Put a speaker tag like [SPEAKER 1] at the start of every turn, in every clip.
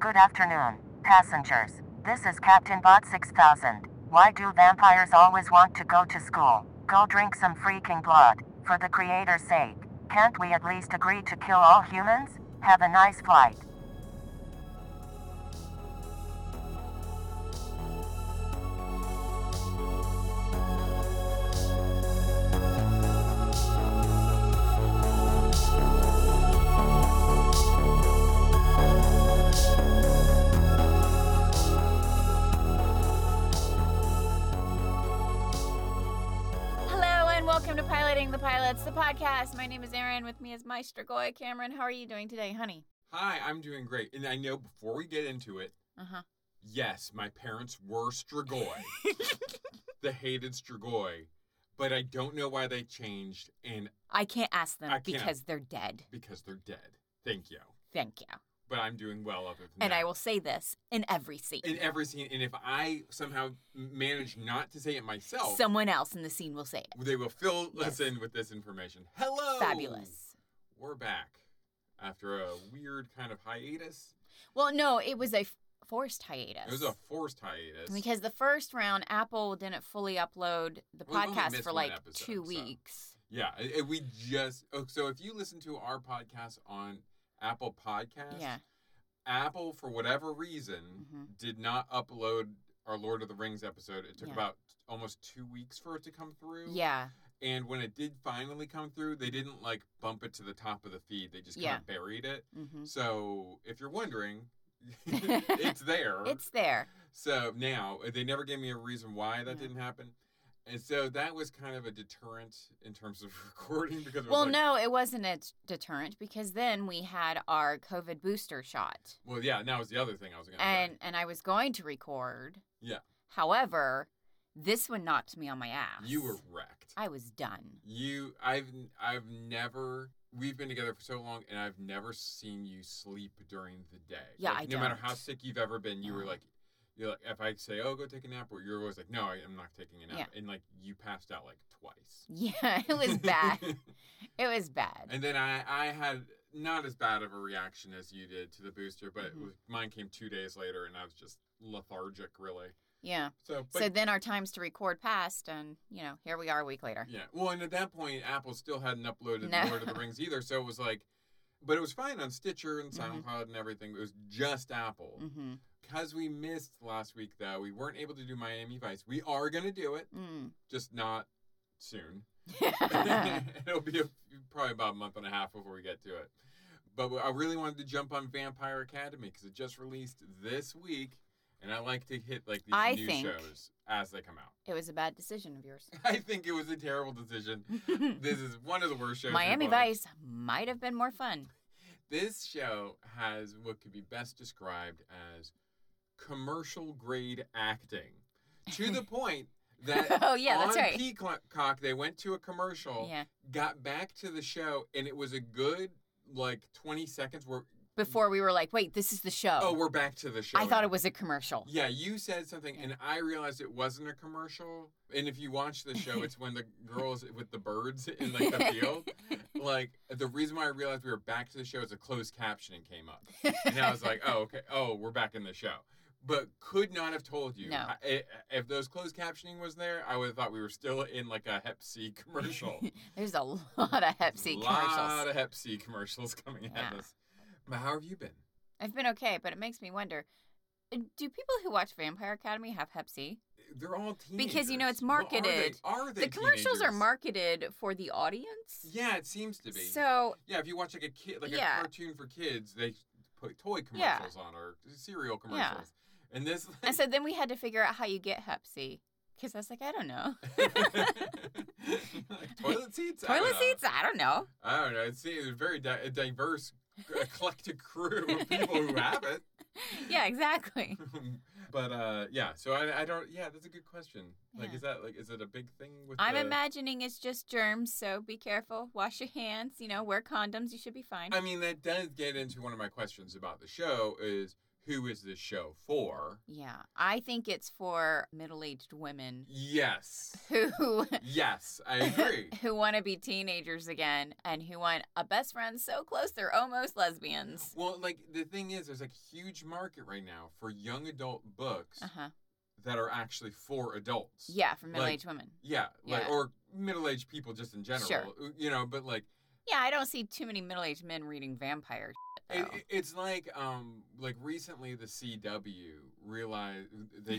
[SPEAKER 1] Good afternoon, passengers. This is Captain Bot 6000. Why do vampires always want to go to school? Go drink some freaking blood, for the creator's sake. Can't we at least agree to kill all humans? Have a nice flight.
[SPEAKER 2] Hello and welcome to Piloting the Pilots, the podcast. My name is Erin. With me is Maestro Goya Cameron. How are you doing today, honey?
[SPEAKER 3] Hi, I'm doing great. And I know before we get into it,
[SPEAKER 2] Uh huh.
[SPEAKER 3] yes, my parents were Strigoi, the hated Strigoi, but I don't know why they changed and
[SPEAKER 2] I can't ask them
[SPEAKER 3] I can't.
[SPEAKER 2] because they're dead.
[SPEAKER 3] because they're dead. Thank you.
[SPEAKER 2] Thank you.
[SPEAKER 3] But I'm doing well other than
[SPEAKER 2] And
[SPEAKER 3] that.
[SPEAKER 2] I will say this in every scene.
[SPEAKER 3] in every scene and if I somehow manage not to say it myself,
[SPEAKER 2] Someone else in the scene will say it.
[SPEAKER 3] they will fill
[SPEAKER 2] Yes.
[SPEAKER 3] us in with this information. Hello.
[SPEAKER 2] Fabulous.
[SPEAKER 3] We're back after a weird kind of hiatus.
[SPEAKER 2] Well, no, it was a f- forced hiatus.
[SPEAKER 3] It was a forced hiatus.
[SPEAKER 2] because the first round, Apple didn't fully upload the
[SPEAKER 3] Well, we've only
[SPEAKER 2] podcast
[SPEAKER 3] missed
[SPEAKER 2] for
[SPEAKER 3] one
[SPEAKER 2] like
[SPEAKER 3] episode,
[SPEAKER 2] two
[SPEAKER 3] so.
[SPEAKER 2] weeks.
[SPEAKER 3] Yeah, i- i- we just oh, so if you listen to our podcast on Apple Podcasts,
[SPEAKER 2] Yeah.
[SPEAKER 3] Apple for whatever reason
[SPEAKER 2] Mhm.
[SPEAKER 3] did not upload our Lord of the Rings episode. It took
[SPEAKER 2] Yeah.
[SPEAKER 3] about almost two weeks for it to come through.
[SPEAKER 2] Yeah.
[SPEAKER 3] and when it did finally come through, they didn't like bump it to the top of the feed. They just
[SPEAKER 2] Yeah.
[SPEAKER 3] kind of buried it.
[SPEAKER 2] hmm
[SPEAKER 3] So if you're wondering, it's there.
[SPEAKER 2] It's there.
[SPEAKER 3] So now uh, they never gave me a reason why that
[SPEAKER 2] Yeah.
[SPEAKER 3] didn't happen. And so that was kind of a deterrent in terms of recording because it was
[SPEAKER 2] Well,
[SPEAKER 3] like,
[SPEAKER 2] no, it wasn't a t- deterrent because then we had our COVID booster shot,
[SPEAKER 3] Well, yeah, and that was the other thing I was gonna
[SPEAKER 2] and
[SPEAKER 3] say.
[SPEAKER 2] and I was going to record.
[SPEAKER 3] Yeah.
[SPEAKER 2] However, this one knocked me on my ass.
[SPEAKER 3] You were wrecked.
[SPEAKER 2] I was done.
[SPEAKER 3] You, I've, I've never. We've been together for so long, and I've never seen you sleep during the day.
[SPEAKER 2] Yeah,
[SPEAKER 3] Like,
[SPEAKER 2] I
[SPEAKER 3] No matter how
[SPEAKER 2] don't.
[SPEAKER 3] sick you've ever been, you were
[SPEAKER 2] No.
[SPEAKER 3] like, you're like, if I say, "Oh, go take a nap," or you're always like, "No, I, I'm not taking a nap," and like you passed out like twice.
[SPEAKER 2] Yeah, it was bad. it was bad.
[SPEAKER 3] and then I, I had not as bad of a reaction as you did to the booster, but it
[SPEAKER 2] Mhm.
[SPEAKER 3] was, mine came two days later, and I was just lethargic, really.
[SPEAKER 2] yeah.
[SPEAKER 3] So, but
[SPEAKER 2] So then our times to record passed, and you know, here we are a week later.
[SPEAKER 3] Yeah. Well, and at that point, Apple still hadn't uploaded
[SPEAKER 2] No.
[SPEAKER 3] the Lord of the Rings either, so it was like, but it was fine on Stitcher and
[SPEAKER 2] Mhm.
[SPEAKER 3] SoundCloud and everything. It was just Apple.
[SPEAKER 2] Mm-hmm.
[SPEAKER 3] Because we missed last week, though, we weren't able to do Miami Vice. We are gonna do it, just not soon.
[SPEAKER 2] Mm.
[SPEAKER 3] It'll be a, probably about a month and a half before we get to it. But I really wanted to jump on Vampire Academy because it just released this week, and I like to hit like these
[SPEAKER 2] I
[SPEAKER 3] new
[SPEAKER 2] think-
[SPEAKER 3] shows as they come out.
[SPEAKER 2] it was a bad decision of yours.
[SPEAKER 3] I think it was a terrible decision this is one of the worst shows. we've
[SPEAKER 2] Miami
[SPEAKER 3] watched.
[SPEAKER 2] Vice might have been more fun.
[SPEAKER 3] This show has what could be best described as commercial grade acting, to the point that
[SPEAKER 2] oh yeah,
[SPEAKER 3] on
[SPEAKER 2] that's right.
[SPEAKER 3] Peacock they went to a commercial,
[SPEAKER 2] yeah.
[SPEAKER 3] got back to the show, and it was a good like twenty seconds. Where
[SPEAKER 2] Before we were like, wait, this is the show.
[SPEAKER 3] oh, we're back to the show.
[SPEAKER 2] I thought
[SPEAKER 3] now.
[SPEAKER 2] it was a commercial.
[SPEAKER 3] Yeah, you said something,
[SPEAKER 2] Yeah.
[SPEAKER 3] and I realized it wasn't a commercial. And if you watch the show, it's when the girls with the birds in like the field. Like the reason why I realized we were back to the show is the closed captioning came up, and I was like, "Oh, okay. Oh, we're back in the show." But could not have told you
[SPEAKER 2] No.
[SPEAKER 3] I, I- if those closed captioning was there. I would have thought we were still in like a Hep C commercial.
[SPEAKER 2] There's a lot of Pepsi
[SPEAKER 3] lot
[SPEAKER 2] commercials.
[SPEAKER 3] of Hep C commercials coming at
[SPEAKER 2] Yeah.
[SPEAKER 3] us. But how have you been?
[SPEAKER 2] I've been okay, but it makes me wonder. uh, Do people who watch Vampire Academy have Hep C?
[SPEAKER 3] They're all teenagers.
[SPEAKER 2] Because, you know, it's
[SPEAKER 3] Well, are they-
[SPEAKER 2] marketed.
[SPEAKER 3] Are they,
[SPEAKER 2] The commercials are
[SPEAKER 3] teenagers?
[SPEAKER 2] marketed for the audience.
[SPEAKER 3] Yeah, it seems to be.
[SPEAKER 2] So,
[SPEAKER 3] yeah, if you watch like a kid, like
[SPEAKER 2] Yeah.
[SPEAKER 3] a cartoon for kids, they put toy
[SPEAKER 2] Yeah.
[SPEAKER 3] commercials on or cereal commercials. And this, like,
[SPEAKER 2] and so then we had to figure out how you get Hep C. Because I was like, I don't know.
[SPEAKER 3] Like, toilet seats. I don't
[SPEAKER 2] Toilet
[SPEAKER 3] know.
[SPEAKER 2] seats? I don't know.
[SPEAKER 3] I don't know. It's, it's a very di- a diverse, eclectic crew of people who have it.
[SPEAKER 2] Yeah, exactly.
[SPEAKER 3] but uh, yeah, so I, I don't. Yeah, that's a good question. Like,
[SPEAKER 2] Yeah.
[SPEAKER 3] is that like is it a big thing with?
[SPEAKER 2] I'm
[SPEAKER 3] the-
[SPEAKER 2] imagining it's just germs, so be careful. Wash your hands, you know, wear condoms, you should be fine.
[SPEAKER 3] I mean, that does get into one of my questions about the show: is who is this show for?
[SPEAKER 2] Yeah. I think it's for middle aged women
[SPEAKER 3] Yes.
[SPEAKER 2] who
[SPEAKER 3] Yes, I agree.
[SPEAKER 2] who want to be teenagers again and who want a best friend so close they're almost lesbians.
[SPEAKER 3] well, like the thing is, there's a huge market right now for young adult books
[SPEAKER 2] Uh huh.
[SPEAKER 3] that are actually for adults.
[SPEAKER 2] Yeah, for middle aged women.
[SPEAKER 3] Yeah, like
[SPEAKER 2] Yeah.
[SPEAKER 3] or middle-aged people just in general. You know, but like
[SPEAKER 2] Yeah, I don't see too many middle aged men reading vampire.
[SPEAKER 3] it,
[SPEAKER 2] Shit, though.
[SPEAKER 3] it- it's like um like recently the CW realized they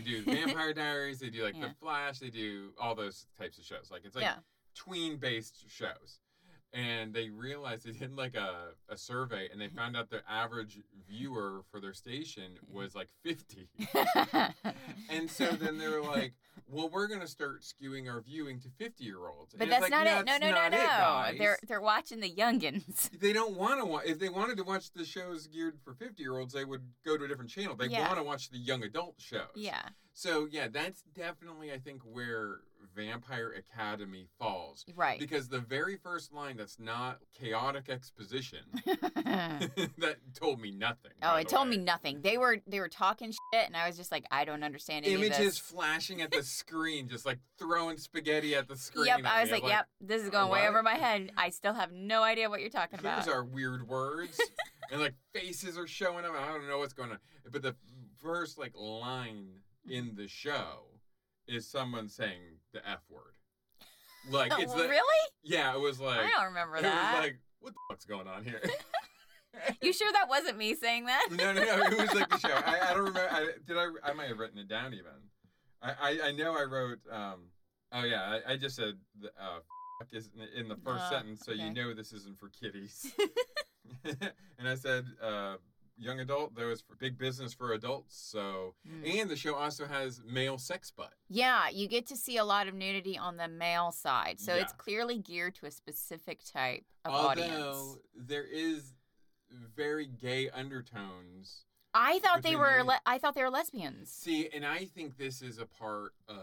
[SPEAKER 3] do Vampire Diaries, they do like
[SPEAKER 2] Yeah.
[SPEAKER 3] The Flash, they do all those types of shows. Like it's like
[SPEAKER 2] yeah.
[SPEAKER 3] tween-based shows. And they realized they did like a, a survey and they
[SPEAKER 2] Mm-hmm.
[SPEAKER 3] found out their average viewer for their station was like 50. And so then they were like, well, we're going to start skewing our viewing to 50 year olds.
[SPEAKER 2] But that's
[SPEAKER 3] like,
[SPEAKER 2] not it. No,
[SPEAKER 3] that's
[SPEAKER 2] no, no,
[SPEAKER 3] not it,
[SPEAKER 2] no.
[SPEAKER 3] guys.
[SPEAKER 2] they're they're watching the youngins.
[SPEAKER 3] they don't want to watch. If they wanted to watch the shows geared for fifty-year-olds, they would go to a different channel. They
[SPEAKER 2] Yeah.
[SPEAKER 3] want to watch the young adult shows.
[SPEAKER 2] Yeah.
[SPEAKER 3] So yeah, that's definitely I think where Vampire Academy falls
[SPEAKER 2] Right.
[SPEAKER 3] because the very first line that's not chaotic exposition that told me nothing.
[SPEAKER 2] oh,
[SPEAKER 3] by
[SPEAKER 2] it
[SPEAKER 3] the
[SPEAKER 2] told
[SPEAKER 3] way.
[SPEAKER 2] me nothing. They were they were talking shit, and I was just like, I don't understand any of
[SPEAKER 3] Images
[SPEAKER 2] this.
[SPEAKER 3] flashing at the screen, just like throwing spaghetti at the screen.
[SPEAKER 2] Yep,
[SPEAKER 3] at
[SPEAKER 2] I was
[SPEAKER 3] me. I'm "Oh,
[SPEAKER 2] like, yep, this is going way
[SPEAKER 3] what?
[SPEAKER 2] over my head. I still have no idea what you're talking about.
[SPEAKER 3] Here's our weird words. and like faces are showing up. I don't know what's going on. But the first like line
[SPEAKER 2] Mm-hmm.
[SPEAKER 3] in the show is someone saying the F word. Like it's the,
[SPEAKER 2] really?
[SPEAKER 3] yeah, it was like
[SPEAKER 2] I don't remember
[SPEAKER 3] it
[SPEAKER 2] that.
[SPEAKER 3] was like what the fuck's going on here?
[SPEAKER 2] you sure that wasn't me saying that?
[SPEAKER 3] no, no, no. It was like the show. I, I don't remember. I, did I? I might have written it down even. I I, I know I wrote. um Oh yeah, I, I just said the uh, fuck is in the- in the first
[SPEAKER 2] Uh,
[SPEAKER 3] sentence, so
[SPEAKER 2] okay.
[SPEAKER 3] you know this isn't for kiddies. and I said, uh, young adult, there was for big business for adults. So,
[SPEAKER 2] Mm.
[SPEAKER 3] and the show also has male sex butt.
[SPEAKER 2] Yeah, you get to see a lot of nudity on the male side, so it's
[SPEAKER 3] Yeah.
[SPEAKER 2] clearly geared to a specific type of
[SPEAKER 3] Although
[SPEAKER 2] audience.
[SPEAKER 3] there is very gay undertones.
[SPEAKER 2] I thought they
[SPEAKER 3] between
[SPEAKER 2] were.
[SPEAKER 3] the-
[SPEAKER 2] Le- I thought they were lesbians.
[SPEAKER 3] See, and I think this is a part of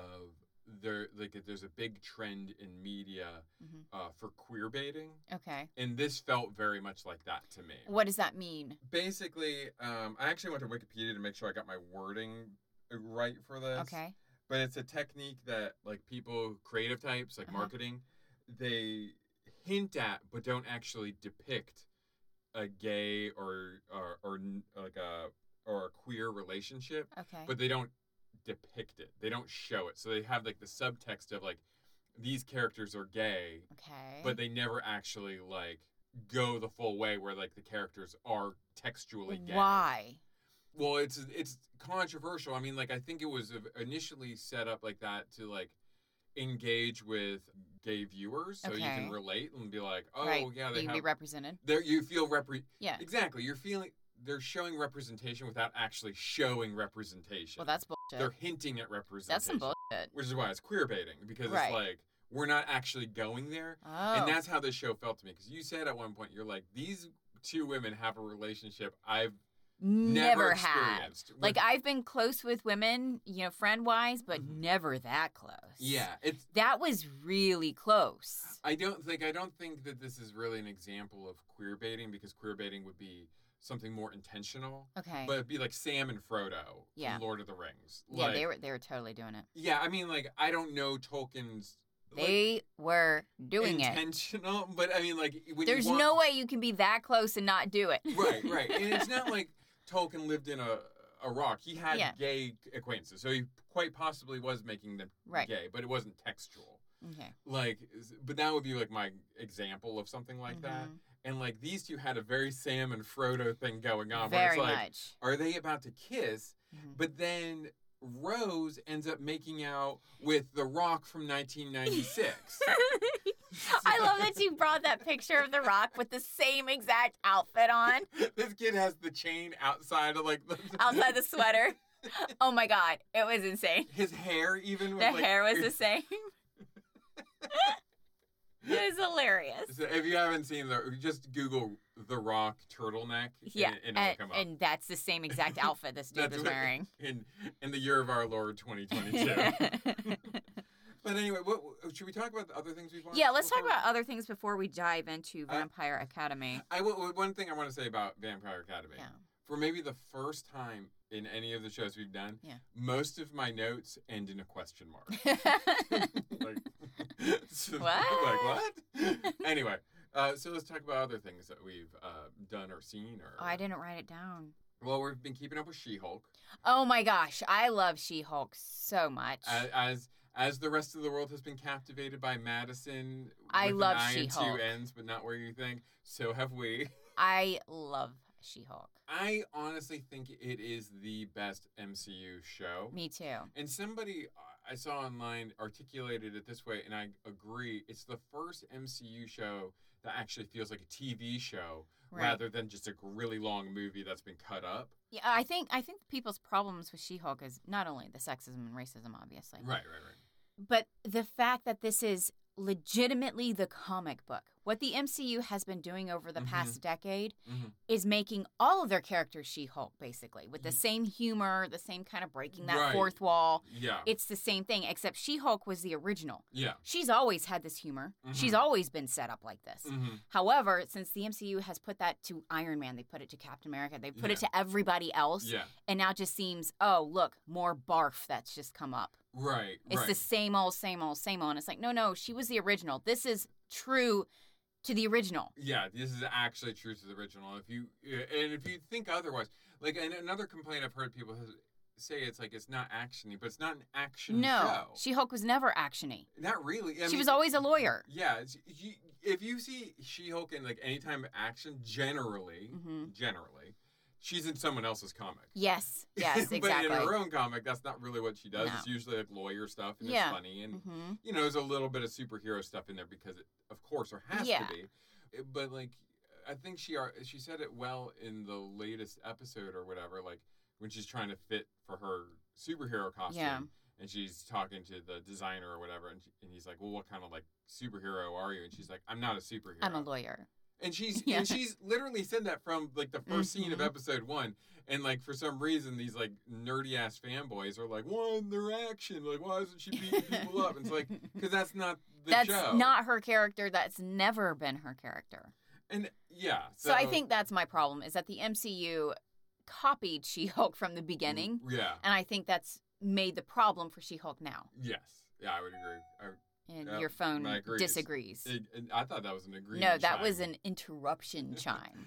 [SPEAKER 3] there. Like, there's a big trend in media
[SPEAKER 2] Mhm.
[SPEAKER 3] uh, for queer baiting,
[SPEAKER 2] Okay,
[SPEAKER 3] and this felt very much like that to me.
[SPEAKER 2] what does that mean?
[SPEAKER 3] Basically, um, I actually went to Wikipedia to make sure I got my wording uh, right for this.
[SPEAKER 2] Okay,
[SPEAKER 3] but it's a technique that like people creative types like
[SPEAKER 2] Uh-huh.
[SPEAKER 3] marketing they hint at but don't actually depict a gay or or, or n- like a or a queer relationship
[SPEAKER 2] okay.
[SPEAKER 3] but they don't depict it they don't show it so they have like the subtext of like these characters are gay
[SPEAKER 2] Okay.
[SPEAKER 3] but they never actually like go the full way where like the characters are textually gay
[SPEAKER 2] Why?
[SPEAKER 3] well, it's it's controversial. I mean, like I think it was initially set up like that to like engage with gay viewers, so you
[SPEAKER 2] Okay.
[SPEAKER 3] can relate and be like, oh
[SPEAKER 2] right.
[SPEAKER 3] yeah,
[SPEAKER 2] you
[SPEAKER 3] they
[SPEAKER 2] can be
[SPEAKER 3] have.
[SPEAKER 2] represented.
[SPEAKER 3] there you feel repre-
[SPEAKER 2] Yeah.
[SPEAKER 3] exactly. You're feeling they're showing representation without actually showing representation.
[SPEAKER 2] Well, that's
[SPEAKER 3] they're
[SPEAKER 2] bullshit.
[SPEAKER 3] hinting at representation.
[SPEAKER 2] That's some bullshit.
[SPEAKER 3] Which is why it's queer baiting because
[SPEAKER 2] Right.
[SPEAKER 3] it's like we're not actually going there.
[SPEAKER 2] Oh.
[SPEAKER 3] And that's how this show felt to me because you said at one point you're like these two women have a relationship I've never,
[SPEAKER 2] never had.
[SPEAKER 3] experienced. with
[SPEAKER 2] Like I've been close with women, you know, friend wise, but
[SPEAKER 3] Mhm.
[SPEAKER 2] never that close.
[SPEAKER 3] Yeah, it's.
[SPEAKER 2] That was really close.
[SPEAKER 3] I don't think I don't think that this is really an example of queer baiting because queer baiting would be something more intentional,
[SPEAKER 2] Okay.
[SPEAKER 3] but it'd be like Sam and Frodo,
[SPEAKER 2] Yeah.
[SPEAKER 3] from Lord of the Rings.
[SPEAKER 2] yeah,
[SPEAKER 3] Like-
[SPEAKER 2] they were they were totally doing it.
[SPEAKER 3] Yeah, I mean, like I don't know Tolkien's like,
[SPEAKER 2] They were doing it.
[SPEAKER 3] intentional, but I mean, like when you
[SPEAKER 2] There's
[SPEAKER 3] want-
[SPEAKER 2] no way you can be that close and not do it.
[SPEAKER 3] right, right, and it's not like Tolkien lived in a a rock. He had
[SPEAKER 2] Yeah.
[SPEAKER 3] gay acquaintances, so he quite possibly was making them
[SPEAKER 2] Right.
[SPEAKER 3] gay, but it wasn't textual.
[SPEAKER 2] okay.
[SPEAKER 3] Like, but that would be like my example of something like that.
[SPEAKER 2] Mhm.
[SPEAKER 3] and like these two had a very Sam and Frodo thing going on. where
[SPEAKER 2] Very
[SPEAKER 3] it's like,
[SPEAKER 2] much.
[SPEAKER 3] Are they about to kiss?
[SPEAKER 2] Mhm.
[SPEAKER 3] But then Rose ends up making out with The Rock from 1996.
[SPEAKER 2] I love that you brought that picture of The Rock with the same exact outfit on
[SPEAKER 3] this kid has the chain outside of like the,
[SPEAKER 2] outside the sweater. Oh my god, it was insane.
[SPEAKER 3] His hair even was
[SPEAKER 2] The
[SPEAKER 3] like-
[SPEAKER 2] hair was the same. it was hilarious.
[SPEAKER 3] So if you haven't seen the, just Google The Rock turtleneck.
[SPEAKER 2] Yeah,
[SPEAKER 3] and, and it'll
[SPEAKER 2] and,
[SPEAKER 3] come up.
[SPEAKER 2] and that's the same exact outfit this dude
[SPEAKER 3] That's
[SPEAKER 2] was
[SPEAKER 3] what-
[SPEAKER 2] wearing.
[SPEAKER 3] in in the year of our Lord 2022.
[SPEAKER 2] yeah,
[SPEAKER 3] but anyway, what should we talk about the other things we've watched?
[SPEAKER 2] let's talk
[SPEAKER 3] before?
[SPEAKER 2] about other things before we dive into
[SPEAKER 3] I-
[SPEAKER 2] Vampire Academy.
[SPEAKER 3] I will, one thing I want to say about Vampire Academy.
[SPEAKER 2] Yeah.
[SPEAKER 3] for maybe the first time in any of the shows we've done,
[SPEAKER 2] Yeah.
[SPEAKER 3] most of my notes end in a question mark. like, so, like
[SPEAKER 2] What?
[SPEAKER 3] what? anyway, uh, so let's talk about other things that we've uh, done or seen or.
[SPEAKER 2] Oh, I didn't write it down.
[SPEAKER 3] Well, we've been keeping up with She-Hulk
[SPEAKER 2] Oh my gosh, I love She-Hulk so much.
[SPEAKER 3] as as, as the rest of the world has been captivated by Madison.
[SPEAKER 2] I
[SPEAKER 3] with an
[SPEAKER 2] love
[SPEAKER 3] I and
[SPEAKER 2] She-Hulk.
[SPEAKER 3] Two ends, but not where you think. So have we.
[SPEAKER 2] I love She-Hulk.
[SPEAKER 3] I honestly think it is the best MCU show.
[SPEAKER 2] Me too.
[SPEAKER 3] And somebody uh, I saw online articulated it this way, and I agree. It's the first MCU show that actually feels like a TV show
[SPEAKER 2] Right.
[SPEAKER 3] rather than just a really long movie that's been cut up.
[SPEAKER 2] Yeah, I think I think people's problems with She-Hulk is not only the sexism and racism, obviously,
[SPEAKER 3] Right, right, right.
[SPEAKER 2] but the fact that this is legitimately the comic book. What the MCU has been doing over the
[SPEAKER 3] Mhm.
[SPEAKER 2] past decade
[SPEAKER 3] Mhm.
[SPEAKER 2] is making all of their characters She-Hulk, basically, with the
[SPEAKER 3] Ye-
[SPEAKER 2] same humor, the same kind of breaking that
[SPEAKER 3] Mm. Right.
[SPEAKER 2] fourth wall.
[SPEAKER 3] Yeah.
[SPEAKER 2] It's the same thing, except She-Hulk was the original.
[SPEAKER 3] yeah.
[SPEAKER 2] She's always had this humor. She's
[SPEAKER 3] Mhm.
[SPEAKER 2] always been set up like this.
[SPEAKER 3] hmm
[SPEAKER 2] However, since the MCU has put that to Iron Man, they put it to Captain America, they put it
[SPEAKER 3] Yeah.
[SPEAKER 2] to everybody else
[SPEAKER 3] Yeah.
[SPEAKER 2] and now it just seems oh look more barf that's just come up
[SPEAKER 3] Right.
[SPEAKER 2] it's
[SPEAKER 3] right.
[SPEAKER 2] the same old same old same old and it's like no no she was the original this is true to the original
[SPEAKER 3] Yeah, this is actually true to the original. If you eh, and if you think otherwise, like and another complaint I've heard people has- say it's like it's not actiony, but it's not an action
[SPEAKER 2] no
[SPEAKER 3] show.
[SPEAKER 2] she hulk was never actiony
[SPEAKER 3] not really. I
[SPEAKER 2] she
[SPEAKER 3] mean,
[SPEAKER 2] was always a lawyer
[SPEAKER 3] Yeah, it's, you, if you see She-Hulk in like any time of action, generally,
[SPEAKER 2] hmm
[SPEAKER 3] generally, she's in someone else's comic.
[SPEAKER 2] yes yes
[SPEAKER 3] but
[SPEAKER 2] exactly
[SPEAKER 3] in her own comic, that's not really what she does. It's
[SPEAKER 2] No.
[SPEAKER 3] usually like lawyer stuff, and
[SPEAKER 2] Yeah.
[SPEAKER 3] it's funny, and
[SPEAKER 2] hmm
[SPEAKER 3] you know, there's a little bit of superhero stuff in there because, it, of course, there has
[SPEAKER 2] Yeah.
[SPEAKER 3] to be. Uh, But like, I think she are, she said it well in the latest episode or whatever. Like when she's trying to fit for her superhero costume,
[SPEAKER 2] Yeah.
[SPEAKER 3] and she's talking to the designer or whatever, and, she, and he's like, "Well, what kind of like superhero are you?" And she's like, "I'm not a superhero.
[SPEAKER 2] i'm a lawyer
[SPEAKER 3] And she's
[SPEAKER 2] Yeah.
[SPEAKER 3] and she's literally said that from like the 1st scene of
[SPEAKER 2] Mhm.
[SPEAKER 3] episode one, and like for some reason these like nerdy ass fanboys are like, "One, their action. Like, why isn't she beating people up?" And it's like. Because that's not the
[SPEAKER 2] that's
[SPEAKER 3] show.
[SPEAKER 2] not her character that's never been her character
[SPEAKER 3] And yeah.
[SPEAKER 2] so, i think that's my problem is that the mcu copied she-hulk from the
[SPEAKER 3] Mm-hmm.
[SPEAKER 2] beginning
[SPEAKER 3] Mm, Yeah.
[SPEAKER 2] and i think that's made the problem for she-hulk now
[SPEAKER 3] Yes. Yeah, I would agree.
[SPEAKER 2] and
[SPEAKER 3] Yeah,
[SPEAKER 2] your phone
[SPEAKER 3] I agree. It's-
[SPEAKER 2] disagrees.
[SPEAKER 3] I, it, and I thought that was an agreement.
[SPEAKER 2] no, that was an interruption chime.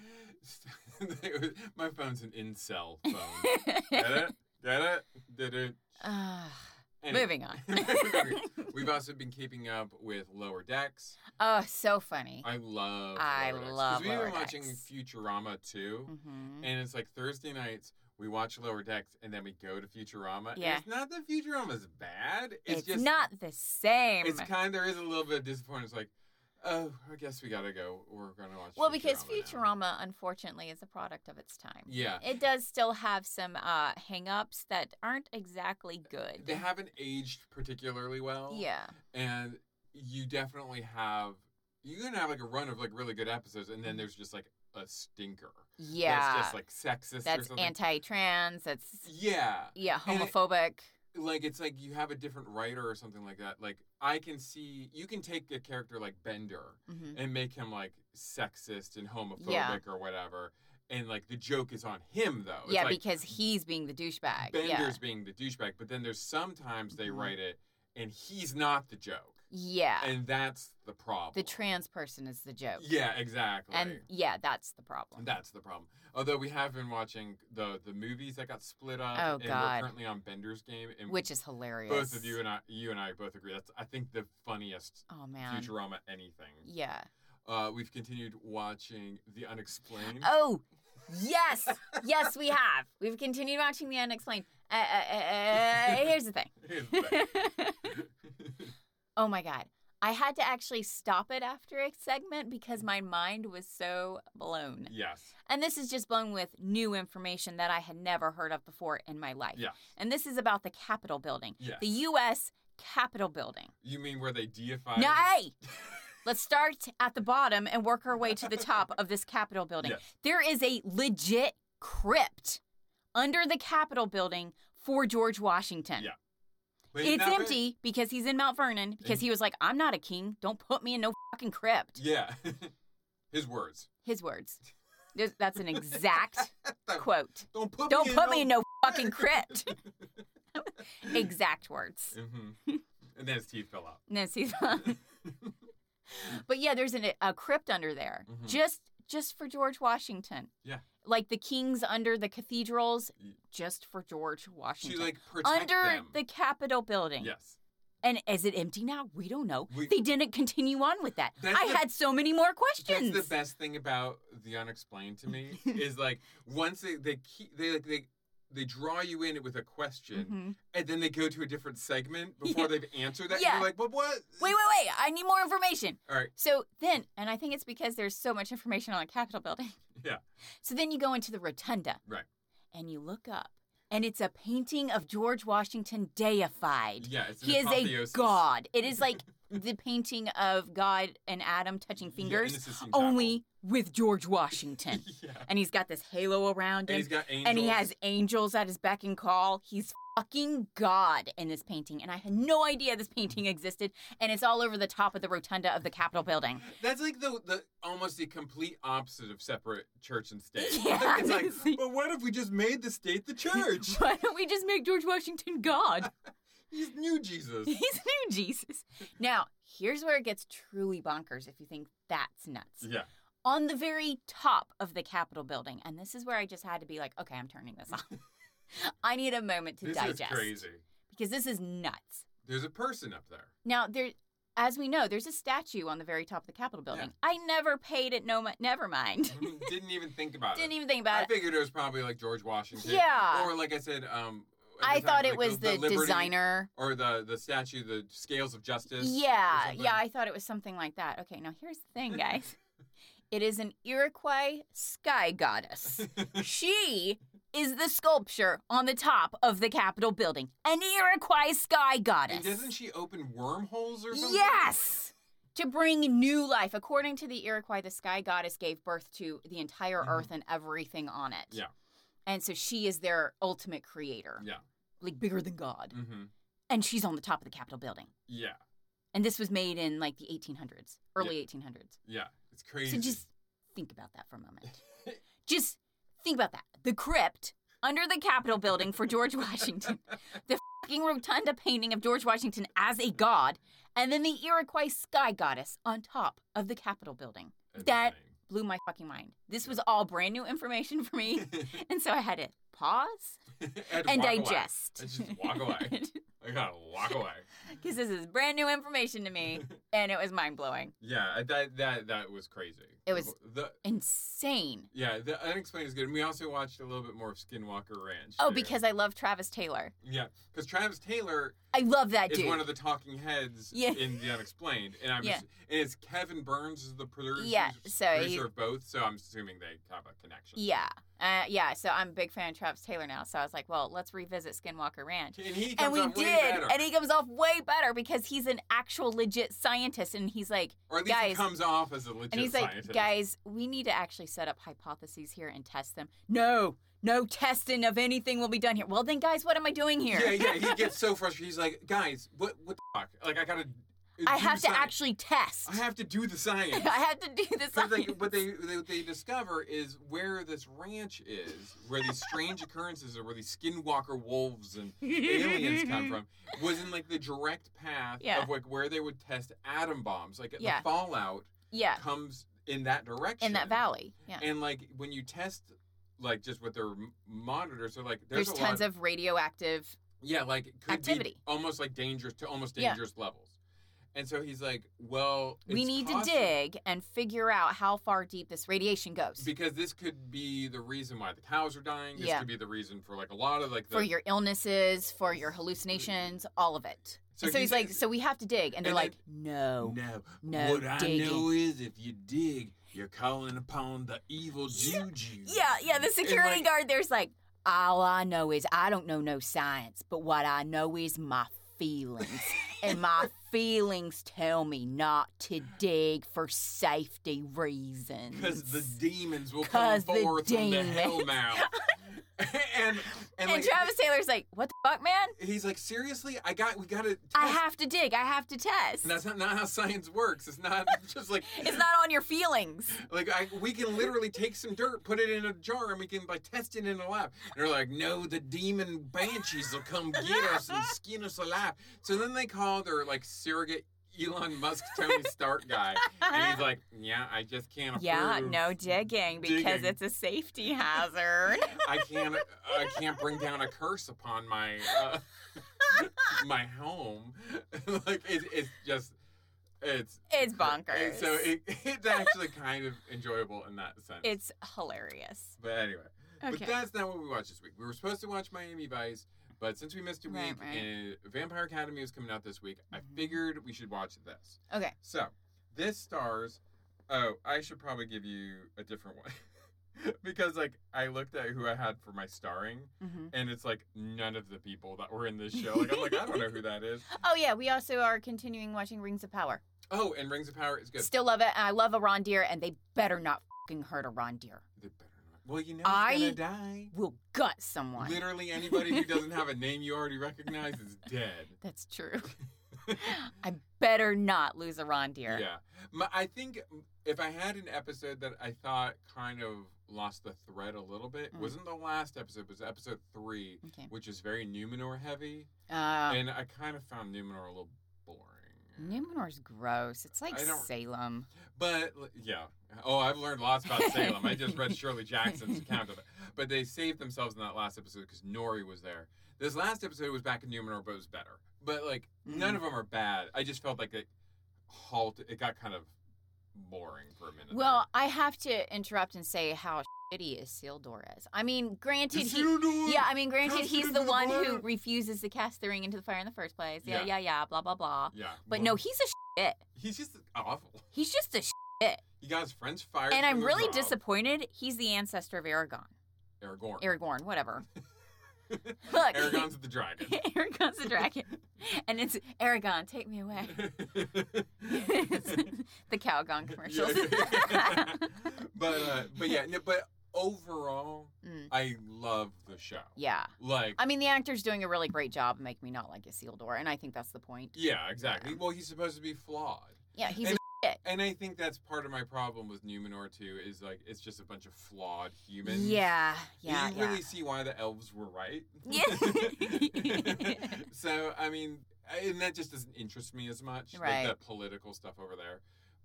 [SPEAKER 3] My phone's an incel phone. Get it? Get it? Did it?
[SPEAKER 2] Ugh.
[SPEAKER 3] Anyway.
[SPEAKER 2] Moving on.
[SPEAKER 3] We've also been keeping up with Lower Decks.
[SPEAKER 2] oh, so funny.
[SPEAKER 3] I love.
[SPEAKER 2] I
[SPEAKER 3] Lower Decks. 'Cause
[SPEAKER 2] love
[SPEAKER 3] We've
[SPEAKER 2] Lower
[SPEAKER 3] been watching
[SPEAKER 2] Decks.
[SPEAKER 3] Futurama too,
[SPEAKER 2] hmm
[SPEAKER 3] and it's like Thursday nights we watch Lower Decks, and then we go to Futurama. and
[SPEAKER 2] Yeah.
[SPEAKER 3] it's not that Futurama's bad. It's,
[SPEAKER 2] It's,
[SPEAKER 3] just
[SPEAKER 2] not the same.
[SPEAKER 3] It's kind. There is a little bit of disappointment. It's like, oh, I guess we gotta go. We're gonna watch.
[SPEAKER 2] well, because
[SPEAKER 3] now."
[SPEAKER 2] Futurama, unfortunately, is a product of its time.
[SPEAKER 3] Yeah,
[SPEAKER 2] It does still have some uh, hang-ups that aren't exactly good.
[SPEAKER 3] they haven't aged particularly well.
[SPEAKER 2] yeah.
[SPEAKER 3] and you definitely have. You're gonna have like a run of like really good episodes, and then there's just like a stinker.
[SPEAKER 2] Mm-hmm. Yeah.
[SPEAKER 3] that's just like sexist. or
[SPEAKER 2] That's
[SPEAKER 3] something.
[SPEAKER 2] anti-trans. That's
[SPEAKER 3] Yeah,
[SPEAKER 2] yeah,
[SPEAKER 3] And it-
[SPEAKER 2] homophobic.
[SPEAKER 3] like it's like you have a different writer or something like that. Like I can see you can take a character like Bender
[SPEAKER 2] hmm
[SPEAKER 3] and make him like sexist and homophobic
[SPEAKER 2] Yeah.
[SPEAKER 3] or whatever. And like the joke is on him though. It's
[SPEAKER 2] Yeah,
[SPEAKER 3] like
[SPEAKER 2] because he's being the douchebag.
[SPEAKER 3] Bender's
[SPEAKER 2] yeah.
[SPEAKER 3] being the douchebag, but then there's sometimes they
[SPEAKER 2] Mhm.
[SPEAKER 3] write it and he's not the joke.
[SPEAKER 2] Yeah.
[SPEAKER 3] And that's the problem.
[SPEAKER 2] the trans person is the joke.
[SPEAKER 3] Yeah, exactly.
[SPEAKER 2] And yeah, that's the problem.
[SPEAKER 3] that's the problem. Although we have been watching the the movies that got split up
[SPEAKER 2] Oh,
[SPEAKER 3] and
[SPEAKER 2] God.
[SPEAKER 3] we're currently on Bender's game and
[SPEAKER 2] which is hilarious.
[SPEAKER 3] both of you and I you and I both agree that's I think the funniest
[SPEAKER 2] Oh man.
[SPEAKER 3] Futurama anything.
[SPEAKER 2] Yeah.
[SPEAKER 3] Uh, we've continued watching The Unexplained.
[SPEAKER 2] Oh, yes, yes, we have. We've continued watching the unexplained. Uh, uh, uh, uh, here's the thing. oh my god, I had to actually stop it after a segment because my mind was so blown.
[SPEAKER 3] yes.
[SPEAKER 2] And this is just blown with new information that I had never heard of before in my life.
[SPEAKER 3] Yeah.
[SPEAKER 2] And this is about the Capitol building,
[SPEAKER 3] Yes.
[SPEAKER 2] the U.S. Capitol building.
[SPEAKER 3] You mean where they deify?
[SPEAKER 2] No, hey! Let's start at the bottom and work our way to the top of this Capitol building.
[SPEAKER 3] Yes.
[SPEAKER 2] There is a legit crypt under the Capitol building for George Washington.
[SPEAKER 3] Yeah. Wait,
[SPEAKER 2] It's
[SPEAKER 3] now that-
[SPEAKER 2] empty because he's in Mount Vernon because
[SPEAKER 3] And-
[SPEAKER 2] he was like, I'm not a king. Don't put me in no fucking crypt.
[SPEAKER 3] Yeah. His words.
[SPEAKER 2] His words. There's- That's an exact quote.
[SPEAKER 3] Don't put
[SPEAKER 2] Don't
[SPEAKER 3] me
[SPEAKER 2] put me in
[SPEAKER 3] in
[SPEAKER 2] no fucking crypt. Exact words.
[SPEAKER 3] hmm And then his teeth fell out.
[SPEAKER 2] No, see, but yeah, there's an, a crypt under there,
[SPEAKER 3] Mhm.
[SPEAKER 2] just just for George Washington.
[SPEAKER 3] Yeah.
[SPEAKER 2] like the kings under the cathedrals,
[SPEAKER 3] Y-
[SPEAKER 2] just for George
[SPEAKER 3] She
[SPEAKER 2] Washington.
[SPEAKER 3] like protect
[SPEAKER 2] under
[SPEAKER 3] them.
[SPEAKER 2] the Capitol building.
[SPEAKER 3] yes.
[SPEAKER 2] And is it empty now? We don't know.
[SPEAKER 3] We-
[SPEAKER 2] they didn't continue on with that.
[SPEAKER 3] That's
[SPEAKER 2] I
[SPEAKER 3] the-
[SPEAKER 2] had so many more questions.
[SPEAKER 3] That's the best thing about the unexplained to me is like once they they keep they like they they draw you in with a
[SPEAKER 2] Mhm.
[SPEAKER 3] question and then they go to a different segment before
[SPEAKER 2] Yeah.
[SPEAKER 3] they've answered that.
[SPEAKER 2] Yeah.
[SPEAKER 3] And you're like, but what?
[SPEAKER 2] Wait, wait, wait. I need more information.
[SPEAKER 3] All right.
[SPEAKER 2] So then, and I think it's because there's so much information on the Capitol building.
[SPEAKER 3] Yeah.
[SPEAKER 2] So then you go into the rotunda.
[SPEAKER 3] Right.
[SPEAKER 2] And you look up, and it's a painting of George Washington deified.
[SPEAKER 3] Yeah. It's an
[SPEAKER 2] he is
[SPEAKER 3] apotheosis.
[SPEAKER 2] a god. It is like the painting of God and Adam touching
[SPEAKER 3] Yeah, in the
[SPEAKER 2] fingers,
[SPEAKER 3] Sistine Chapel.
[SPEAKER 2] only with George Washington.
[SPEAKER 3] yeah.
[SPEAKER 2] and he's got this halo around
[SPEAKER 3] And
[SPEAKER 2] him,
[SPEAKER 3] he's got angels.
[SPEAKER 2] and he has angels at his beck and call. He's fucking God in this painting, and I had no idea this painting existed, and it's all over the top of the rotunda of the Capitol building.
[SPEAKER 3] That's like the the almost the complete opposite of separate church and state.
[SPEAKER 2] Yeah,
[SPEAKER 3] it's like,
[SPEAKER 2] honestly.
[SPEAKER 3] but what if we just made the state the church?
[SPEAKER 2] Why don't we just make George Washington God?
[SPEAKER 3] He's new Jesus.
[SPEAKER 2] He's new Jesus. Now, here's where it gets truly bonkers if you think that's nuts.
[SPEAKER 3] Yeah.
[SPEAKER 2] On the very top of the Capitol building, and this is where I just had to be like, okay, I'm turning this off. I need a moment to
[SPEAKER 3] this
[SPEAKER 2] digest.
[SPEAKER 3] is crazy.
[SPEAKER 2] Because this is nuts.
[SPEAKER 3] There's a person up there.
[SPEAKER 2] Now there, as we know, there's a statue on the very top of the Capitol building. I never paid it. No, mi- never mind.
[SPEAKER 3] Didn't even think about
[SPEAKER 2] Didn't
[SPEAKER 3] it.
[SPEAKER 2] even think
[SPEAKER 3] I
[SPEAKER 2] about it.
[SPEAKER 3] figured it was probably like George Washington.
[SPEAKER 2] Yeah.
[SPEAKER 3] Or like I said, um. at
[SPEAKER 2] I
[SPEAKER 3] the time,
[SPEAKER 2] thought it
[SPEAKER 3] like,
[SPEAKER 2] was the,
[SPEAKER 3] Liberty-
[SPEAKER 2] designer.
[SPEAKER 3] Or the the statue, the scales of justice. or
[SPEAKER 2] Yeah,
[SPEAKER 3] something.
[SPEAKER 2] yeah. I thought it was something like that. Okay, now here's the thing, guys. it is an Iroquois sky goddess. she is the sculpture on the top of the Capitol building. An Iroquois sky goddess.
[SPEAKER 3] And doesn't she open wormholes or something?
[SPEAKER 2] Yes! To bring new life. According to the Iroquois, the sky goddess gave birth to the entire
[SPEAKER 3] Mhm.
[SPEAKER 2] earth and everything on it.
[SPEAKER 3] Yeah.
[SPEAKER 2] And so she is their ultimate creator,
[SPEAKER 3] Yeah.
[SPEAKER 2] like bigger than God.
[SPEAKER 3] Mm-hmm.
[SPEAKER 2] And she's on the top of the Capitol building.
[SPEAKER 3] Yeah.
[SPEAKER 2] And this was made in like the 1800s, early 1800s.
[SPEAKER 3] Yeah. It's crazy.
[SPEAKER 2] So just think about that for a moment. just think about that. The crypt under the Capitol building for George Washington, the fucking rotunda painting of George Washington as a god, and then the Iroquois sky goddess on top of the Capitol building. That blew my fucking mind. This was all brand new information for me, and so I had to pause
[SPEAKER 3] and,
[SPEAKER 2] and
[SPEAKER 3] walk away.
[SPEAKER 2] digest.
[SPEAKER 3] And just walk away. I gotta walk away.
[SPEAKER 2] Because this is brand new information to me, and it was mind blowing.
[SPEAKER 3] Yeah, I- that that that was crazy.
[SPEAKER 2] It was-
[SPEAKER 3] the
[SPEAKER 2] Insane.
[SPEAKER 3] yeah the unexplained is good, and we also watched a little bit more of Skinwalker Ranch.
[SPEAKER 2] Oh,
[SPEAKER 3] too.
[SPEAKER 2] because I love Travis Taylor.
[SPEAKER 3] yeah, because Travis Taylor
[SPEAKER 2] I love that
[SPEAKER 3] is
[SPEAKER 2] dude.
[SPEAKER 3] one of the talking heads
[SPEAKER 2] Yeah.
[SPEAKER 3] in the unexplained, and I'm
[SPEAKER 2] Yeah.
[SPEAKER 3] just, and it's Kevin Burns is the producer.
[SPEAKER 2] Yeah, so
[SPEAKER 3] producer
[SPEAKER 2] he-
[SPEAKER 3] of both, so I'm assuming they have a connection.
[SPEAKER 2] Yeah. Uh, yeah, so I'm a big fan of Travis Taylor now. So I was like, well, let's revisit Skinwalker Ranch.
[SPEAKER 3] and he
[SPEAKER 2] And
[SPEAKER 3] comes
[SPEAKER 2] we
[SPEAKER 3] off way
[SPEAKER 2] did.
[SPEAKER 3] better.
[SPEAKER 2] And he comes off way better because he's an actual legit scientist. And he's like,
[SPEAKER 3] or at least he
[SPEAKER 2] guys-
[SPEAKER 3] comes off as a legit
[SPEAKER 2] and he's
[SPEAKER 3] scientist.
[SPEAKER 2] like, guys, we need to actually set up hypotheses here and test them. No, no testing of anything will be done here. Well, then, guys, what am I doing here?
[SPEAKER 3] Yeah, yeah. He gets so frustrated. He's like, guys, what what the fuck? Like, I gotta.
[SPEAKER 2] I
[SPEAKER 3] do
[SPEAKER 2] have to
[SPEAKER 3] science.
[SPEAKER 2] actually test.
[SPEAKER 3] I have to do the
[SPEAKER 2] I
[SPEAKER 3] science.
[SPEAKER 2] have to do this.
[SPEAKER 3] But they,
[SPEAKER 2] science.
[SPEAKER 3] what they, they what they discover is where this ranch is, where these strange occurrences are, where these skinwalker wolves and aliens come from, was in like the direct path
[SPEAKER 2] Yeah.
[SPEAKER 3] of like where they would test atom bombs. Like
[SPEAKER 2] Yeah.
[SPEAKER 3] the fallout
[SPEAKER 2] yeah,
[SPEAKER 3] comes in that direction.
[SPEAKER 2] in that valley. Yeah.
[SPEAKER 3] And like when you test, like just with their m- monitors, they're like
[SPEAKER 2] There's,
[SPEAKER 3] there's, a lot
[SPEAKER 2] tons of radioactive.
[SPEAKER 3] yeah, like could
[SPEAKER 2] activity.
[SPEAKER 3] be almost like dangerous to almost
[SPEAKER 2] Yeah.
[SPEAKER 3] dangerous levels. And so he's like, well,
[SPEAKER 2] we
[SPEAKER 3] it's
[SPEAKER 2] need to
[SPEAKER 3] possible-
[SPEAKER 2] dig and figure out how far deep this radiation goes.
[SPEAKER 3] because this could be the reason why the cows are dying. This
[SPEAKER 2] Yeah.
[SPEAKER 3] could be the reason for like a lot of like the,
[SPEAKER 2] for your illnesses, for your hallucinations, all of it. So, he's like, so we have to dig, and they're
[SPEAKER 3] And
[SPEAKER 2] like,
[SPEAKER 3] then-
[SPEAKER 2] no.
[SPEAKER 3] no,
[SPEAKER 2] no
[SPEAKER 3] what I
[SPEAKER 2] digging."
[SPEAKER 3] know is if you dig, you're calling upon the evil juju.
[SPEAKER 2] Yeah, yeah. The
[SPEAKER 3] And,
[SPEAKER 2] security
[SPEAKER 3] like,
[SPEAKER 2] guard there's like, all I know is I don't know no science, but what I know is my feelings, and my feelings tell me not to dig for safety reasons.
[SPEAKER 3] Because the demons will come
[SPEAKER 2] 'Cause the
[SPEAKER 3] forth from the
[SPEAKER 2] demons.
[SPEAKER 3] hell mouth. and
[SPEAKER 2] then
[SPEAKER 3] and like-
[SPEAKER 2] Travis Taylor's like, "What the fuck, man?
[SPEAKER 3] He's like, seriously, I got, we got to.
[SPEAKER 2] I have to dig. I have to test.
[SPEAKER 3] And that's not, not how science works. It's not just like
[SPEAKER 2] It's not on your feelings."
[SPEAKER 3] Like I, we can literally take some dirt, put it in a jar, and we can like test it in a lab. And they're like, no, the demon banshees will come get us and skin us alive. So then they call their like surrogate Elon Musk Tony Stark guy, and he's like, yeah, I just can't.
[SPEAKER 2] Yeah,
[SPEAKER 3] approve.
[SPEAKER 2] no digging because
[SPEAKER 3] Digging.
[SPEAKER 2] it's a safety hazard.
[SPEAKER 3] I can't. I can't bring down a curse upon my uh, my home. like it, it's just. It's
[SPEAKER 2] It's
[SPEAKER 3] And
[SPEAKER 2] bonkers.
[SPEAKER 3] So it, it's actually kind of enjoyable in that sense.
[SPEAKER 2] it's hilarious.
[SPEAKER 3] But anyway,
[SPEAKER 2] Okay.
[SPEAKER 3] but that's not what we watched this week. We were supposed to watch Miami Vice, but since we missed a week
[SPEAKER 2] Right, right.
[SPEAKER 3] and Vampire Academy is coming out this week, I
[SPEAKER 2] Mhm.
[SPEAKER 3] figured we should watch this.
[SPEAKER 2] Okay.
[SPEAKER 3] So this stars. Oh, I should probably give you a different one because like I looked at who I had for my starring,
[SPEAKER 2] Mhm.
[SPEAKER 3] and it's like none of the people that were in this show. Like I'm like I don't know who that is.
[SPEAKER 2] Oh yeah, we also are continuing watching Rings of Power.
[SPEAKER 3] Oh, and Rings of Power is good.
[SPEAKER 2] Still love it. and I love a Deere, and they better not fucking hurt a Deere.
[SPEAKER 3] They better not. Well, you know,
[SPEAKER 2] I-
[SPEAKER 3] he's gonna die.
[SPEAKER 2] Will gut someone.
[SPEAKER 3] Literally anybody who doesn't have a name you already recognize is dead.
[SPEAKER 2] That's true. I better not lose a Deere.
[SPEAKER 3] Yeah. My, I think if I had an episode that I thought kind of lost the thread a little bit,
[SPEAKER 2] Mm.
[SPEAKER 3] wasn't the last episode, it was episode three,
[SPEAKER 2] Okay.
[SPEAKER 3] which is very Numenor heavy.
[SPEAKER 2] Uh,
[SPEAKER 3] and I kind of found Numenor a little boring.
[SPEAKER 2] Numenor's gross. It's like
[SPEAKER 3] I don't-
[SPEAKER 2] Salem.
[SPEAKER 3] But l- yeah. Oh, I've learned lots about Salem. I just read Shirley Jackson's account of it. But they saved themselves in that last episode because Nori was there. This last episode was back in Numenor, but it was better. But like none
[SPEAKER 2] Mm.
[SPEAKER 3] of them are bad. I just felt like it halt. It got kind of boring for a minute. there.
[SPEAKER 2] Well, I have to interrupt and say how shitty is Sildor is. I mean, granted, he Yeah, I mean, granted,
[SPEAKER 3] Cast it
[SPEAKER 2] he's
[SPEAKER 3] into
[SPEAKER 2] the
[SPEAKER 3] the
[SPEAKER 2] one who
[SPEAKER 3] fire.
[SPEAKER 2] refuses to cast the ring into the fire in the first place. Yeah, yeah, yeah,
[SPEAKER 3] Yeah.
[SPEAKER 2] blah, blah, blah.
[SPEAKER 3] Yeah.
[SPEAKER 2] But
[SPEAKER 3] well,
[SPEAKER 2] no, he's a shit.
[SPEAKER 3] he's just awful.
[SPEAKER 2] He's just a shit.
[SPEAKER 3] He got his friends fired.
[SPEAKER 2] And
[SPEAKER 3] from
[SPEAKER 2] I'm
[SPEAKER 3] their
[SPEAKER 2] really
[SPEAKER 3] job.
[SPEAKER 2] disappointed. He's the ancestor of Aragon.
[SPEAKER 3] Aragorn.
[SPEAKER 2] Aragorn, whatever. Look.
[SPEAKER 3] Aragorn's the dragon.
[SPEAKER 2] Aragon's a dragon. And it's Aragon, take me away. the Calgon commercials.
[SPEAKER 3] Yeah. but uh, but yeah, no, but overall,
[SPEAKER 2] Mm.
[SPEAKER 3] I love the show.
[SPEAKER 2] yeah.
[SPEAKER 3] Like,
[SPEAKER 2] I mean, the actor's doing a really great job of making me not like Isildur, and I think that's the point.
[SPEAKER 3] yeah, exactly. Well, he's supposed to be flawed,
[SPEAKER 2] Yeah, he's
[SPEAKER 3] And-
[SPEAKER 2] a shit.
[SPEAKER 3] and I think that's part of my problem with Numenor too. Is like it's just a bunch of flawed humans.
[SPEAKER 2] Yeah, yeah,
[SPEAKER 3] you
[SPEAKER 2] yeah.
[SPEAKER 3] really see why the elves were right.
[SPEAKER 2] Yeah.
[SPEAKER 3] so I mean, I- and that just doesn't interest me as much,
[SPEAKER 2] Right.
[SPEAKER 3] like the political stuff over there.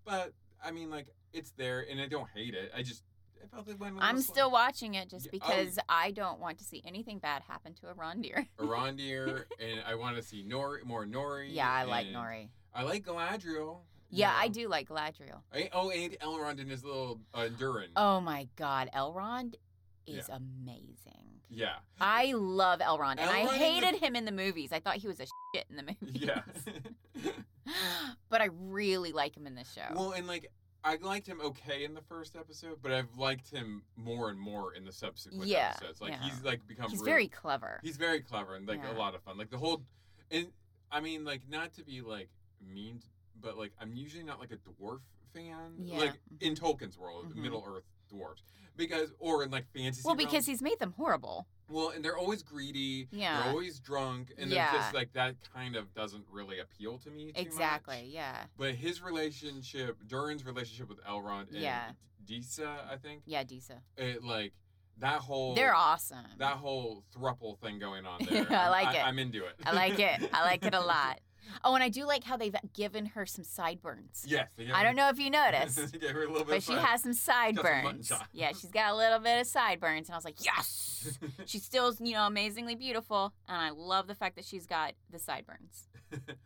[SPEAKER 3] But I mean, like it's there, and I don't hate it. I just I felt it went. a
[SPEAKER 2] I'm
[SPEAKER 3] little slow.
[SPEAKER 2] still watching it just
[SPEAKER 3] Yeah, oh.
[SPEAKER 2] because I don't want to see anything bad happen to a reindeer.
[SPEAKER 3] Arondir, and I want to see Nori more Nori.
[SPEAKER 2] Yeah, I like
[SPEAKER 3] and
[SPEAKER 2] Nori.
[SPEAKER 3] I like Galadriel.
[SPEAKER 2] Yeah, I
[SPEAKER 3] you know.
[SPEAKER 2] do like Galadriel.
[SPEAKER 3] I- oh, and Elrond and his little uh, Durin.
[SPEAKER 2] Oh my God, Elrond is amazing.
[SPEAKER 3] Yeah,
[SPEAKER 2] I love Elrond, and I
[SPEAKER 3] Elrond in
[SPEAKER 2] hated
[SPEAKER 3] the-
[SPEAKER 2] him in the movies. I thought he was a shit in the movies.
[SPEAKER 3] yeah.
[SPEAKER 2] but I really like him in this show.
[SPEAKER 3] well, and like I liked him okay in the first episode, but I've liked him more and more in the subsequent
[SPEAKER 2] Yeah,
[SPEAKER 3] episodes. Like
[SPEAKER 2] yeah.
[SPEAKER 3] he's like become
[SPEAKER 2] he's
[SPEAKER 3] real-
[SPEAKER 2] very clever.
[SPEAKER 3] he's very clever and like
[SPEAKER 2] Yeah.
[SPEAKER 3] a lot of fun. Like the whole, and I mean like not to be like mean, but like I'm usually not like a dwarf fan.
[SPEAKER 2] Yeah. Mm-hmm.
[SPEAKER 3] Like in Tolkien's world,
[SPEAKER 2] Mhm.
[SPEAKER 3] Middle Earth dwarves, because or in like fantasy.
[SPEAKER 2] well, because
[SPEAKER 3] realms.
[SPEAKER 2] he's made them horrible.
[SPEAKER 3] Well, and they're always greedy.
[SPEAKER 2] Yeah.
[SPEAKER 3] They're always drunk, and
[SPEAKER 2] Yeah.
[SPEAKER 3] they're just like that. Kind of doesn't really appeal to me. too much.
[SPEAKER 2] Exactly. Yeah.
[SPEAKER 3] But his relationship, Durin's relationship with Elrond and
[SPEAKER 2] Yeah.
[SPEAKER 3] Disa, I think,
[SPEAKER 2] Yeah, Disa.
[SPEAKER 3] it like that whole
[SPEAKER 2] They're awesome.
[SPEAKER 3] that whole thruple thing going on there.
[SPEAKER 2] I like
[SPEAKER 3] I,
[SPEAKER 2] it.
[SPEAKER 3] I'm into it.
[SPEAKER 2] I like it. I like it a lot. Oh, and I do like how they've given her some sideburns.
[SPEAKER 3] yes. they gave
[SPEAKER 2] I
[SPEAKER 3] her-
[SPEAKER 2] don't know if you noticed,
[SPEAKER 3] they gave her a little bit
[SPEAKER 2] but
[SPEAKER 3] of
[SPEAKER 2] she
[SPEAKER 3] fun.
[SPEAKER 2] has some sideburns.
[SPEAKER 3] mutton chops.
[SPEAKER 2] yeah, she's got a little bit of sideburns, and I was like, yes. She's still, you know, amazingly beautiful, and I love the fact that she's got the sideburns.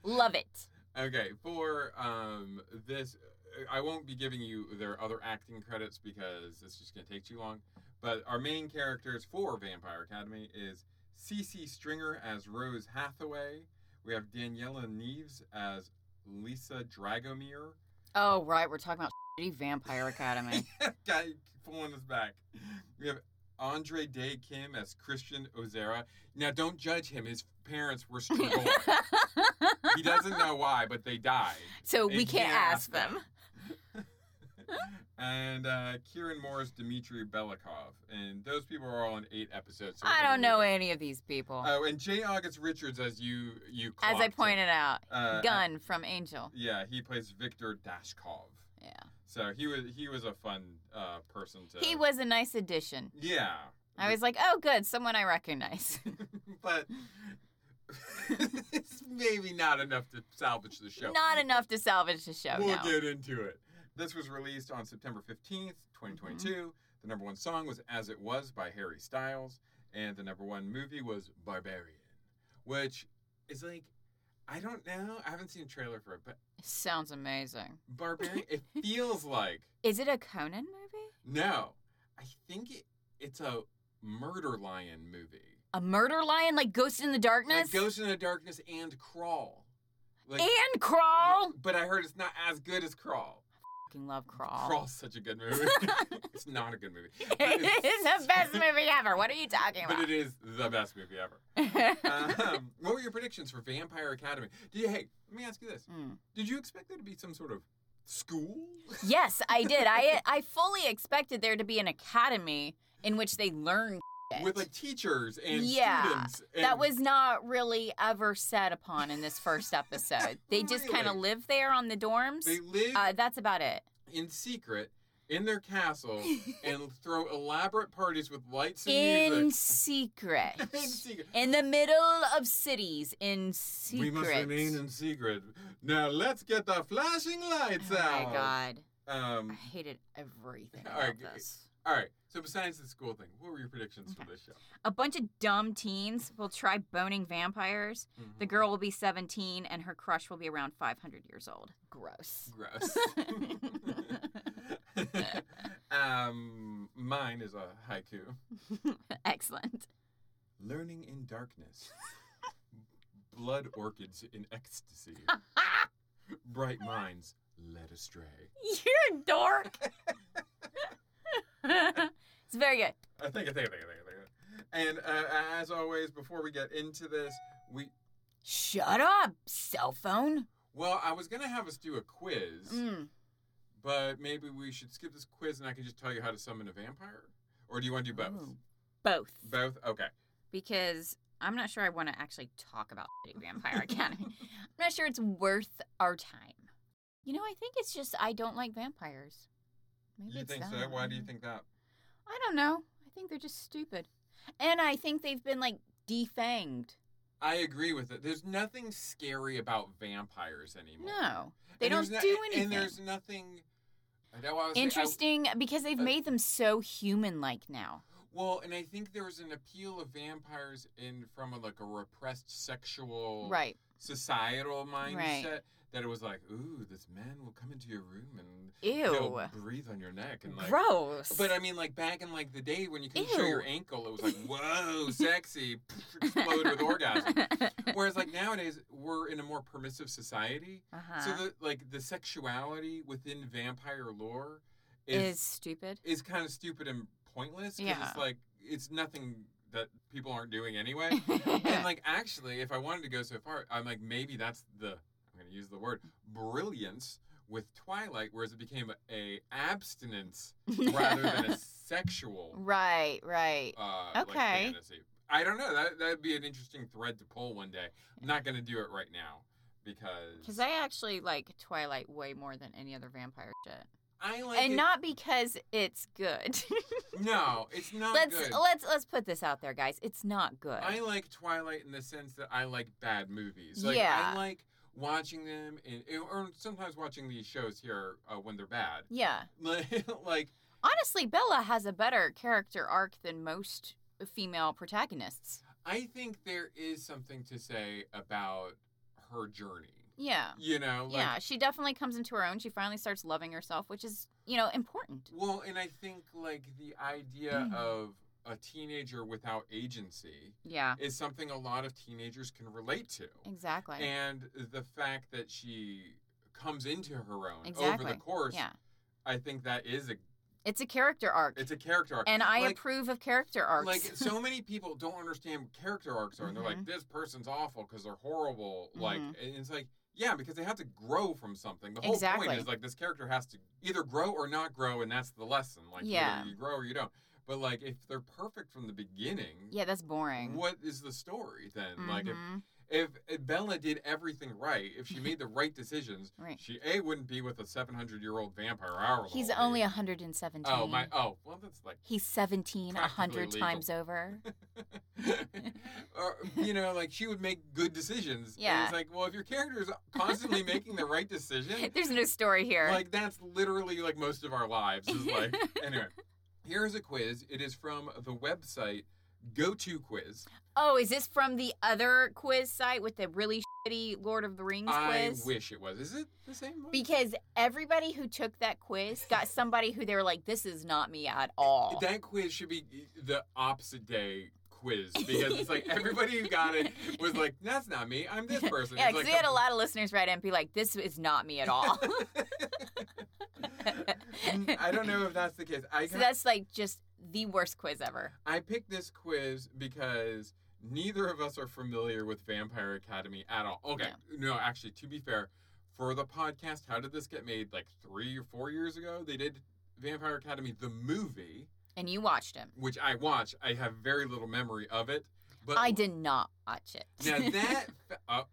[SPEAKER 2] love it.
[SPEAKER 3] Okay, for um this, uh, I won't be giving you their other acting credits because it's just gonna take too long. But our main characters for Vampire Academy is Cece Stringer as Rose Hathaway. We have Daniela Neves as Lisa Dragomir.
[SPEAKER 2] Oh right, we're talking about shitty Vampire Academy.
[SPEAKER 3] Guy pulling us back. We have Andre Day Kim as Christian Ozera. Now, don't judge him. His parents were Strigoi. he doesn't know why, but they died.
[SPEAKER 2] so
[SPEAKER 3] And
[SPEAKER 2] we
[SPEAKER 3] you
[SPEAKER 2] can't ask them.
[SPEAKER 3] and uh, Kieran Moore's Dmitry Belikov. And those people are all in eight episodes. so we're
[SPEAKER 2] I
[SPEAKER 3] gonna
[SPEAKER 2] don't know
[SPEAKER 3] leave
[SPEAKER 2] any of these people.
[SPEAKER 3] Oh, and J. August Richards, as you you
[SPEAKER 2] As I
[SPEAKER 3] clocked,
[SPEAKER 2] pointed out,
[SPEAKER 3] uh,
[SPEAKER 2] Gun from Angel.
[SPEAKER 3] Yeah, he plays Victor Dashkov.
[SPEAKER 2] Yeah.
[SPEAKER 3] So he was he was a fun uh, person to.
[SPEAKER 2] He was a nice addition.
[SPEAKER 3] Yeah.
[SPEAKER 2] I was like, oh, good, someone I recognize.
[SPEAKER 3] but it's maybe not enough to salvage the show.
[SPEAKER 2] Not enough to salvage the show.
[SPEAKER 3] We'll
[SPEAKER 2] no.
[SPEAKER 3] get into it. This was released on September 15th, 2022.
[SPEAKER 2] Mm-hmm.
[SPEAKER 3] The number one song was As It Was by Harry Styles, and the number one movie was Barbarian, which is like, I don't know. I haven't seen a trailer for it, but
[SPEAKER 2] Sounds amazing.
[SPEAKER 3] Barbarian, it feels like,
[SPEAKER 2] Is it a Conan movie?
[SPEAKER 3] no, I think it, it's a murder lion movie.
[SPEAKER 2] A murder lion like Ghost in the Darkness?
[SPEAKER 3] Like Ghost in the Darkness and Crawl. Like,
[SPEAKER 2] and Crawl?
[SPEAKER 3] But I heard it's not as good as Crawl.
[SPEAKER 2] Fucking love Crawl.
[SPEAKER 3] Crawl's such a good movie. it's not a good movie. but
[SPEAKER 2] it is the best movie ever. What are you talking
[SPEAKER 3] But
[SPEAKER 2] about?
[SPEAKER 3] it is the best movie ever. Um, what were your predictions for Vampire Academy? Did you, hey, let me ask you this.
[SPEAKER 2] Mm.
[SPEAKER 3] Did you expect there to be some sort of school?
[SPEAKER 2] Yes, I did. I I fully expected there to be an academy in which they learn shit.
[SPEAKER 3] With like teachers and
[SPEAKER 2] Yeah,
[SPEAKER 3] students. And
[SPEAKER 2] that was not really ever set upon in this first episode. They just kind of
[SPEAKER 3] Really?
[SPEAKER 2] live there on the dorms.
[SPEAKER 3] They live
[SPEAKER 2] Uh, that's about it.
[SPEAKER 3] in secret in their castle and throw elaborate parties with lights and
[SPEAKER 2] In
[SPEAKER 3] music.
[SPEAKER 2] secret.
[SPEAKER 3] in secret.
[SPEAKER 2] In the middle of cities, in secret.
[SPEAKER 3] We must remain in secret. Now let's get the flashing lights
[SPEAKER 2] Oh
[SPEAKER 3] out.
[SPEAKER 2] my god, I
[SPEAKER 3] Um,
[SPEAKER 2] hated everything
[SPEAKER 3] All right,
[SPEAKER 2] about
[SPEAKER 3] g-
[SPEAKER 2] this.
[SPEAKER 3] all right. So besides the school thing, what were your predictions for this show?
[SPEAKER 2] A bunch of dumb teens will try boning vampires. The girl will be 17 and her crush will be around 500 years old. Gross.
[SPEAKER 3] Gross. um, mine is a haiku.
[SPEAKER 2] Excellent.
[SPEAKER 3] Learning in darkness. Blood orchids in ecstasy. Bright minds led astray.
[SPEAKER 2] You're a dork. it's very good.
[SPEAKER 3] I Uh, think, I think, I think, I think, I think. And uh, as always, before we get into this, we
[SPEAKER 2] Shut up, cell phone.
[SPEAKER 3] well, I was gonna have us do a quiz,
[SPEAKER 2] Mm.
[SPEAKER 3] but maybe we should skip this quiz, and I can just tell you how to summon a vampire. Or do you want to do both?
[SPEAKER 2] Ooh. Both.
[SPEAKER 3] Both. Okay.
[SPEAKER 2] because I'm not sure I want to actually talk about Shitty Vampire Academy. I'm not sure it's worth our time. You know, I think it's just I don't like vampires. Maybe
[SPEAKER 3] you
[SPEAKER 2] it's
[SPEAKER 3] think
[SPEAKER 2] that.
[SPEAKER 3] so? Why do you think that?
[SPEAKER 2] I don't know. I think they're just stupid. And I think they've been like defanged.
[SPEAKER 3] I agree with it. There's nothing scary about vampires anymore.
[SPEAKER 2] No. They
[SPEAKER 3] And
[SPEAKER 2] don't
[SPEAKER 3] there's no-
[SPEAKER 2] do anything.
[SPEAKER 3] And there's nothing. I know I was- I-
[SPEAKER 2] Interesting because they've
[SPEAKER 3] uh,
[SPEAKER 2] made them so human like now.
[SPEAKER 3] well, and I think there was an appeal of vampires in from a, like a repressed sexual
[SPEAKER 2] Right.
[SPEAKER 3] societal mindset that it was like, ooh, this man will come into your room and
[SPEAKER 2] Ew.
[SPEAKER 3] he'll breathe on your neck and like.
[SPEAKER 2] Gross.
[SPEAKER 3] But I mean, like back in like the day when you could show your
[SPEAKER 2] Ew.
[SPEAKER 3] ankle, it was like, whoa, sexy, explode with orgasm. Whereas like nowadays we're in a more permissive society,
[SPEAKER 2] uh-huh.
[SPEAKER 3] so the like the sexuality within vampire lore
[SPEAKER 2] is
[SPEAKER 3] is
[SPEAKER 2] stupid.
[SPEAKER 3] is, kind of stupid and pointless 'cause
[SPEAKER 2] Yeah.
[SPEAKER 3] it's like it's nothing that people aren't doing anyway. and like actually, if I wanted to go so far, I'm like maybe that's the I'm going to use the word brilliance with Twilight, whereas it became a, abstinence rather than a sexual
[SPEAKER 2] Right, right.
[SPEAKER 3] uh, like,
[SPEAKER 2] Okay.
[SPEAKER 3] fantasy. I don't know. That that'd be an interesting thread to pull one day. I'm not gonna do it right now because
[SPEAKER 2] Because I actually like Twilight way more than any other vampire shit,
[SPEAKER 3] I like
[SPEAKER 2] and
[SPEAKER 3] it-
[SPEAKER 2] not because it's good.
[SPEAKER 3] No, it's not
[SPEAKER 2] let's
[SPEAKER 3] good.
[SPEAKER 2] let's let's put this out there, guys. It's not good.
[SPEAKER 3] I like Twilight in the sense that I like bad movies. Like,
[SPEAKER 2] Yeah.
[SPEAKER 3] I like watching them, and or sometimes watching these shows here uh, when they're bad.
[SPEAKER 2] yeah,
[SPEAKER 3] Like, like
[SPEAKER 2] honestly, Bella has a better character arc than most female protagonists.
[SPEAKER 3] I think there is something to say about her journey.
[SPEAKER 2] Yeah,
[SPEAKER 3] You know, like,
[SPEAKER 2] yeah. She definitely comes into her own. She finally starts loving herself, which is you know important.
[SPEAKER 3] Well, and I think like the
[SPEAKER 2] Mm.
[SPEAKER 3] idea of a teenager without agency
[SPEAKER 2] Yeah,
[SPEAKER 3] is something a lot of teenagers can relate to.
[SPEAKER 2] exactly.
[SPEAKER 3] And the fact that she comes into her own over
[SPEAKER 2] Exactly.
[SPEAKER 3] the course,
[SPEAKER 2] yeah,
[SPEAKER 3] I think that is a
[SPEAKER 2] it's a character arc,
[SPEAKER 3] it's a character arc.
[SPEAKER 2] and I
[SPEAKER 3] like,
[SPEAKER 2] approve of character arcs.
[SPEAKER 3] Like so many people
[SPEAKER 2] Mm-hmm.
[SPEAKER 3] don't understand what character arcs are, and they're like, "This person's awful because they're horrible." Like,
[SPEAKER 2] Mhm.
[SPEAKER 3] and it's like Yeah, because they have to grow from something. The whole
[SPEAKER 2] Exactly.
[SPEAKER 3] point is like this character has to either grow or not grow, and that's the lesson. Like either
[SPEAKER 2] Yeah.
[SPEAKER 3] you grow or you don't. But like if they're perfect from the beginning,
[SPEAKER 2] Yeah, that's boring.
[SPEAKER 3] what is the story then? Like if,
[SPEAKER 2] Mhm.
[SPEAKER 3] if if Bella did everything right, if she made the right decisions,
[SPEAKER 2] Right.
[SPEAKER 3] she a wouldn't be with a seven hundred year old vampire. Hour
[SPEAKER 2] He's only 117.
[SPEAKER 3] Oh my! Oh well, that's like.
[SPEAKER 2] He's 17 a
[SPEAKER 3] Practically
[SPEAKER 2] 100
[SPEAKER 3] legal.
[SPEAKER 2] times over.
[SPEAKER 3] or, you know, like she would make good decisions. And
[SPEAKER 2] Yeah.
[SPEAKER 3] it's like, well, if your character is constantly making the right decision,
[SPEAKER 2] There's no story here.
[SPEAKER 3] like that's literally like most of our lives. Is like anyway. Here's a quiz. It is from the website Go To Quiz.
[SPEAKER 2] oh, is this from the other quiz site with the really shitty Lord of the Rings
[SPEAKER 3] I
[SPEAKER 2] quiz?
[SPEAKER 3] wish it was. Is it the same one?
[SPEAKER 2] Because everybody who took that quiz got somebody who they were like, this is not me at all.
[SPEAKER 3] That quiz should be the opposite day quiz because it's like everybody who got it was like, "That's not me. I'm this person."
[SPEAKER 2] yeah,
[SPEAKER 3] It's
[SPEAKER 2] because
[SPEAKER 3] like
[SPEAKER 2] we had a lot of listeners write in and be like, this is not me at all.
[SPEAKER 3] I don't know if that's the case. I
[SPEAKER 2] so
[SPEAKER 3] got-
[SPEAKER 2] that's like just the worst quiz ever.
[SPEAKER 3] I picked this quiz because neither of us are familiar with Vampire Academy at all. Okay, no, actually, to be fair, for the podcast, how did this get made? Like three or four years ago, they did Vampire Academy the movie,
[SPEAKER 2] And you watched him.
[SPEAKER 3] which I watched. I have very little memory of it, but
[SPEAKER 2] I did not watch it.
[SPEAKER 3] Now that uh,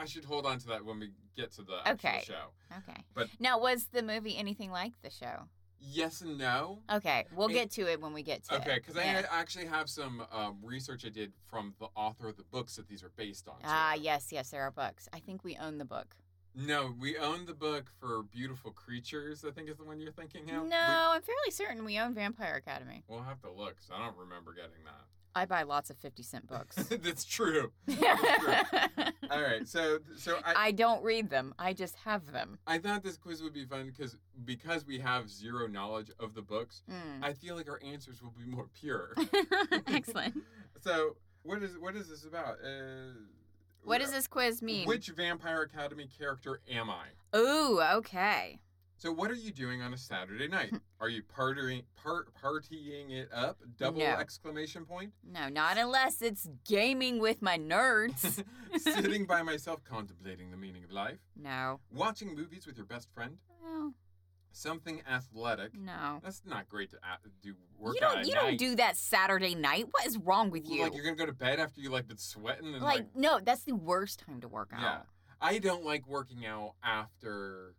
[SPEAKER 3] I should hold on to that when we get to the actual
[SPEAKER 2] Okay.
[SPEAKER 3] show.
[SPEAKER 2] okay.
[SPEAKER 3] but-
[SPEAKER 2] now, was the movie anything like the show?
[SPEAKER 3] Yes and no.
[SPEAKER 2] Okay, we'll
[SPEAKER 3] It-
[SPEAKER 2] get to it when we get to it.
[SPEAKER 3] Okay, because I
[SPEAKER 2] Yeah.
[SPEAKER 3] had- actually have some um, research I did from the author of the books that these are based on. so-
[SPEAKER 2] Ah, yes, yes, there are books. I think we own the book.
[SPEAKER 3] No, we own the book for Beautiful Creatures. I think is the one you're thinking
[SPEAKER 2] No,
[SPEAKER 3] of.
[SPEAKER 2] I'm fairly certain we own Vampire Academy.
[SPEAKER 3] We, will have to look. 'cause I don't remember getting that.
[SPEAKER 2] I buy lots of 50 cent books.
[SPEAKER 3] That's true. All right, so so I.
[SPEAKER 2] I don't read them, I just have them.
[SPEAKER 3] I thought this quiz would be fun because because we have zero knowledge of the books,
[SPEAKER 2] Mm.
[SPEAKER 3] I feel like our answers will be more pure.
[SPEAKER 2] Excellent.
[SPEAKER 3] So what is what is this about? Uh,
[SPEAKER 2] What does this quiz mean?
[SPEAKER 3] Which Vampire Academy character am I?
[SPEAKER 2] Ooh, okay.
[SPEAKER 3] So what are you doing on a Saturday night? are you partying part partying it up? Double
[SPEAKER 2] No.
[SPEAKER 3] exclamation point.
[SPEAKER 2] No, not unless it's gaming with my nerds.
[SPEAKER 3] Sitting by myself contemplating the meaning of life.
[SPEAKER 2] no.
[SPEAKER 3] Watching movies with your best friend.
[SPEAKER 2] Well,
[SPEAKER 3] Something athletic.
[SPEAKER 2] no.
[SPEAKER 3] That's not great to a- do work
[SPEAKER 2] you
[SPEAKER 3] out
[SPEAKER 2] don't
[SPEAKER 3] at
[SPEAKER 2] you
[SPEAKER 3] night.
[SPEAKER 2] don't do that Saturday night. What is wrong with
[SPEAKER 3] Well,
[SPEAKER 2] you?
[SPEAKER 3] Like you're gonna go to bed after you like been sweating and
[SPEAKER 2] Like,
[SPEAKER 3] like
[SPEAKER 2] no, that's the worst time to work out.
[SPEAKER 3] Yeah. I don't like working out after.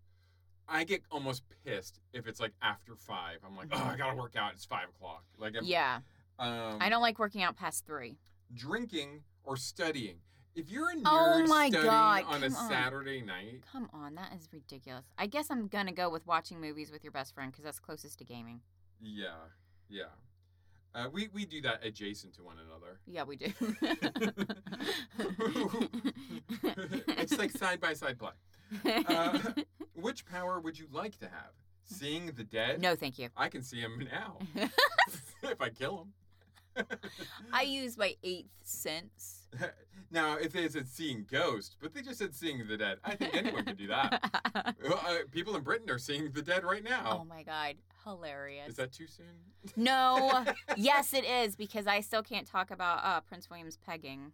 [SPEAKER 3] I get almost pissed if it's like after five. I'm like, oh, I gotta work out. It's five o'clock. Like, I'm,
[SPEAKER 2] Mm-hmm. Yeah,
[SPEAKER 3] Um,
[SPEAKER 2] I don't like working out past three.
[SPEAKER 3] drinking or studying. If you're a nerd
[SPEAKER 2] Oh my
[SPEAKER 3] studying
[SPEAKER 2] God,
[SPEAKER 3] on a
[SPEAKER 2] come on.
[SPEAKER 3] Saturday night,
[SPEAKER 2] Come on, that is ridiculous. I guess I'm gonna go with watching movies with your best friend because that's closest to gaming.
[SPEAKER 3] yeah, yeah, uh, we we do that adjacent to one another.
[SPEAKER 2] Yeah, we do.
[SPEAKER 3] it's like side by side play. Uh, which power would you like to have? Seeing the dead?
[SPEAKER 2] no, thank you.
[SPEAKER 3] I can see him now. if I kill him.
[SPEAKER 2] I use my eighth sense.
[SPEAKER 3] Now, if they said seeing ghosts, but they just said seeing the dead, I think anyone can do that. Uh, uh, people in Britain are seeing the dead right
[SPEAKER 2] oh
[SPEAKER 3] now.
[SPEAKER 2] my god, hilarious.
[SPEAKER 3] Is that too soon?
[SPEAKER 2] no, yes, it is because I still can't talk about uh, Prince William's pegging.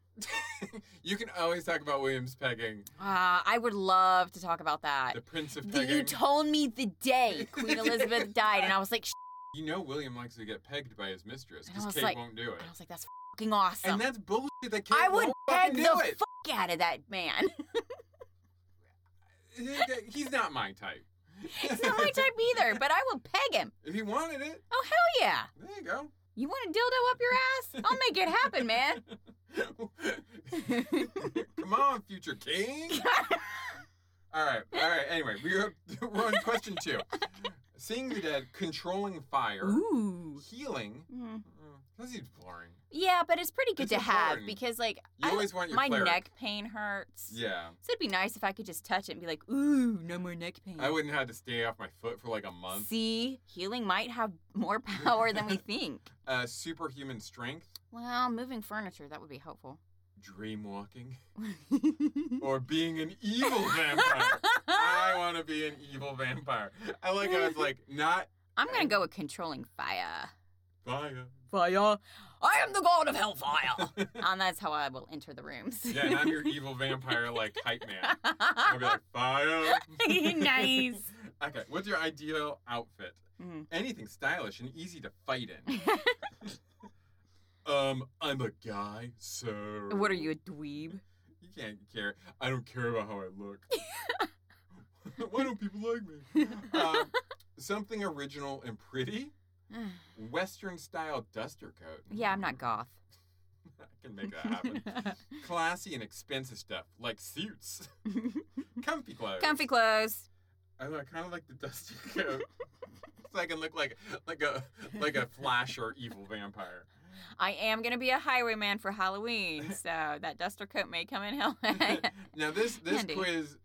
[SPEAKER 3] You can always talk about Williams pegging,
[SPEAKER 2] Uh, I would love to talk about that.
[SPEAKER 3] the Prince of
[SPEAKER 2] The- you
[SPEAKER 3] Pegging.
[SPEAKER 2] told me the day Queen Elizabeth died, and I was like, "Sh-"
[SPEAKER 3] You know William likes to get pegged by his mistress
[SPEAKER 2] And I
[SPEAKER 3] because
[SPEAKER 2] was
[SPEAKER 3] Kate
[SPEAKER 2] like-
[SPEAKER 3] won't do it.
[SPEAKER 2] and I was like, that's fucking awesome.
[SPEAKER 3] And that's bullshit that Kate
[SPEAKER 2] I would
[SPEAKER 3] won't
[SPEAKER 2] peg
[SPEAKER 3] fucking
[SPEAKER 2] the
[SPEAKER 3] do it.
[SPEAKER 2] fuck out of that man.
[SPEAKER 3] He's not my type.
[SPEAKER 2] It's not my type either, but I will peg him.
[SPEAKER 3] If he wanted it,
[SPEAKER 2] Oh hell yeah!
[SPEAKER 3] there you go.
[SPEAKER 2] You want a dildo up your ass? I'll make it happen, man.
[SPEAKER 3] Come on, future king. all right, all right. Anyway, we are, we're on question two. Seeing the dead, controlling fire,
[SPEAKER 2] Ooh.
[SPEAKER 3] healing.
[SPEAKER 2] Mm.
[SPEAKER 3] Mm, That seems boring.
[SPEAKER 2] Yeah, but it's pretty good
[SPEAKER 3] It's
[SPEAKER 2] to have
[SPEAKER 3] important.
[SPEAKER 2] because, like,
[SPEAKER 3] You
[SPEAKER 2] I-
[SPEAKER 3] always want your
[SPEAKER 2] my
[SPEAKER 3] cleric.
[SPEAKER 2] neck pain hurts.
[SPEAKER 3] Yeah,
[SPEAKER 2] So it'd be nice if I could just touch it and be like, ooh, no more neck pain.
[SPEAKER 3] I wouldn't have to stay off my foot for like a month.
[SPEAKER 2] See, healing might have more power than we think.
[SPEAKER 3] Uh, superhuman strength,
[SPEAKER 2] Well, moving furniture, that would be helpful.
[SPEAKER 3] dream walking, or being an evil vampire. I want to be an evil vampire. I like how it's like not
[SPEAKER 2] I'm going to go with controlling fire.
[SPEAKER 3] fire.
[SPEAKER 2] Fire. I am the god of hellfire. and Um, that's how I will enter the rooms.
[SPEAKER 3] Yeah, and I'm your evil vampire like hype man. I'll be like, fire.
[SPEAKER 2] nice.
[SPEAKER 3] Okay, what's your ideal outfit?
[SPEAKER 2] Mhm.
[SPEAKER 3] Anything stylish and easy to fight in. um, I'm a guy, so.
[SPEAKER 2] What are you, a dweeb?
[SPEAKER 3] You can't care. I don't care about how I look. Why don't people like me? Um, something original and pretty. Western style duster coat. Hmm,
[SPEAKER 2] yeah, I'm not goth.
[SPEAKER 3] I can make that happen. Classy and expensive stuff like suits, comfy clothes.
[SPEAKER 2] Comfy clothes.
[SPEAKER 3] I, know, I kind of like the duster coat. so I can look like like a like a flash or evil vampire.
[SPEAKER 2] I am gonna be a highwayman for Halloween, so that duster coat may come in hell.
[SPEAKER 3] now this this
[SPEAKER 2] Handy.
[SPEAKER 3] quiz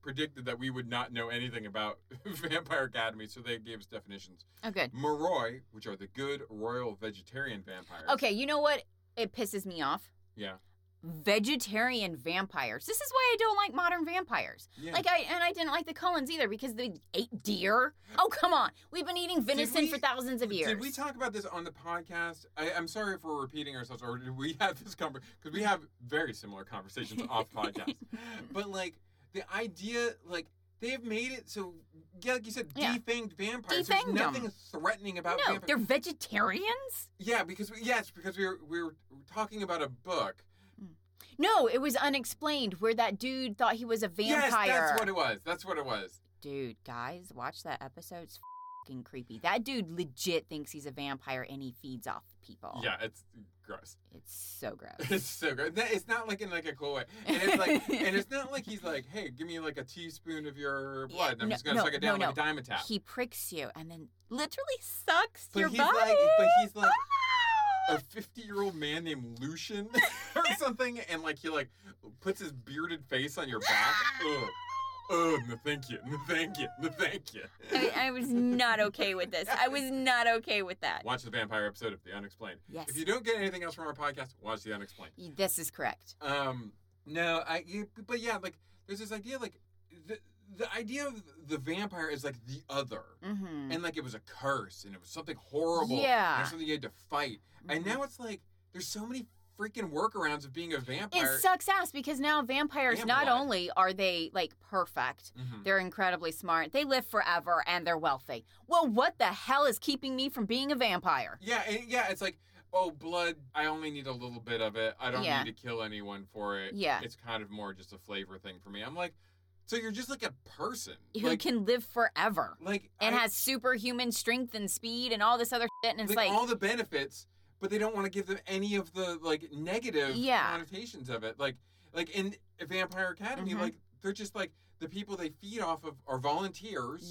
[SPEAKER 3] predicted that we would not know anything about Vampire Academy, so they gave us definitions.
[SPEAKER 2] oh, good.
[SPEAKER 3] Moroi, which are the good royal vegetarian vampires.
[SPEAKER 2] Okay, you know what? It pisses me off.
[SPEAKER 3] Yeah.
[SPEAKER 2] Vegetarian vampires. This is why I don't like modern vampires.
[SPEAKER 3] Yeah.
[SPEAKER 2] Like I and I didn't like the Cullens either because they ate deer. Oh come on, we've been eating venison
[SPEAKER 3] we-
[SPEAKER 2] for thousands of years.
[SPEAKER 3] Did we talk about this on the podcast? I, I'm sorry if we're repeating ourselves, or did we have this conversation? Because we have very similar conversations off podcast. But like the idea, like they've made it so, yeah, like you said,
[SPEAKER 2] Yeah.
[SPEAKER 3] defanged vampires. There's
[SPEAKER 2] Defanged 'em.
[SPEAKER 3] nothing threatening about
[SPEAKER 2] no,
[SPEAKER 3] vampires.
[SPEAKER 2] they're vegetarians.
[SPEAKER 3] Yeah, because we, yes, because we were we were talking about a book.
[SPEAKER 2] No, it was unexplained where that dude thought he was a vampire.
[SPEAKER 3] Yes, that's what it was. That's what it was.
[SPEAKER 2] dude, guys, watch that episode. It's fucking creepy. That dude legit thinks he's a vampire and he feeds off people.
[SPEAKER 3] Yeah, it's gross.
[SPEAKER 2] it's so gross.
[SPEAKER 3] It's so good. That- It's not like in like a cool way, and it's like, and it's not like he's like, "Hey, give me like a teaspoon of your
[SPEAKER 2] Yeah,
[SPEAKER 3] blood, and I'm
[SPEAKER 2] no-
[SPEAKER 3] just gonna
[SPEAKER 2] no,
[SPEAKER 3] suck it
[SPEAKER 2] no,
[SPEAKER 3] down
[SPEAKER 2] no.
[SPEAKER 3] like a diamond tap."
[SPEAKER 2] He pricks you and then literally sucks
[SPEAKER 3] but
[SPEAKER 2] your
[SPEAKER 3] he's
[SPEAKER 2] body.
[SPEAKER 3] like, but he's like
[SPEAKER 2] Ah!
[SPEAKER 3] a 50 year old man named Lucian or something, and like he like puts his bearded face on your back. Ugh. Oh, no, thank you, no, thank you, no, thank you.
[SPEAKER 2] I, I was not okay with this. I was not okay with that.
[SPEAKER 3] Watch the vampire episode of The Unexplained.
[SPEAKER 2] Yes.
[SPEAKER 3] If you don't get anything else from our podcast, watch The Unexplained.
[SPEAKER 2] Y- This is correct.
[SPEAKER 3] Um, no, I. you- But yeah, like there's this idea, like the the idea of the vampire is like the other,
[SPEAKER 2] Mm-hmm.
[SPEAKER 3] and like it was a curse, and it was something horrible,
[SPEAKER 2] Yeah.
[SPEAKER 3] and something you had to fight.
[SPEAKER 2] Mm-hmm.
[SPEAKER 3] And now it's like there's so many freaking workarounds of being a
[SPEAKER 2] It
[SPEAKER 3] vampire.
[SPEAKER 2] sucks ass because now vampires
[SPEAKER 3] Damn
[SPEAKER 2] not
[SPEAKER 3] blood.
[SPEAKER 2] only are they like perfect,
[SPEAKER 3] Mhm.
[SPEAKER 2] they're incredibly smart, they live forever, and they're wealthy. Well, what the hell is keeping me from being a vampire?
[SPEAKER 3] Yeah, and yeah, it's like oh, blood. I only need a little bit of it. I don't
[SPEAKER 2] Yeah.
[SPEAKER 3] need to kill anyone for it.
[SPEAKER 2] Yeah.
[SPEAKER 3] it's kind of more just a flavor thing for me. I'm like, so you're just like a person
[SPEAKER 2] Who
[SPEAKER 3] like,
[SPEAKER 2] can live forever
[SPEAKER 3] like
[SPEAKER 2] and
[SPEAKER 3] I-
[SPEAKER 2] has superhuman strength and speed and all this other shit? And it's
[SPEAKER 3] like,
[SPEAKER 2] like,
[SPEAKER 3] all the benefits, but they don't want to give them any of the like negative
[SPEAKER 2] Yeah.
[SPEAKER 3] connotations of it. Like like in Vampire Academy,
[SPEAKER 2] Mhm.
[SPEAKER 3] like they're just like the people they feed off of are volunteers.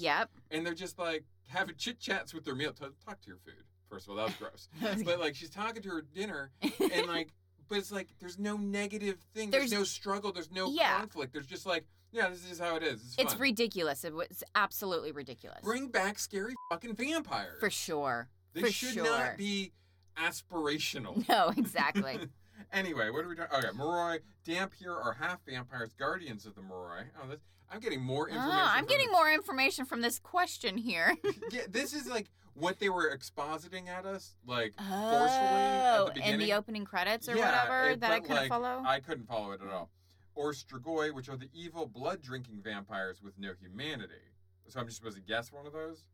[SPEAKER 2] yep.
[SPEAKER 3] And they're just like having chit chats with their meal. Talk, talk to your food. First of all, that was gross. but like she's talking to her dinner and like but it's like there's no negative thing. There's,
[SPEAKER 2] There's-
[SPEAKER 3] no struggle. There's no
[SPEAKER 2] Yeah.
[SPEAKER 3] conflict. There's just like, yeah, this is how it is. It's,
[SPEAKER 2] It's
[SPEAKER 3] fun.
[SPEAKER 2] ridiculous. It was absolutely ridiculous.
[SPEAKER 3] Bring back scary fucking vampires.
[SPEAKER 2] For sure.
[SPEAKER 3] They
[SPEAKER 2] For
[SPEAKER 3] should
[SPEAKER 2] sure.
[SPEAKER 3] not be aspirational.
[SPEAKER 2] No, exactly.
[SPEAKER 3] anyway, what are we talking? Okay, Moroi, Dampier are half vampires, guardians of the Moroi. Oh, that's, I'm getting more information.
[SPEAKER 2] Ah, I'm
[SPEAKER 3] from
[SPEAKER 2] getting
[SPEAKER 3] the-
[SPEAKER 2] more information from this question here.
[SPEAKER 3] Yeah, this is like what they were expositing at us, like forcefully at
[SPEAKER 2] Oh,
[SPEAKER 3] the
[SPEAKER 2] in
[SPEAKER 3] beginning.
[SPEAKER 2] the opening credits or
[SPEAKER 3] Yeah,
[SPEAKER 2] whatever
[SPEAKER 3] it-
[SPEAKER 2] that I
[SPEAKER 3] but,
[SPEAKER 2] couldn't
[SPEAKER 3] like,
[SPEAKER 2] follow.
[SPEAKER 3] I couldn't follow it at all. Or Strigoi, which are the evil blood-drinking vampires with no humanity. So I'm just supposed to guess one of those.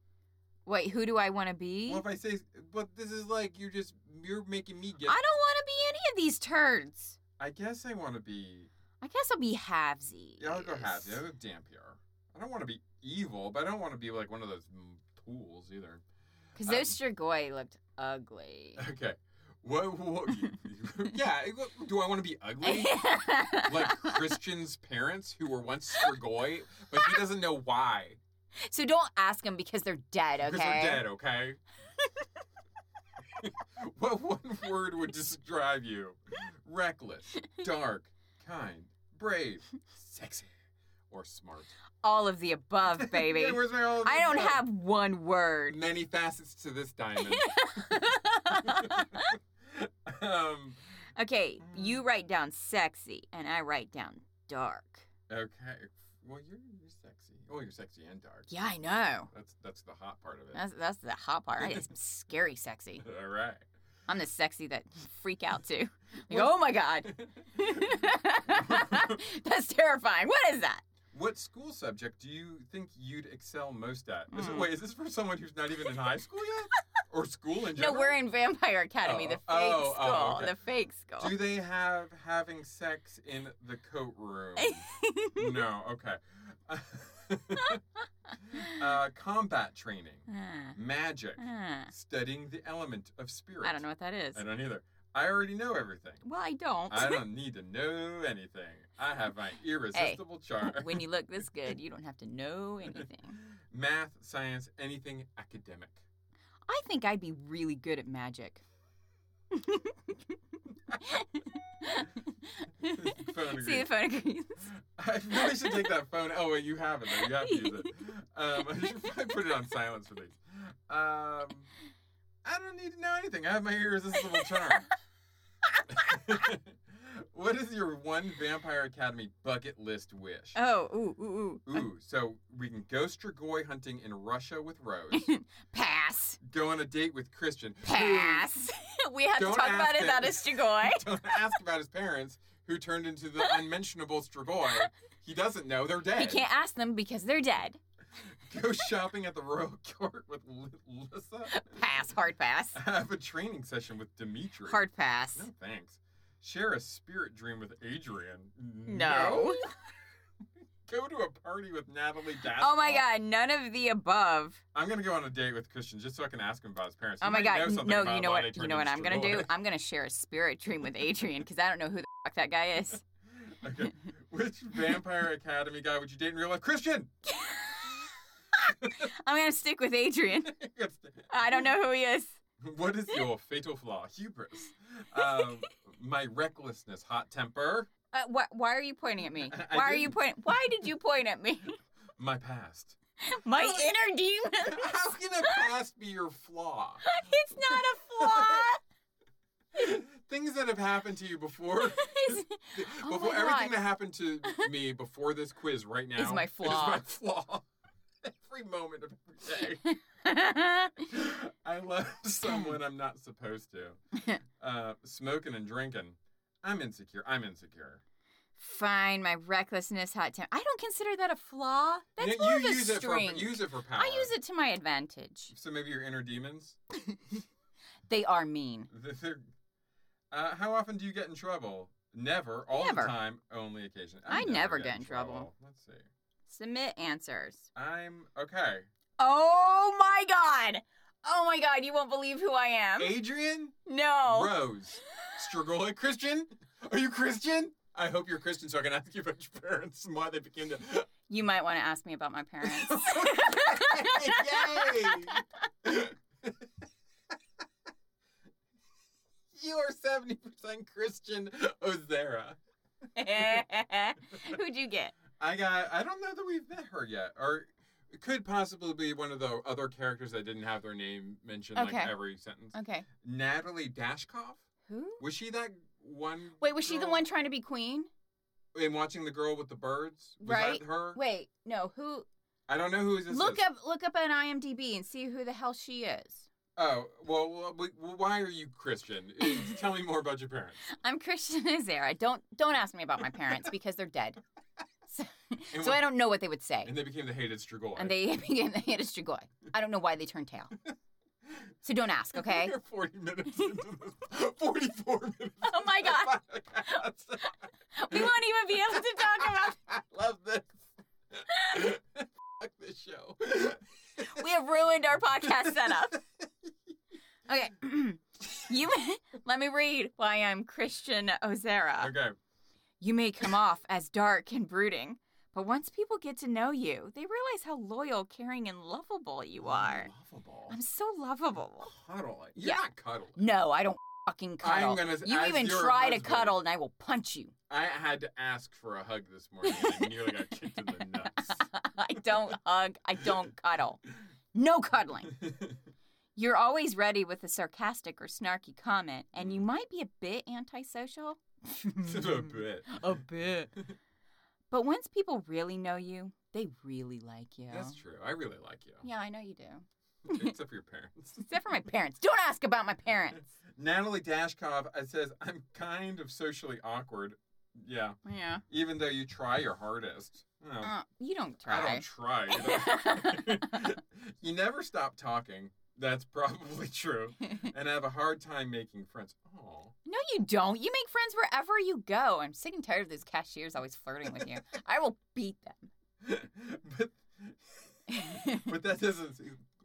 [SPEAKER 2] Wait, who do I want to be?
[SPEAKER 3] Well, if I say, but this is like you're just you're making me guess.
[SPEAKER 2] I don't want to be any of these turds.
[SPEAKER 3] I guess I want to be
[SPEAKER 2] I guess I'll be halvesy.
[SPEAKER 3] Yeah, I'll go half. Yeah, I'll go damp here. I don't want to be evil, but I don't want to be like one of those mm, tools either.
[SPEAKER 2] Because those Strigoi looked ugly.
[SPEAKER 3] Okay. What? what yeah. it- Do I want to be ugly? Like Christian's parents, who were once Strigoi, but he doesn't know why.
[SPEAKER 2] so don't ask them because they're dead, okay?
[SPEAKER 3] Because they're dead. Okay. what one word would describe you? Reckless, dark, kind, brave, sexy, or smart?
[SPEAKER 2] All of the above, baby.
[SPEAKER 3] Yeah, where's my all-
[SPEAKER 2] I don't
[SPEAKER 3] no.
[SPEAKER 2] have one word.
[SPEAKER 3] many facets to this diamond. um,
[SPEAKER 2] okay, you write down sexy, and I write down dark.
[SPEAKER 3] okay. Well, you're, you're sexy. Oh, you're sexy and dark.
[SPEAKER 2] Yeah, I know.
[SPEAKER 3] That's that's the hot part of it.
[SPEAKER 2] That's that's the hot part. Right? It's scary sexy.
[SPEAKER 3] All right.
[SPEAKER 2] I'm the sexy that freak out too. Like, oh my god, that's terrifying. What is that?
[SPEAKER 3] What school subject do you think you'd excel most at? Is it,
[SPEAKER 2] Mm.
[SPEAKER 3] wait, is this for someone who's not even in high school yet? Or school
[SPEAKER 2] No,
[SPEAKER 3] in general?
[SPEAKER 2] we're in Vampire Academy, the fake
[SPEAKER 3] Oh, oh,
[SPEAKER 2] school,
[SPEAKER 3] oh, okay.
[SPEAKER 2] the fake school.
[SPEAKER 3] Do they have having sex in the coat room? no, okay. uh, combat training,
[SPEAKER 2] Ah,
[SPEAKER 3] magic,
[SPEAKER 2] ah.
[SPEAKER 3] studying the element of spirit.
[SPEAKER 2] I don't know what that is.
[SPEAKER 3] I don't either. I already know everything.
[SPEAKER 2] Well, I don't.
[SPEAKER 3] I don't need to know anything. I have my irresistible charm.
[SPEAKER 2] when you look this good, you don't have to know anything.
[SPEAKER 3] Math, science, anything academic.
[SPEAKER 2] I think I'd be really good at magic.
[SPEAKER 3] Phone
[SPEAKER 2] See the
[SPEAKER 3] agrees.
[SPEAKER 2] phone agrees.
[SPEAKER 3] I really should take that phone. Oh wait, you have it. Though. You have to use it. Um, I should probably put it on silence for these. Um, I don't need to know anything. I have my irresistible charm. what is your one Vampire Academy bucket list wish?
[SPEAKER 2] Oh, ooh, ooh, ooh.
[SPEAKER 3] Ooh, so we can go strigoi hunting in Russia with Rose.
[SPEAKER 2] Pass.
[SPEAKER 3] go on a date with Christian. who-
[SPEAKER 2] Pass. we have
[SPEAKER 3] Don't
[SPEAKER 2] to talk about
[SPEAKER 3] ask
[SPEAKER 2] it without
[SPEAKER 3] it.
[SPEAKER 2] a Strigoi.
[SPEAKER 3] don't ask about his parents, who turned into the unmentionable strigoi. He doesn't know they're dead.
[SPEAKER 2] He can't ask them because they're dead.
[SPEAKER 3] Go shopping at the royal court with L- Lissa.
[SPEAKER 2] Pass. Hard pass.
[SPEAKER 3] Have a training session with Dimitri.
[SPEAKER 2] Hard pass.
[SPEAKER 3] No thanks. Share a spirit dream with Adrian.
[SPEAKER 2] No.
[SPEAKER 3] Go to a party with Natalie Gaspar.
[SPEAKER 2] Oh my God. None of the above.
[SPEAKER 3] I'm gonna go on a date with Christian just so I can ask him about his parents. He
[SPEAKER 2] Oh my
[SPEAKER 3] might know
[SPEAKER 2] God.
[SPEAKER 3] something
[SPEAKER 2] no,
[SPEAKER 3] about
[SPEAKER 2] you know
[SPEAKER 3] why
[SPEAKER 2] what?
[SPEAKER 3] they
[SPEAKER 2] You
[SPEAKER 3] turned
[SPEAKER 2] know what
[SPEAKER 3] into
[SPEAKER 2] I'm gonna do?
[SPEAKER 3] strigoi.
[SPEAKER 2] I'm gonna share a spirit dream with Adrian because I don't know who the fuck that guy is.
[SPEAKER 3] okay. Which Vampire Academy guy would you date in real life? Christian.
[SPEAKER 2] I'm gonna stick with Adrian. I don't know who he is.
[SPEAKER 3] What is your fatal flaw? Hubris. Um, my recklessness, hot temper,
[SPEAKER 2] Uh, wh- why are you pointing at me?
[SPEAKER 3] I- I
[SPEAKER 2] Why are you
[SPEAKER 3] didn't.
[SPEAKER 2] pointing? Why did you point at me?
[SPEAKER 3] my past.
[SPEAKER 2] My inner demon.
[SPEAKER 3] How can a past be your flaw?
[SPEAKER 2] it's not a flaw.
[SPEAKER 3] Things that have happened to you before,
[SPEAKER 2] It's- Oh
[SPEAKER 3] before
[SPEAKER 2] my
[SPEAKER 3] everything
[SPEAKER 2] God.
[SPEAKER 3] that happened to me before this quiz right now
[SPEAKER 2] my
[SPEAKER 3] Is
[SPEAKER 2] flaw.
[SPEAKER 3] my flaw. Every moment of every day. I love someone I'm not supposed to. Uh, smoking and drinking. I'm insecure. I'm insecure.
[SPEAKER 2] Fine, my recklessness, hot temper. I don't consider that a flaw. That's
[SPEAKER 3] You-
[SPEAKER 2] more of
[SPEAKER 3] you
[SPEAKER 2] a
[SPEAKER 3] use it for
[SPEAKER 2] string.
[SPEAKER 3] use it for power.
[SPEAKER 2] I use it to my advantage.
[SPEAKER 3] So maybe your inner demons.
[SPEAKER 2] They are mean.
[SPEAKER 3] Th- they're- Uh, how often do you get in trouble? Never. All
[SPEAKER 2] Never.
[SPEAKER 3] the time. Only occasionally.
[SPEAKER 2] I never get in trouble.
[SPEAKER 3] Let's see.
[SPEAKER 2] Submit answers.
[SPEAKER 3] I'm okay.
[SPEAKER 2] Oh my god. Oh my god, you won't believe who I am.
[SPEAKER 3] Adrian
[SPEAKER 2] No.
[SPEAKER 3] Rose Strigoi Christian. Are you Christian? I hope you're Christian, so I can ask you about your parents and why they became the.
[SPEAKER 2] You might want to ask me about my parents.
[SPEAKER 3] Yay! you are seventy percent Christian, Ozera.
[SPEAKER 2] Who'd you get?
[SPEAKER 3] I got. I don't know that we've met her yet, or it could possibly be one of the other characters that didn't have their name mentioned like
[SPEAKER 2] Okay. Uh.
[SPEAKER 3] every sentence.
[SPEAKER 2] Okay.
[SPEAKER 3] Natalie Dashkoff.
[SPEAKER 2] Who?
[SPEAKER 3] Was she that one?
[SPEAKER 2] Wait, was she the
[SPEAKER 3] girl
[SPEAKER 2] one trying to be queen?
[SPEAKER 3] in watching the girl with the birds? Was
[SPEAKER 2] Right.
[SPEAKER 3] That her.
[SPEAKER 2] Wait, no. Who?
[SPEAKER 3] I don't know who this
[SPEAKER 2] Look
[SPEAKER 3] is.
[SPEAKER 2] up, look up an IMDb and see who the hell she is.
[SPEAKER 3] Oh well, well, we- well, why are you Christian? Eh, Tell me more about your parents.
[SPEAKER 2] I'm Christian Azera. Don't don't ask me about my parents because they're dead. So,
[SPEAKER 3] And
[SPEAKER 2] so
[SPEAKER 3] wh-
[SPEAKER 2] I don't know what they would say.
[SPEAKER 3] And they became the hated Strigoi.
[SPEAKER 2] And they began the hit a Strigoi. I don't know why they turned tail. So don't ask, okay?
[SPEAKER 3] We are Forty minutes into this. Forty-four minutes.
[SPEAKER 2] Oh my god.
[SPEAKER 3] God.
[SPEAKER 2] We won't even be able to talk about
[SPEAKER 3] I love this. Fuck this show.
[SPEAKER 2] We have ruined our podcast setup. Okay. you let me read why I'm Christian Ozera.
[SPEAKER 3] Okay.
[SPEAKER 2] You may come off as dark and brooding, but once people get to know you, they realize how loyal, caring, and lovable you are.
[SPEAKER 3] Lovable.
[SPEAKER 2] I'm so lovable.
[SPEAKER 3] Cuddle. You're
[SPEAKER 2] Yeah.
[SPEAKER 3] not cuddling.
[SPEAKER 2] No, I don't fucking cuddle.
[SPEAKER 3] I'm gonna.
[SPEAKER 2] you
[SPEAKER 3] as
[SPEAKER 2] even
[SPEAKER 3] your
[SPEAKER 2] try
[SPEAKER 3] husband,
[SPEAKER 2] to cuddle, and I will punch you.
[SPEAKER 3] I had to ask for a hug this morning. and I nearly got kicked in the nuts.
[SPEAKER 2] I don't hug. I don't cuddle. No cuddling. You're always ready with a sarcastic or snarky comment, and you might be a bit antisocial.
[SPEAKER 3] a bit.
[SPEAKER 2] a bit. But once people really know you, they really like you.
[SPEAKER 3] That's true. I really like you.
[SPEAKER 2] Yeah, I know you do.
[SPEAKER 3] Except for your parents.
[SPEAKER 2] Except for my parents. Don't ask about my parents.
[SPEAKER 3] Natalie Dashkov uh, says, I'm kind of socially awkward. Yeah.
[SPEAKER 2] Yeah.
[SPEAKER 3] Even though you try your hardest. Oh,
[SPEAKER 2] Uh, you don't
[SPEAKER 3] I
[SPEAKER 2] try.
[SPEAKER 3] don't try. you know. you never stop talking. That's probably true. And I have a hard time making friends. Oh.
[SPEAKER 2] no, you don't. You make friends wherever you go. I'm sick and tired of those cashiers always flirting with you. I will beat
[SPEAKER 3] but
[SPEAKER 2] them.
[SPEAKER 3] but that doesn't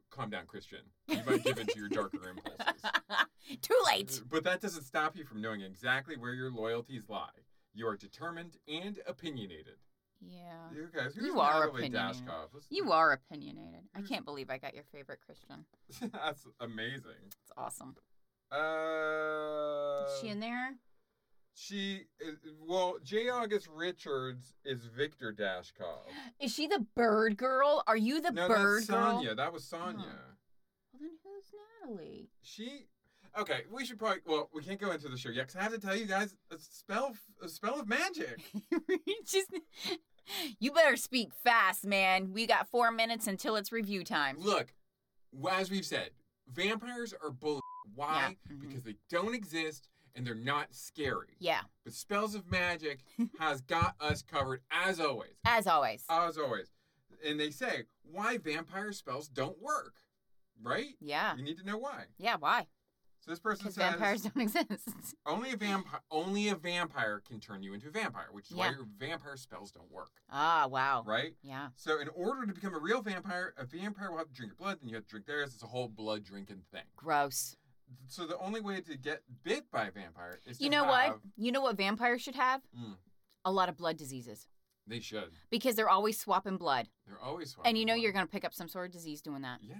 [SPEAKER 3] calm down, Christian. You might give in to your darker impulses. Uh,
[SPEAKER 2] Too late.
[SPEAKER 3] But that doesn't stop you from knowing exactly where your loyalties lie. You are determined and opinionated.
[SPEAKER 2] Yeah.
[SPEAKER 3] You guys, who's
[SPEAKER 2] Uh, You are
[SPEAKER 3] Natalie
[SPEAKER 2] opinionated.
[SPEAKER 3] Dashkov? Let's-
[SPEAKER 2] You are opinionated.
[SPEAKER 3] Mm.
[SPEAKER 2] I can't believe I got your favorite Christian.
[SPEAKER 3] That's amazing.
[SPEAKER 2] It's awesome.
[SPEAKER 3] Uh,
[SPEAKER 2] Is she in there?
[SPEAKER 3] she is- well, J. August Richards is Victor Dashkov.
[SPEAKER 2] Is she the bird girl? Are you the
[SPEAKER 3] no,
[SPEAKER 2] bird
[SPEAKER 3] that's
[SPEAKER 2] girl? Oh.
[SPEAKER 3] Sonia. That was Sonia.
[SPEAKER 2] Well, then who's Natalie?
[SPEAKER 3] She. Okay, we should probably. Well, we can't go into the show yet because I have to tell you guys a spell, a spell of magic.
[SPEAKER 2] Just, you better speak fast, man. We got four minutes until it's review time.
[SPEAKER 3] Look, as we've said, vampires are bull. Why?
[SPEAKER 2] Yeah, mhm.
[SPEAKER 3] Because they don't exist and they're not scary.
[SPEAKER 2] Yeah,
[SPEAKER 3] But spells of magic has got us covered as always.
[SPEAKER 2] as always.
[SPEAKER 3] As always. And they say why vampire spells don't work, right?
[SPEAKER 2] yeah,
[SPEAKER 3] You need to know why.
[SPEAKER 2] yeah. Why?
[SPEAKER 3] So this person
[SPEAKER 2] Because
[SPEAKER 3] says
[SPEAKER 2] vampires don't exist.
[SPEAKER 3] only a vampire only a vampire can turn you into a vampire, which is why
[SPEAKER 2] Yeah.
[SPEAKER 3] your vampire spells don't work,
[SPEAKER 2] Ah, wow.
[SPEAKER 3] right?
[SPEAKER 2] Yeah.
[SPEAKER 3] So in order to become a real vampire, a vampire will have to drink your blood, then you have to drink theirs. It's a whole blood drinking thing.
[SPEAKER 2] Gross.
[SPEAKER 3] So the only way to get bit by a vampire is
[SPEAKER 2] You
[SPEAKER 3] to
[SPEAKER 2] know what?
[SPEAKER 3] have-
[SPEAKER 2] You know what vampires should have?
[SPEAKER 3] Mm.
[SPEAKER 2] A lot of blood diseases
[SPEAKER 3] They should.
[SPEAKER 2] because they're always swapping blood,
[SPEAKER 3] They're always swapping.
[SPEAKER 2] and you know
[SPEAKER 3] blood.
[SPEAKER 2] you're gonna pick up some sort of disease doing that.
[SPEAKER 3] Yeah,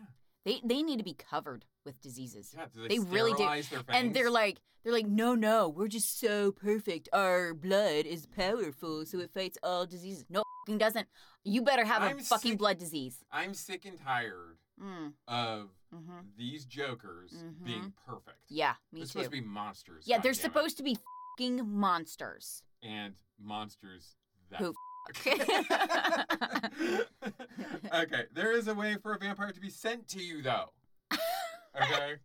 [SPEAKER 2] They they need to be covered with diseases.
[SPEAKER 3] yeah. Do
[SPEAKER 2] They really do.
[SPEAKER 3] sterilize Their
[SPEAKER 2] and they're
[SPEAKER 3] fangs?
[SPEAKER 2] like they're like no no we're just so perfect our blood is powerful so it fights all diseases no it fucking doesn't you better have a
[SPEAKER 3] I'm
[SPEAKER 2] fucking
[SPEAKER 3] sick-
[SPEAKER 2] blood disease
[SPEAKER 3] I'm sick and tired
[SPEAKER 2] mm,
[SPEAKER 3] of
[SPEAKER 2] hmm
[SPEAKER 3] these jokers
[SPEAKER 2] Mhm.
[SPEAKER 3] being perfect.
[SPEAKER 2] yeah me
[SPEAKER 3] they're
[SPEAKER 2] too
[SPEAKER 3] supposed to be monsters.
[SPEAKER 2] yeah they're
[SPEAKER 3] goddammit.
[SPEAKER 2] supposed to be fucking monsters
[SPEAKER 3] and monsters that.
[SPEAKER 2] Who
[SPEAKER 3] fuck. okay, there is a way for a vampire to be sent to you, though. Okay,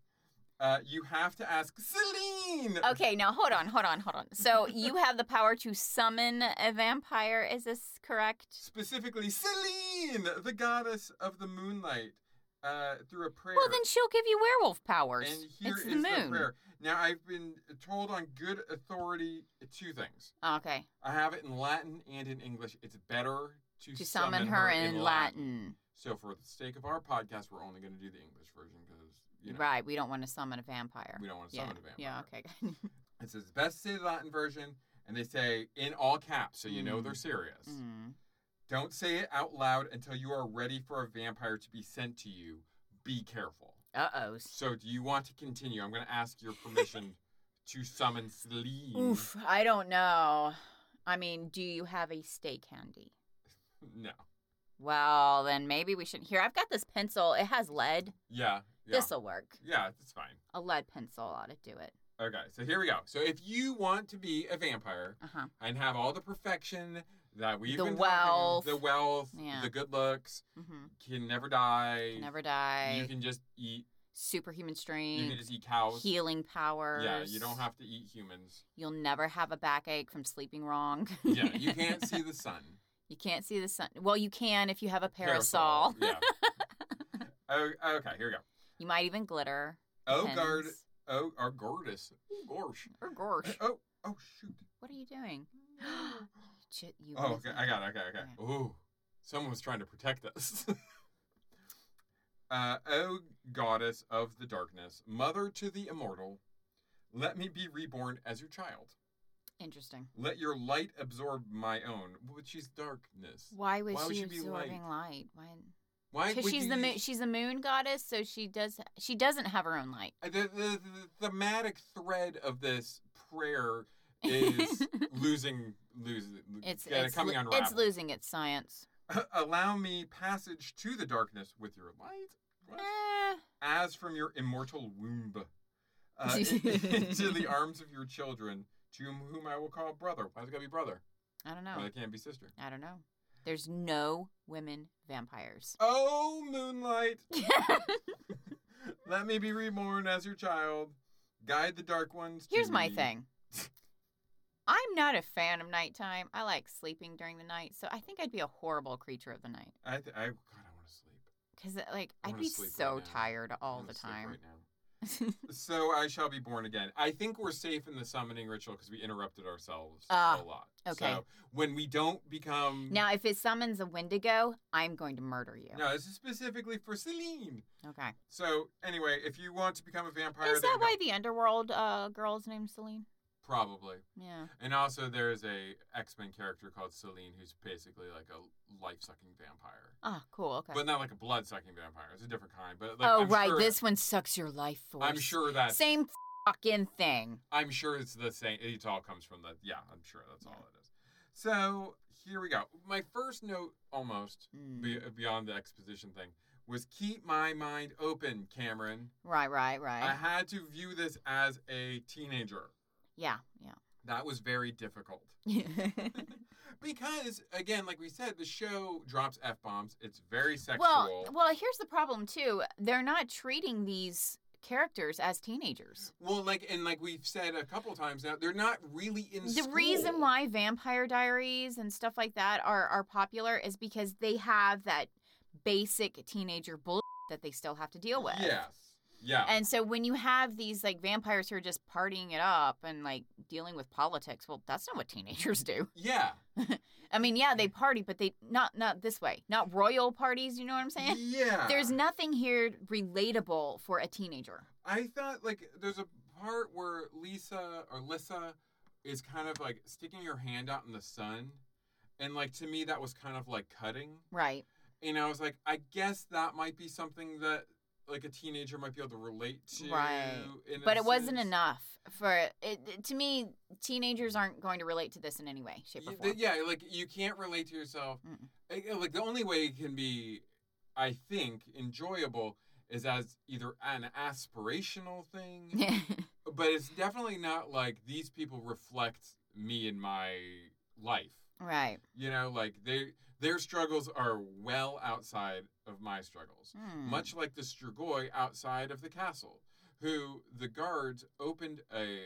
[SPEAKER 3] uh, you have to ask Celine.
[SPEAKER 2] okay now hold on hold on hold on so you have the power to summon a vampire is this correct
[SPEAKER 3] specifically Celine, the goddess of the moonlight, uh, through a prayer.
[SPEAKER 2] well then she'll give you werewolf powers
[SPEAKER 3] and here
[SPEAKER 2] it's
[SPEAKER 3] is
[SPEAKER 2] the moon
[SPEAKER 3] prayer. Now I've been told on good authority two things.
[SPEAKER 2] okay
[SPEAKER 3] I have it in Latin and in English. It's better to,
[SPEAKER 2] to summon, her, in latin,
[SPEAKER 3] So for the sake of our podcast, we're only going to do the English version because you know
[SPEAKER 2] right we don't want to summon a vampire
[SPEAKER 3] we don't want to
[SPEAKER 2] yeah
[SPEAKER 3] summon a vampire.
[SPEAKER 2] yeah okay good.
[SPEAKER 3] It says best to say the Latin version, and they say in all caps, so you know
[SPEAKER 2] Mm.
[SPEAKER 3] they're serious.
[SPEAKER 2] Mm.
[SPEAKER 3] Don't say it out loud until you are ready for a vampire to be sent to you. Be careful.
[SPEAKER 2] Uh oh.
[SPEAKER 3] So, do you want to continue? I'm going to ask your permission to summon Celine.
[SPEAKER 2] Oof, I don't know. I mean, do you have a steak handy?
[SPEAKER 3] No.
[SPEAKER 2] Well, then maybe we should. Here, I've got this pencil. It has lead.
[SPEAKER 3] Yeah. Yeah.
[SPEAKER 2] This'll work.
[SPEAKER 3] yeah, it's fine.
[SPEAKER 2] A lead pencil ought to do it.
[SPEAKER 3] Okay, so here we go. So, if you want to be a vampire
[SPEAKER 2] Uh huh.
[SPEAKER 3] and have all the perfection that we've
[SPEAKER 2] The
[SPEAKER 3] been
[SPEAKER 2] wealth.
[SPEAKER 3] talking, the wealth,
[SPEAKER 2] Yeah.
[SPEAKER 3] the good looks,
[SPEAKER 2] Mm-hmm.
[SPEAKER 3] can never die.
[SPEAKER 2] Never
[SPEAKER 3] You
[SPEAKER 2] die.
[SPEAKER 3] can just eat.
[SPEAKER 2] Superhuman
[SPEAKER 3] You can
[SPEAKER 2] strength.
[SPEAKER 3] just eat cows.
[SPEAKER 2] Healing powers.
[SPEAKER 3] Yeah, you don't have to eat humans.
[SPEAKER 2] You'll never have a backache from sleeping wrong.
[SPEAKER 3] Yeah, you can't see the sun.
[SPEAKER 2] you can't see the sun. Well, you can if you have a parasol.
[SPEAKER 3] Yeah. oh, okay, here we go.
[SPEAKER 2] You might even glitter.
[SPEAKER 3] Oh, guard.
[SPEAKER 2] Depends.
[SPEAKER 3] Oh, our goddess. Gorsh.
[SPEAKER 2] Or gorsh.
[SPEAKER 3] Oh, oh, shoot.
[SPEAKER 2] What are you doing? Shit, you
[SPEAKER 3] Oh,
[SPEAKER 2] missed
[SPEAKER 3] okay. I got it. Okay, okay. Ooh, someone was trying to protect us. uh, oh, goddess of the darkness, mother to the immortal, let me be reborn as your child.
[SPEAKER 2] Interesting.
[SPEAKER 3] Let your light absorb my own. But she's darkness.
[SPEAKER 2] Why was
[SPEAKER 3] Why would
[SPEAKER 2] she
[SPEAKER 3] she be
[SPEAKER 2] absorbing
[SPEAKER 3] light?
[SPEAKER 2] light? Why?
[SPEAKER 3] Why?
[SPEAKER 2] Because
[SPEAKER 3] would
[SPEAKER 2] she's
[SPEAKER 3] you
[SPEAKER 2] the moon.
[SPEAKER 3] use-
[SPEAKER 2] She's the moon goddess, so she does. She doesn't have her own light.
[SPEAKER 3] Uh, The, the, the thematic thread of this prayer is losing, losing.
[SPEAKER 2] It's
[SPEAKER 3] yeah,
[SPEAKER 2] it's,
[SPEAKER 3] coming
[SPEAKER 2] lo-
[SPEAKER 3] unraveled.
[SPEAKER 2] it's losing its science.
[SPEAKER 3] Allow me passage to the darkness with your light. What?
[SPEAKER 2] Eh,
[SPEAKER 3] as from your immortal womb uh, into the arms of your children, to whom I will call brother. Why's it gotta be brother?
[SPEAKER 2] I don't
[SPEAKER 3] Brother
[SPEAKER 2] know.
[SPEAKER 3] can't be sister.
[SPEAKER 2] I don't know. There's no women vampires.
[SPEAKER 3] Oh, moonlight. Let me be reborn as your child. Guide the dark ones. to
[SPEAKER 2] Here's my
[SPEAKER 3] me.
[SPEAKER 2] thing. I'm not a fan of nighttime. I like sleeping during the night, so I think I'd be a horrible creature of the night.
[SPEAKER 3] I, th- I God, I want to sleep.
[SPEAKER 2] Cause uh, like
[SPEAKER 3] I
[SPEAKER 2] I'd
[SPEAKER 3] wanna
[SPEAKER 2] be
[SPEAKER 3] sleep right
[SPEAKER 2] so
[SPEAKER 3] now.
[SPEAKER 2] tired
[SPEAKER 3] I
[SPEAKER 2] all
[SPEAKER 3] wanna
[SPEAKER 2] the
[SPEAKER 3] sleep
[SPEAKER 2] time.
[SPEAKER 3] right now. So I shall be born again. I think we're safe in the summoning ritual because we interrupted ourselves
[SPEAKER 2] Ah,
[SPEAKER 3] a lot.
[SPEAKER 2] okay.
[SPEAKER 3] So when we don't become
[SPEAKER 2] now, if it summons a Wendigo, I'm going to murder you.
[SPEAKER 3] no, this is specifically for Celine.
[SPEAKER 2] Okay.
[SPEAKER 3] So anyway, if you want to become a vampire,
[SPEAKER 2] Is
[SPEAKER 3] there
[SPEAKER 2] that
[SPEAKER 3] you go.
[SPEAKER 2] why the underworld uh, girl's named Celine?
[SPEAKER 3] Probably.
[SPEAKER 2] Yeah.
[SPEAKER 3] And also, there is a X Men character called Celine who's basically like a life sucking vampire,
[SPEAKER 2] Oh, cool. Okay.
[SPEAKER 3] but not like a blood sucking vampire. It's a different kind. But like,
[SPEAKER 2] oh,
[SPEAKER 3] I'm
[SPEAKER 2] right.
[SPEAKER 3] sure-
[SPEAKER 2] This one sucks your life force.
[SPEAKER 3] I'm sure that
[SPEAKER 2] Same fucking thing.
[SPEAKER 3] I'm sure it's the same. It all comes from the. Yeah, I'm sure that's all it is. So here we go. My first note, almost
[SPEAKER 2] Mm.
[SPEAKER 3] be, beyond the exposition thing, was keep my mind open, Cameron.
[SPEAKER 2] Right, right, right.
[SPEAKER 3] I had to view this as a teenager.
[SPEAKER 2] yeah,
[SPEAKER 3] That was very difficult.
[SPEAKER 2] yeah.
[SPEAKER 3] because again, like we said, the show drops f bombs. It's very sexual.
[SPEAKER 2] well, well, here's the problem too. They're not treating these characters as teenagers.
[SPEAKER 3] Well, like and like we've said a couple times now, they're not really in
[SPEAKER 2] The reason
[SPEAKER 3] school.
[SPEAKER 2] why Vampire Diaries and stuff like that are are popular is because they have that basic teenager bull that they still have to deal with.
[SPEAKER 3] Yes. Yeah.
[SPEAKER 2] And so when you have these like vampires who are just partying it up and like dealing with politics, well, that's not what teenagers do.
[SPEAKER 3] yeah.
[SPEAKER 2] I mean, yeah,
[SPEAKER 3] Mm.
[SPEAKER 2] they party, but they not not this way. Not royal parties, you know what I'm saying?
[SPEAKER 3] Yeah.
[SPEAKER 2] There's nothing here relatable for a teenager.
[SPEAKER 3] I thought like there's a part where Lisa or Lissa is kind of like sticking her hand out in the sun. And like to me that was kind of like cutting.
[SPEAKER 2] Right.
[SPEAKER 3] And I was like, I guess that might be something that like a teenager might be able to relate to.
[SPEAKER 2] Right.
[SPEAKER 3] in a
[SPEAKER 2] But it wasn't
[SPEAKER 3] sense.
[SPEAKER 2] enough for it, it- to me teenagers aren't going to relate to this in any way, shape or
[SPEAKER 3] Y-
[SPEAKER 2] form.
[SPEAKER 3] th- yeah, like you can't relate to yourself.
[SPEAKER 2] Mm-mm.
[SPEAKER 3] I- I- Like the only way it can be, I think, enjoyable is as either an aspirational thing, but it's definitely not like these people reflect me in my life.
[SPEAKER 2] right.
[SPEAKER 3] You know, like they their struggles are well outside of my struggles.
[SPEAKER 2] Hmm.
[SPEAKER 3] Much like the Strigoi outside of the castle, who the guards opened a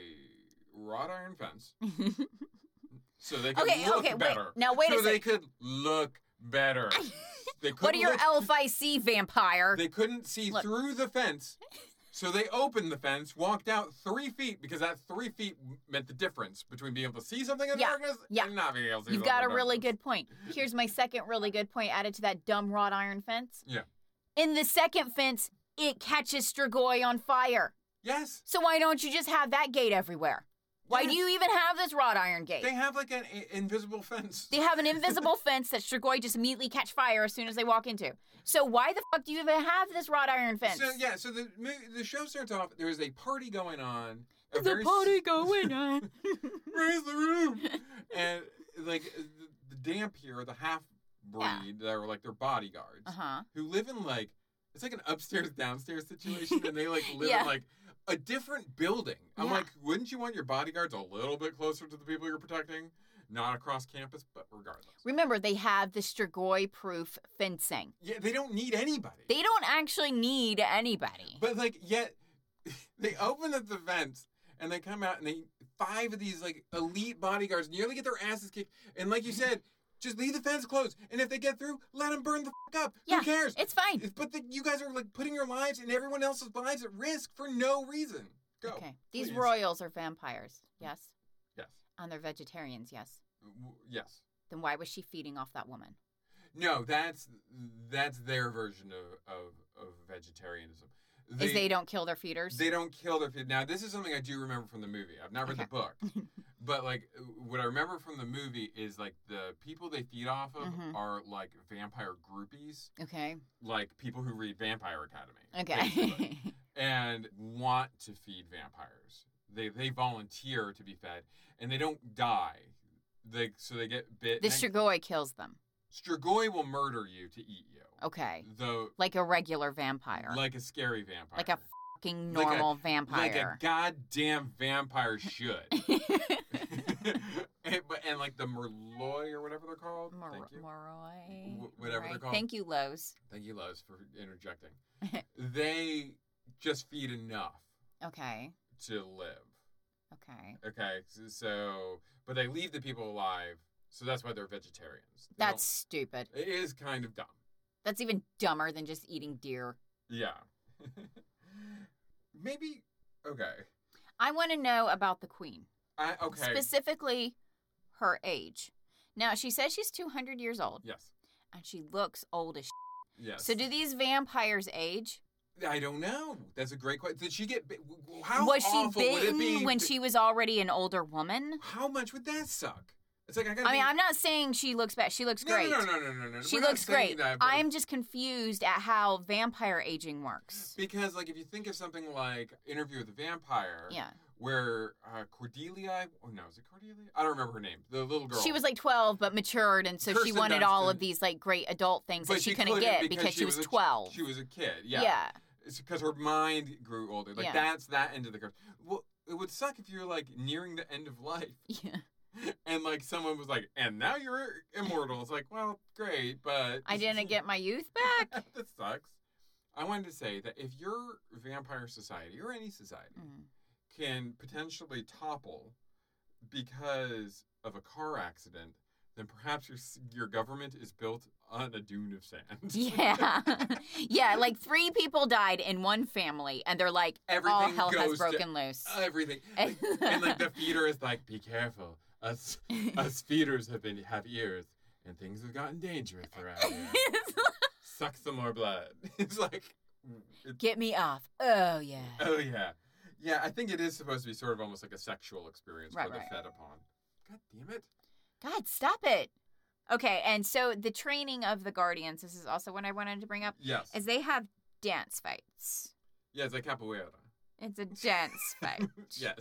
[SPEAKER 3] wrought iron fence so they could
[SPEAKER 2] okay,
[SPEAKER 3] look
[SPEAKER 2] okay,
[SPEAKER 3] better.
[SPEAKER 2] wait. Now wait
[SPEAKER 3] so
[SPEAKER 2] a
[SPEAKER 3] they
[SPEAKER 2] second.
[SPEAKER 3] could look better. they could
[SPEAKER 2] What are your
[SPEAKER 3] look,
[SPEAKER 2] LFIC vampire?
[SPEAKER 3] They couldn't see
[SPEAKER 2] Look.
[SPEAKER 3] through the fence, so they opened the fence, walked out three feet because that three feet meant the difference between being able to see something in the
[SPEAKER 2] Yeah,
[SPEAKER 3] darkness
[SPEAKER 2] yeah.
[SPEAKER 3] and not being able to. see
[SPEAKER 2] You've
[SPEAKER 3] something
[SPEAKER 2] got a
[SPEAKER 3] in the
[SPEAKER 2] really
[SPEAKER 3] darkness.
[SPEAKER 2] good point. Here's my second really good point added to that dumb wrought iron fence.
[SPEAKER 3] Yeah.
[SPEAKER 2] In the second fence, it catches Strigoi on fire.
[SPEAKER 3] Yes,
[SPEAKER 2] So why don't you just have that gate everywhere? Why
[SPEAKER 3] Yes.
[SPEAKER 2] do you even have this wrought iron gate?
[SPEAKER 3] they have like an i- invisible fence.
[SPEAKER 2] They have an invisible fence that Strigoi just immediately catch fire as soon as they walk into. So why the fuck do you even have this wrought iron fence?
[SPEAKER 3] So yeah, so the mo- the show starts off. There is a party going on. a
[SPEAKER 2] The
[SPEAKER 3] very s-
[SPEAKER 2] party going on.
[SPEAKER 3] raise the roof. and like the, the damp here, the half breed that are like their bodyguards
[SPEAKER 2] uh huh.
[SPEAKER 3] who live in like it's like an upstairs downstairs situation, and they like live
[SPEAKER 2] Yeah.
[SPEAKER 3] in like a different building. I'm
[SPEAKER 2] Yeah.
[SPEAKER 3] like, wouldn't you want your bodyguards a little bit closer to the people you're protecting? Not across campus, but regardless.
[SPEAKER 2] Remember, they have the Strigoi proof fencing.
[SPEAKER 3] Yeah, they don't need anybody.
[SPEAKER 2] They don't actually need anybody.
[SPEAKER 3] But like, yet they open up the vents and they come out and they five of these like elite bodyguards nearly get their asses kicked. And like you said, just leave the fence closed. And if they get through, let them burn the fuck up.
[SPEAKER 2] Yeah,
[SPEAKER 3] Who cares?
[SPEAKER 2] it's fine.
[SPEAKER 3] But the, you guys are like putting your lives and everyone else's lives at risk for no reason. Go.
[SPEAKER 2] okay. These
[SPEAKER 3] please.
[SPEAKER 2] royals are vampires. Yes.
[SPEAKER 3] Yes.
[SPEAKER 2] And they're vegetarians. Yes.
[SPEAKER 3] W- Yes.
[SPEAKER 2] Then why was she feeding off that woman?
[SPEAKER 3] No, that's that's their version of of, of vegetarianism.
[SPEAKER 2] Is they don't kill their feeders?
[SPEAKER 3] They don't kill their people. Now, this is something I do remember from the movie. I've not read the book, but like what I remember from the movie is like the people they feed off of
[SPEAKER 2] Mhm.
[SPEAKER 3] are like vampire groupies,
[SPEAKER 2] okay.
[SPEAKER 3] like people who read Vampire Academy. basically,
[SPEAKER 2] Okay.
[SPEAKER 3] and want to feed vampires. They they volunteer to be fed, and they don't die. They so they get bit.
[SPEAKER 2] the
[SPEAKER 3] and then-
[SPEAKER 2] Strigoi kills them.
[SPEAKER 3] Strigoi will murder you to eat you.
[SPEAKER 2] Okay.
[SPEAKER 3] Though,
[SPEAKER 2] Like a regular vampire.
[SPEAKER 3] like a scary vampire,
[SPEAKER 2] Like a fucking
[SPEAKER 3] Like a-
[SPEAKER 2] normal
[SPEAKER 3] like a
[SPEAKER 2] vampire.
[SPEAKER 3] goddamn vampire should. and, but, and like the Merloy or whatever they're called. Thank you.
[SPEAKER 2] Moroi.
[SPEAKER 3] Wh- whatever they're
[SPEAKER 2] Moroi.
[SPEAKER 3] called.
[SPEAKER 2] Thank you, Lowe's.
[SPEAKER 3] Thank you, Lowe's, for interjecting. they just feed enough
[SPEAKER 2] Okay.
[SPEAKER 3] to live.
[SPEAKER 2] Okay.
[SPEAKER 3] Okay, s- so but they leave the people alive, so that's why they're vegetarians. They don't-
[SPEAKER 2] That's stupid.
[SPEAKER 3] it is kind of dumb.
[SPEAKER 2] That's even dumber than just eating deer.
[SPEAKER 3] Yeah. Maybe okay.
[SPEAKER 2] I want to know about the queen,
[SPEAKER 3] I okay.
[SPEAKER 2] specifically her age. Now, she says she's 200 years old,
[SPEAKER 3] yes.
[SPEAKER 2] and she looks old as shit.
[SPEAKER 3] Yes.
[SPEAKER 2] So, do these vampires age?
[SPEAKER 3] I don't know. That's a great question. Did she get bit? w- w- How
[SPEAKER 2] was she
[SPEAKER 3] awful would it
[SPEAKER 2] bitten
[SPEAKER 3] be
[SPEAKER 2] when
[SPEAKER 3] to-
[SPEAKER 2] she was already an older woman?
[SPEAKER 3] How much would that suck? It's like I got.
[SPEAKER 2] I mean, I'm not saying she looks bad. She looks
[SPEAKER 3] no,
[SPEAKER 2] great.
[SPEAKER 3] No, no, no, no, no, no.
[SPEAKER 2] She
[SPEAKER 3] We're not
[SPEAKER 2] looks
[SPEAKER 3] saying
[SPEAKER 2] great.
[SPEAKER 3] That, but-
[SPEAKER 2] I am just confused at how vampire aging works.
[SPEAKER 3] because like if you think of something like Interview with the Vampire,
[SPEAKER 2] Yeah.
[SPEAKER 3] where uh, Cordelia, oh no, is it Cordelia? I don't remember her name. The little girl.
[SPEAKER 2] She was like 12 but matured and so she
[SPEAKER 3] Kirsten
[SPEAKER 2] wanted all of
[SPEAKER 3] Dunst.
[SPEAKER 2] these like great adult things
[SPEAKER 3] But
[SPEAKER 2] that she, couldn't
[SPEAKER 3] couldn't
[SPEAKER 2] get because, she was
[SPEAKER 3] a ch-
[SPEAKER 2] 12.
[SPEAKER 3] She was a kid. Yeah.
[SPEAKER 2] yeah.
[SPEAKER 3] It's because her mind grew older. Like
[SPEAKER 2] Yeah.
[SPEAKER 3] that's that end of the curve. Well, it would suck if you're like nearing the end of life.
[SPEAKER 2] Yeah.
[SPEAKER 3] and like someone was like, "And now you're immortal." It's like, well, great, but
[SPEAKER 2] I didn't get my youth back.
[SPEAKER 3] that sucks. I wanted to say that if your vampire society or any society
[SPEAKER 2] Mm.
[SPEAKER 3] can potentially topple because of a car accident, then perhaps your s- your government is built on a dune of sand.
[SPEAKER 2] Yeah. yeah, like 3 people died in one family and they're like
[SPEAKER 3] everything
[SPEAKER 2] all hell
[SPEAKER 3] goes
[SPEAKER 2] has broken loose.
[SPEAKER 3] to uh, everything, Like, and like the feeder is like, "Be careful, us us feeders have been have ears, and things have gotten dangerous around here." suck some more blood. it's like, it-
[SPEAKER 2] get me off. Oh yeah.
[SPEAKER 3] oh yeah, yeah. I think it is supposed to be sort of almost like a sexual experience
[SPEAKER 2] Right,
[SPEAKER 3] where
[SPEAKER 2] right.
[SPEAKER 3] they're fed upon. God damn it!
[SPEAKER 2] God, stop it. Okay, and so the training of the guardians, this is also what I wanted to bring up,
[SPEAKER 3] Yes,
[SPEAKER 2] is they have dance fights.
[SPEAKER 3] yeah. It's like capoeira.
[SPEAKER 2] It's a dance fight.
[SPEAKER 3] Yes.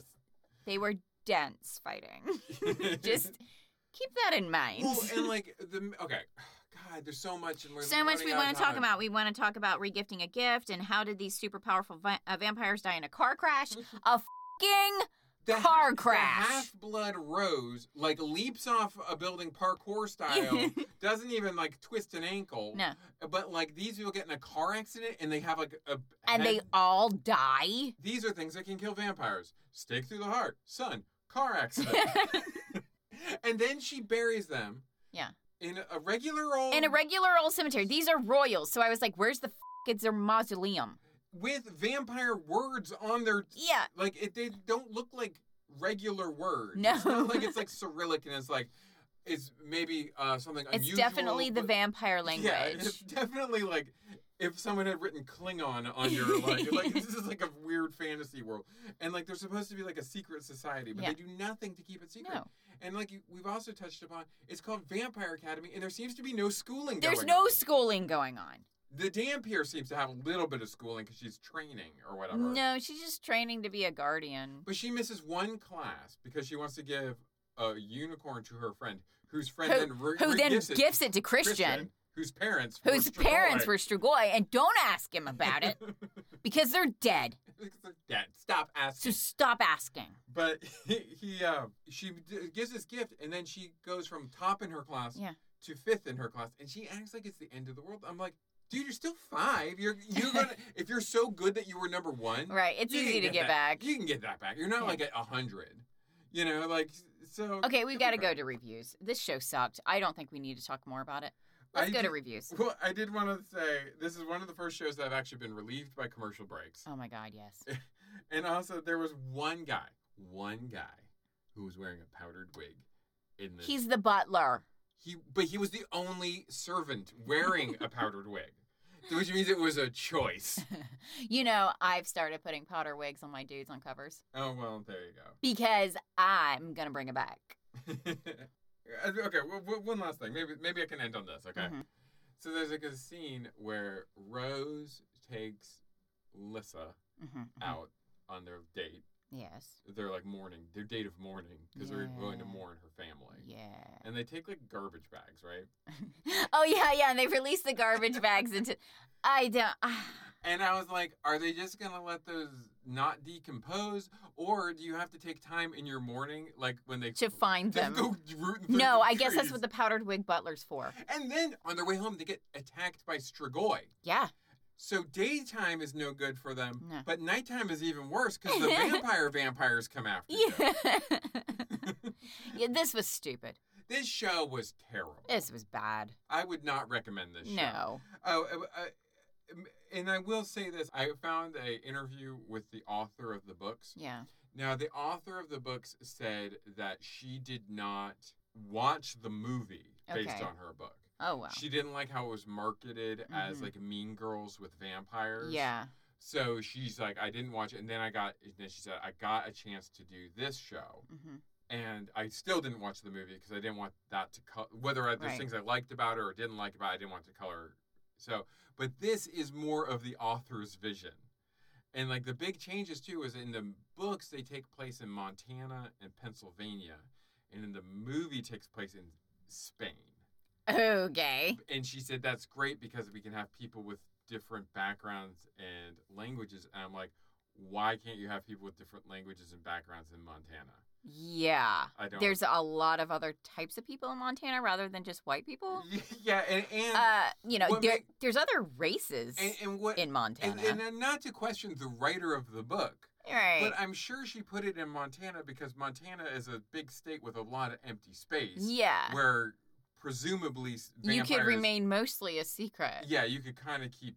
[SPEAKER 2] They were dance fighting. Just keep that in mind.
[SPEAKER 3] well, and like the okay. God, there's so much. And we're
[SPEAKER 2] so much
[SPEAKER 3] running
[SPEAKER 2] we
[SPEAKER 3] out of
[SPEAKER 2] want to talk
[SPEAKER 3] time.
[SPEAKER 2] about. We want to talk about regifting a gift and how did these super powerful vi- uh, vampires die in a car crash? A fing
[SPEAKER 3] The
[SPEAKER 2] Car
[SPEAKER 3] ha-
[SPEAKER 2] crash.
[SPEAKER 3] The half blood rose, like leaps off a building parkour style, doesn't even like twist an ankle.
[SPEAKER 2] no,
[SPEAKER 3] But like these people get in a car accident and they have like a
[SPEAKER 2] and they
[SPEAKER 3] head-
[SPEAKER 2] all die.
[SPEAKER 3] These are things that can kill vampires. Stake through the heart, sun, car accident. and then she buries them.
[SPEAKER 2] Yeah.
[SPEAKER 3] In a regular old
[SPEAKER 2] In a regular old cemetery. These are royals. So I was like, where's the f? It's their mausoleum.
[SPEAKER 3] with vampire words on their
[SPEAKER 2] Yeah.
[SPEAKER 3] like it they don't look like regular words.
[SPEAKER 2] No.
[SPEAKER 3] It's not like it's like Cyrillic and it's like it's maybe uh something
[SPEAKER 2] It's
[SPEAKER 3] unusual.
[SPEAKER 2] definitely the
[SPEAKER 3] but-
[SPEAKER 2] vampire language.
[SPEAKER 3] Yeah, it's definitely like if someone had written Klingon on your like, like this is like a weird fantasy world, and like they're supposed to be like a secret society, but
[SPEAKER 2] Yeah.
[SPEAKER 3] they do nothing to keep it secret.
[SPEAKER 2] No.
[SPEAKER 3] And like you, we've also touched upon, it's called Vampire Academy, and there seems to be no schooling.
[SPEAKER 2] There's
[SPEAKER 3] going
[SPEAKER 2] no
[SPEAKER 3] on.
[SPEAKER 2] schooling going on.
[SPEAKER 3] The Dampier seems to have a little bit of schooling because she's training or whatever.
[SPEAKER 2] No, she's just training to be a guardian.
[SPEAKER 3] But she misses one class because she wants to give a unicorn to her friend, whose friend
[SPEAKER 2] Who,
[SPEAKER 3] then re-
[SPEAKER 2] who then
[SPEAKER 3] re-gifts
[SPEAKER 2] gifts
[SPEAKER 3] it
[SPEAKER 2] it, to Christian,
[SPEAKER 3] Christian, whose parents
[SPEAKER 2] whose
[SPEAKER 3] were
[SPEAKER 2] parents
[SPEAKER 3] Strigoi.
[SPEAKER 2] were Strigoi, and don't ask him about it because they're dead.
[SPEAKER 3] Dad, stop
[SPEAKER 2] So
[SPEAKER 3] asking.
[SPEAKER 2] stop asking.
[SPEAKER 3] But he, he uh, she d- gives this gift, and then she goes from top in her class
[SPEAKER 2] Yeah.
[SPEAKER 3] to fifth in her class, and she acts like it's the end of the world. I'm like, dude, you're still five. You're you're gonna if you're so good that you were number one.
[SPEAKER 2] Right. It's
[SPEAKER 3] you can
[SPEAKER 2] easy to get
[SPEAKER 3] that-
[SPEAKER 2] back.
[SPEAKER 3] You can get that back. You're not
[SPEAKER 2] Yeah.
[SPEAKER 3] like at a hundred. You know, like so.
[SPEAKER 2] Okay, we've
[SPEAKER 3] come
[SPEAKER 2] got to go
[SPEAKER 3] on.
[SPEAKER 2] to reviews. This show sucked. I don't think we need to talk more about it. Let's
[SPEAKER 3] I
[SPEAKER 2] go to
[SPEAKER 3] did-
[SPEAKER 2] reviews.
[SPEAKER 3] Well, I did want to say this is one of the first shows that I've actually been relieved by commercial breaks.
[SPEAKER 2] Oh my God, yes.
[SPEAKER 3] And also, there was one guy, one guy, who was wearing a powdered wig. In this,
[SPEAKER 2] He's the butler.
[SPEAKER 3] he, but he was the only servant wearing a powdered wig, which means it was a choice.
[SPEAKER 2] You know, I've started putting powder wigs on my dudes on covers
[SPEAKER 3] Oh well, there you
[SPEAKER 2] because I'm going to bring it back.
[SPEAKER 3] go. okay, well, well, one last thing. Maybe maybe I can end on this. Okay.
[SPEAKER 2] Mhm.
[SPEAKER 3] So there's like a scene where Rose takes Lissa
[SPEAKER 2] Mhm, mhm.
[SPEAKER 3] out on their date.
[SPEAKER 2] Yes.
[SPEAKER 3] They're like mourning, their date of mourning, because they're going to
[SPEAKER 2] Yeah.
[SPEAKER 3] mourn her family.
[SPEAKER 2] Yeah.
[SPEAKER 3] and they take like garbage bags, right?
[SPEAKER 2] oh yeah, yeah. And they release the garbage bags into. I don't. ah,
[SPEAKER 3] And I was like, are they just gonna let those not decompose, or do you have to take time in your morning, like when they
[SPEAKER 2] to find
[SPEAKER 3] they
[SPEAKER 2] them.
[SPEAKER 3] go rooting through
[SPEAKER 2] No,
[SPEAKER 3] the
[SPEAKER 2] I guess that's
[SPEAKER 3] trees.
[SPEAKER 2] what the powdered wig butler's for.
[SPEAKER 3] And then on their way home, they get attacked by Strigoi.
[SPEAKER 2] Yeah.
[SPEAKER 3] So daytime is no good for them,
[SPEAKER 2] No.
[SPEAKER 3] but nighttime is even worse because the vampire vampires come after you.
[SPEAKER 2] Yeah. yeah. This was stupid.
[SPEAKER 3] This show was terrible.
[SPEAKER 2] This was bad.
[SPEAKER 3] I would not recommend this show.
[SPEAKER 2] No.
[SPEAKER 3] Oh, uh, uh, m- and I will say this: I found a interview with the author of the books.
[SPEAKER 2] Yeah.
[SPEAKER 3] Now, the author of the books said that she did not watch the movie based
[SPEAKER 2] Okay.
[SPEAKER 3] on her book.
[SPEAKER 2] Oh wow.
[SPEAKER 3] She didn't like how it was marketed as
[SPEAKER 2] Mhm.
[SPEAKER 3] like Mean Girls with vampires.
[SPEAKER 2] Yeah.
[SPEAKER 3] So she's like, I didn't watch it, and then I got. And then she said, I got a chance to do this show,
[SPEAKER 2] hmm
[SPEAKER 3] and I still didn't watch the movie because I didn't want that to co- whether I, there's
[SPEAKER 2] Right.
[SPEAKER 3] things I liked about it or didn't like about. It, I didn't want to color. So, but this is more of the author's vision, and like the big changes too is in the books they take place in Montana and Pennsylvania, and in the movie takes place in Spain.
[SPEAKER 2] Okay.
[SPEAKER 3] And she said that's great because we can have people with different backgrounds and languages. And I'm like, why can't you have people with different languages and backgrounds in Montana?
[SPEAKER 2] Yeah.
[SPEAKER 3] I don't.
[SPEAKER 2] There's a lot of other types of people in Montana rather than just white people.
[SPEAKER 3] yeah, and and,
[SPEAKER 2] Uh, you know,
[SPEAKER 3] What
[SPEAKER 2] there,
[SPEAKER 3] make-
[SPEAKER 2] there's other races
[SPEAKER 3] and, and what
[SPEAKER 2] in Montana.
[SPEAKER 3] and, and, then not to question the writer of the book,
[SPEAKER 2] right.
[SPEAKER 3] but I'm sure she put it in Montana because Montana is a big state with a lot of empty space
[SPEAKER 2] yeah.
[SPEAKER 3] where presumably s-
[SPEAKER 2] You
[SPEAKER 3] vampires,
[SPEAKER 2] could remain mostly a secret.
[SPEAKER 3] Yeah, you could kind of keep.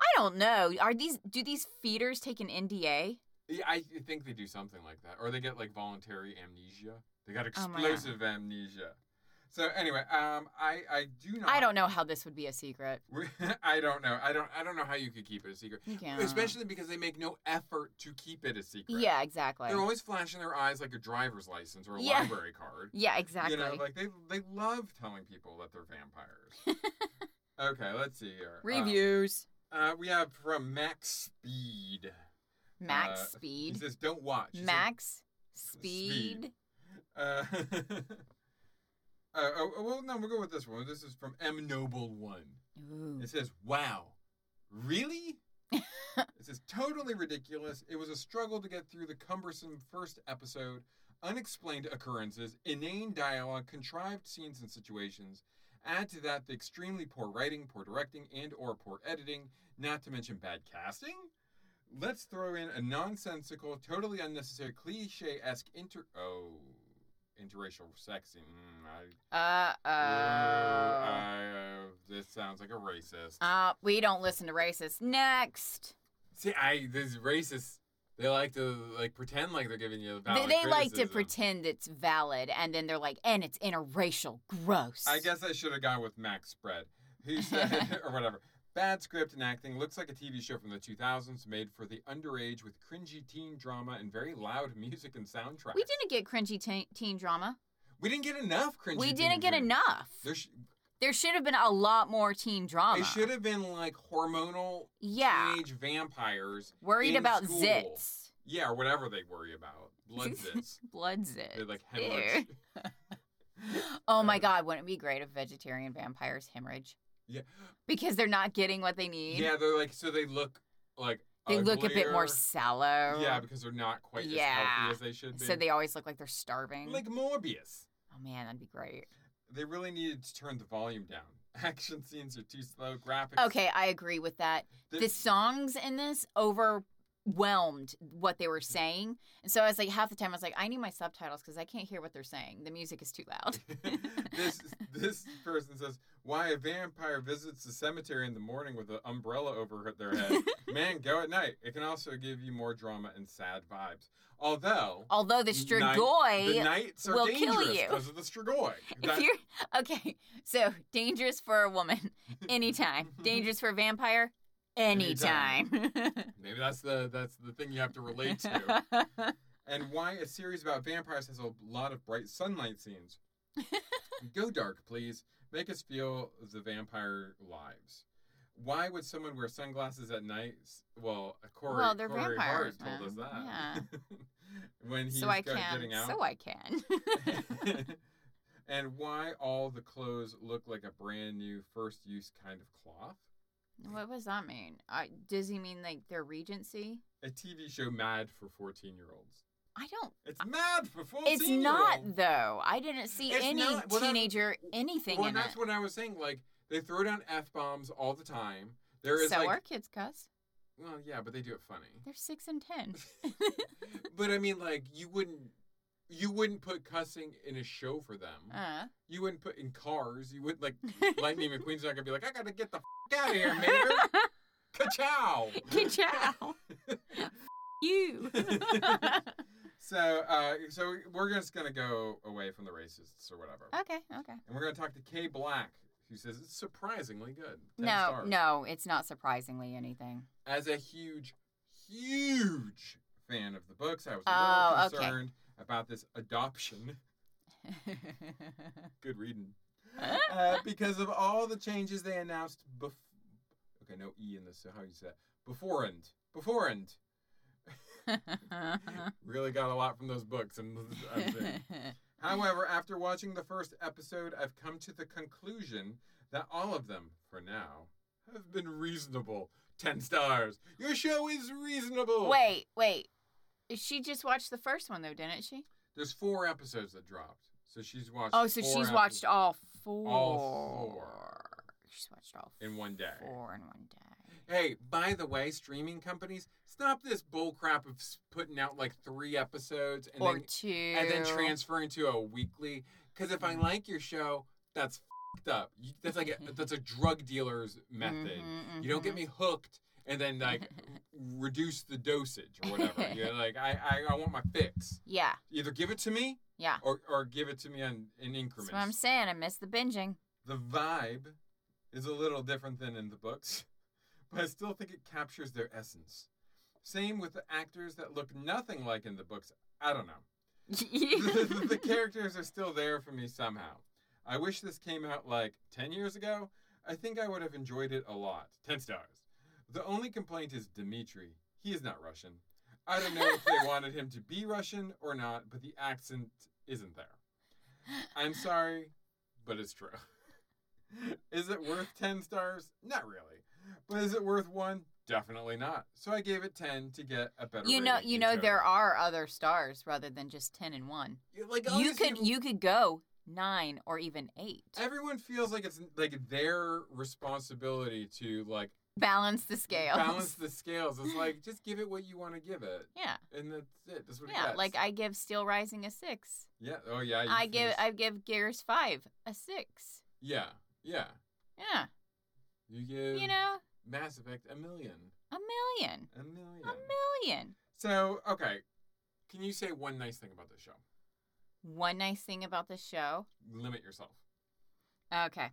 [SPEAKER 2] I don't know. Are these do these feeders take an NDA?
[SPEAKER 3] Yeah, I think they do something like that, or they get like voluntary amnesia. They got
[SPEAKER 2] Oh my God.
[SPEAKER 3] explosive amnesia. So anyway, um, I I do not.
[SPEAKER 2] I don't know how this would be a secret.
[SPEAKER 3] I don't know. I don't. I don't know how you could keep it a secret,
[SPEAKER 2] You can uh,
[SPEAKER 3] especially because they make no effort to keep it a secret.
[SPEAKER 2] Yeah, exactly.
[SPEAKER 3] They're always flashing their eyes like a driver's license or a
[SPEAKER 2] Yeah.
[SPEAKER 3] library card.
[SPEAKER 2] Yeah, exactly.
[SPEAKER 3] You know, like uh, they they love telling people that they're vampires. okay, let's see here. Um,
[SPEAKER 2] Reviews.
[SPEAKER 3] uh, we have from Max Speed.
[SPEAKER 2] Max
[SPEAKER 3] uh, He
[SPEAKER 2] speed.
[SPEAKER 3] says, "Don't watch." He said,
[SPEAKER 2] Max speed.
[SPEAKER 3] Speed. Uh, uh, oh, oh, well, no, we'll go with this one. This is from M Noble One.
[SPEAKER 2] Ooh.
[SPEAKER 3] It says, "Wow, really?" it says, "Totally ridiculous. It was a struggle to get through the cumbersome first episode, unexplained occurrences, inane dialogue, contrived scenes and situations. Add to that the extremely poor writing, poor directing, and/or poor editing, not to mention bad casting." Let's throw in a nonsensical, totally unnecessary, cliche-esque inter oh interracial sexing. Mm, I
[SPEAKER 2] Uh oh.
[SPEAKER 3] I, uh, this sounds like a racist.
[SPEAKER 2] Uh, we don't listen to racists. Next.
[SPEAKER 3] See, I these racists, they like to like pretend like they're giving you the
[SPEAKER 2] They,
[SPEAKER 3] valid
[SPEAKER 2] they like to
[SPEAKER 3] criticism.
[SPEAKER 2] pretend it's valid, and then they're like, and it's interracial. Gross.
[SPEAKER 3] I guess I should have gone with Max Spread, who said or whatever. Bad script and acting looks like a TV show from the 2000s made for the underage with cringy teen drama and very loud music and soundtrack.
[SPEAKER 2] We didn't get cringy teen, teen drama.
[SPEAKER 3] We didn't get enough cringy.
[SPEAKER 2] we
[SPEAKER 3] teen
[SPEAKER 2] didn't get
[SPEAKER 3] drama.
[SPEAKER 2] enough.
[SPEAKER 3] There sh-
[SPEAKER 2] There should have been a lot more teen drama.
[SPEAKER 3] it should have been like hormonal
[SPEAKER 2] Yeah.
[SPEAKER 3] teenage vampires.
[SPEAKER 2] Worried
[SPEAKER 3] in
[SPEAKER 2] about
[SPEAKER 3] school.
[SPEAKER 2] zits.
[SPEAKER 3] Yeah, or whatever they worry about. Blood zits.
[SPEAKER 2] Blood zits.
[SPEAKER 3] They like
[SPEAKER 2] Ew.
[SPEAKER 3] hemorrhage.
[SPEAKER 2] Oh my God, wouldn't it be great if vegetarian vampires hemorrhage?
[SPEAKER 3] Yeah.
[SPEAKER 2] Because they're not getting what they need.
[SPEAKER 3] Yeah, they're like so they look like
[SPEAKER 2] They look a bit more
[SPEAKER 3] uglier.
[SPEAKER 2] sallow.
[SPEAKER 3] Yeah, because they're not quite as
[SPEAKER 2] Yeah.
[SPEAKER 3] healthy as they should be.
[SPEAKER 2] So they always look like they're starving.
[SPEAKER 3] like Morbius.
[SPEAKER 2] oh man, that'd be great.
[SPEAKER 3] They really needed to turn the volume down. Action scenes are too slow. Graphics.
[SPEAKER 2] Okay, I agree with that.
[SPEAKER 3] The-
[SPEAKER 2] the songs in this overwhelmed what they were saying. And so I was like, half the time, I was like, I need my subtitles because I can't hear what they're saying. The music is too loud.
[SPEAKER 3] this this person says why a vampire visits the cemetery in the morning with an umbrella over their head. Man, go at night. It can also give you more drama and sad vibes. Although
[SPEAKER 2] Although the
[SPEAKER 3] night- the
[SPEAKER 2] Strigoi.
[SPEAKER 3] knights are
[SPEAKER 2] will kill
[SPEAKER 3] dangerous
[SPEAKER 2] you.
[SPEAKER 3] because of the Strigoi.
[SPEAKER 2] if
[SPEAKER 3] That-
[SPEAKER 2] you're okay, so dangerous for a woman anytime, dangerous for a vampire anytime.
[SPEAKER 3] Maybe that's the that's the thing you have to relate to. and why a series about vampires has a lot of bright sunlight scenes. Go dark, please. Make us feel the vampire lives. Why would someone wear sunglasses at night? S- Well, Corey,
[SPEAKER 2] Well, they're
[SPEAKER 3] Corey
[SPEAKER 2] vampires,
[SPEAKER 3] Hart told us that.
[SPEAKER 2] man.
[SPEAKER 3] when he's
[SPEAKER 2] so I
[SPEAKER 3] go-
[SPEAKER 2] can.
[SPEAKER 3] getting out.
[SPEAKER 2] So I can.
[SPEAKER 3] And why all the clothes look like a brand new first use kind of cloth?
[SPEAKER 2] What does that mean? Uh, does he mean like their regency?
[SPEAKER 3] A TV show mad for 14 year olds.
[SPEAKER 2] I don't.
[SPEAKER 3] It's mad for 14
[SPEAKER 2] It's not though. I didn't see
[SPEAKER 3] It's
[SPEAKER 2] any
[SPEAKER 3] not- well, that's-
[SPEAKER 2] teenager anything
[SPEAKER 3] Well,
[SPEAKER 2] in
[SPEAKER 3] that's
[SPEAKER 2] it.
[SPEAKER 3] what I was saying. Like, they throw down F bombs all the time. There is
[SPEAKER 2] so
[SPEAKER 3] like,
[SPEAKER 2] our kids cuss.
[SPEAKER 3] well, yeah, but they do it funny.
[SPEAKER 2] They're six and ten.
[SPEAKER 3] but I mean, like, you wouldn't. You wouldn't put cussing in a show for them.
[SPEAKER 2] uh.
[SPEAKER 3] you wouldn't put in cars. You would like Lightning McQueen's not gonna be like, I gotta get the f- out of here, nigger. Ka-chow.
[SPEAKER 2] Good job. you.
[SPEAKER 3] so, uh, so we're just gonna go away from the racists or whatever,
[SPEAKER 2] okay. Okay.
[SPEAKER 3] and we're gonna talk to Kay Black, who says it's surprisingly good.
[SPEAKER 2] no,
[SPEAKER 3] 10 stars.
[SPEAKER 2] no, it's not surprisingly anything.
[SPEAKER 3] As a huge, huge fan of the books, I was a
[SPEAKER 2] Oh,
[SPEAKER 3] little
[SPEAKER 2] okay.
[SPEAKER 3] concerned about this adoption. Good reading. uh, because of all the changes they announced bef- okay no e in this so how you say that before and before and really got a lot from those books and I'm saying. however after watching the first episode i've come to the conclusion that all of them for now have been reasonable 10 stars your show is reasonable
[SPEAKER 2] wait, wait. She just watched the first one though, didn't she?
[SPEAKER 3] there's four episodes that dropped so she's watched
[SPEAKER 2] Oh, so
[SPEAKER 3] four
[SPEAKER 2] she's watched
[SPEAKER 3] episodes
[SPEAKER 2] all four.
[SPEAKER 3] four.
[SPEAKER 2] She's watched all
[SPEAKER 3] in one day
[SPEAKER 2] four in one day.
[SPEAKER 3] Hey, by the way, streaming companies, stop this bull crap of s- putting out like three episodes and
[SPEAKER 2] or
[SPEAKER 3] then
[SPEAKER 2] two. Mm-hmm.
[SPEAKER 3] and then transferring to a weekly. Because if I like your show, that's fucked up. You, that's like a, that's a drug dealer's method.
[SPEAKER 2] Mhm,
[SPEAKER 3] You don't get
[SPEAKER 2] mhm.
[SPEAKER 3] me hooked and then like reduce the dosage or whatever. You're like, I, I I want my fix.
[SPEAKER 2] Yeah,
[SPEAKER 3] Either give it to me
[SPEAKER 2] yeah.
[SPEAKER 3] or or give it to me on in
[SPEAKER 2] That's
[SPEAKER 3] increments.
[SPEAKER 2] what I'm saying. I miss the binging.
[SPEAKER 3] The vibe is a little different than in the books, but I still think it captures their essence. Same with the actors that look nothing like in the books. I don't know. the, the characters are still there for me somehow. I wish this came out like 10 years ago. I think I would have enjoyed it a lot. 10 stars. The only complaint is Dmitri. He is not Russian. I don't know if they wanted him to be Russian or not, but the accent isn't there. I'm sorry, but it's true. is it worth 10 stars? Not really. But is it worth one? Definitely not. So I gave it 10 to get a better
[SPEAKER 2] you know,
[SPEAKER 3] rating
[SPEAKER 2] you know,
[SPEAKER 3] in
[SPEAKER 2] there
[SPEAKER 3] general.
[SPEAKER 2] are other stars rather than just ten and one.
[SPEAKER 3] like oh, all
[SPEAKER 2] You
[SPEAKER 3] these
[SPEAKER 2] could
[SPEAKER 3] people-
[SPEAKER 2] you could go nine or even eight.
[SPEAKER 3] everyone feels like it's like their responsibility to like
[SPEAKER 2] Balance the scales.
[SPEAKER 3] balance the scales. It's like just give it what you want to give it,
[SPEAKER 2] Yeah,
[SPEAKER 3] and that's it. That's what it
[SPEAKER 2] yeah.
[SPEAKER 3] gets.
[SPEAKER 2] Like I give Steel Rising a six.
[SPEAKER 3] yeah, oh yeah, you
[SPEAKER 2] I give
[SPEAKER 3] finished-
[SPEAKER 2] I give Gears Five a six.
[SPEAKER 3] yeah, yeah.
[SPEAKER 2] Yeah,
[SPEAKER 3] You give
[SPEAKER 2] you know,
[SPEAKER 3] Mass Effect a million,
[SPEAKER 2] a million,
[SPEAKER 3] a million.
[SPEAKER 2] a million.
[SPEAKER 3] so okay, can you say one nice thing about this show?
[SPEAKER 2] One nice thing about this show.
[SPEAKER 3] Limit yourself.
[SPEAKER 2] Okay,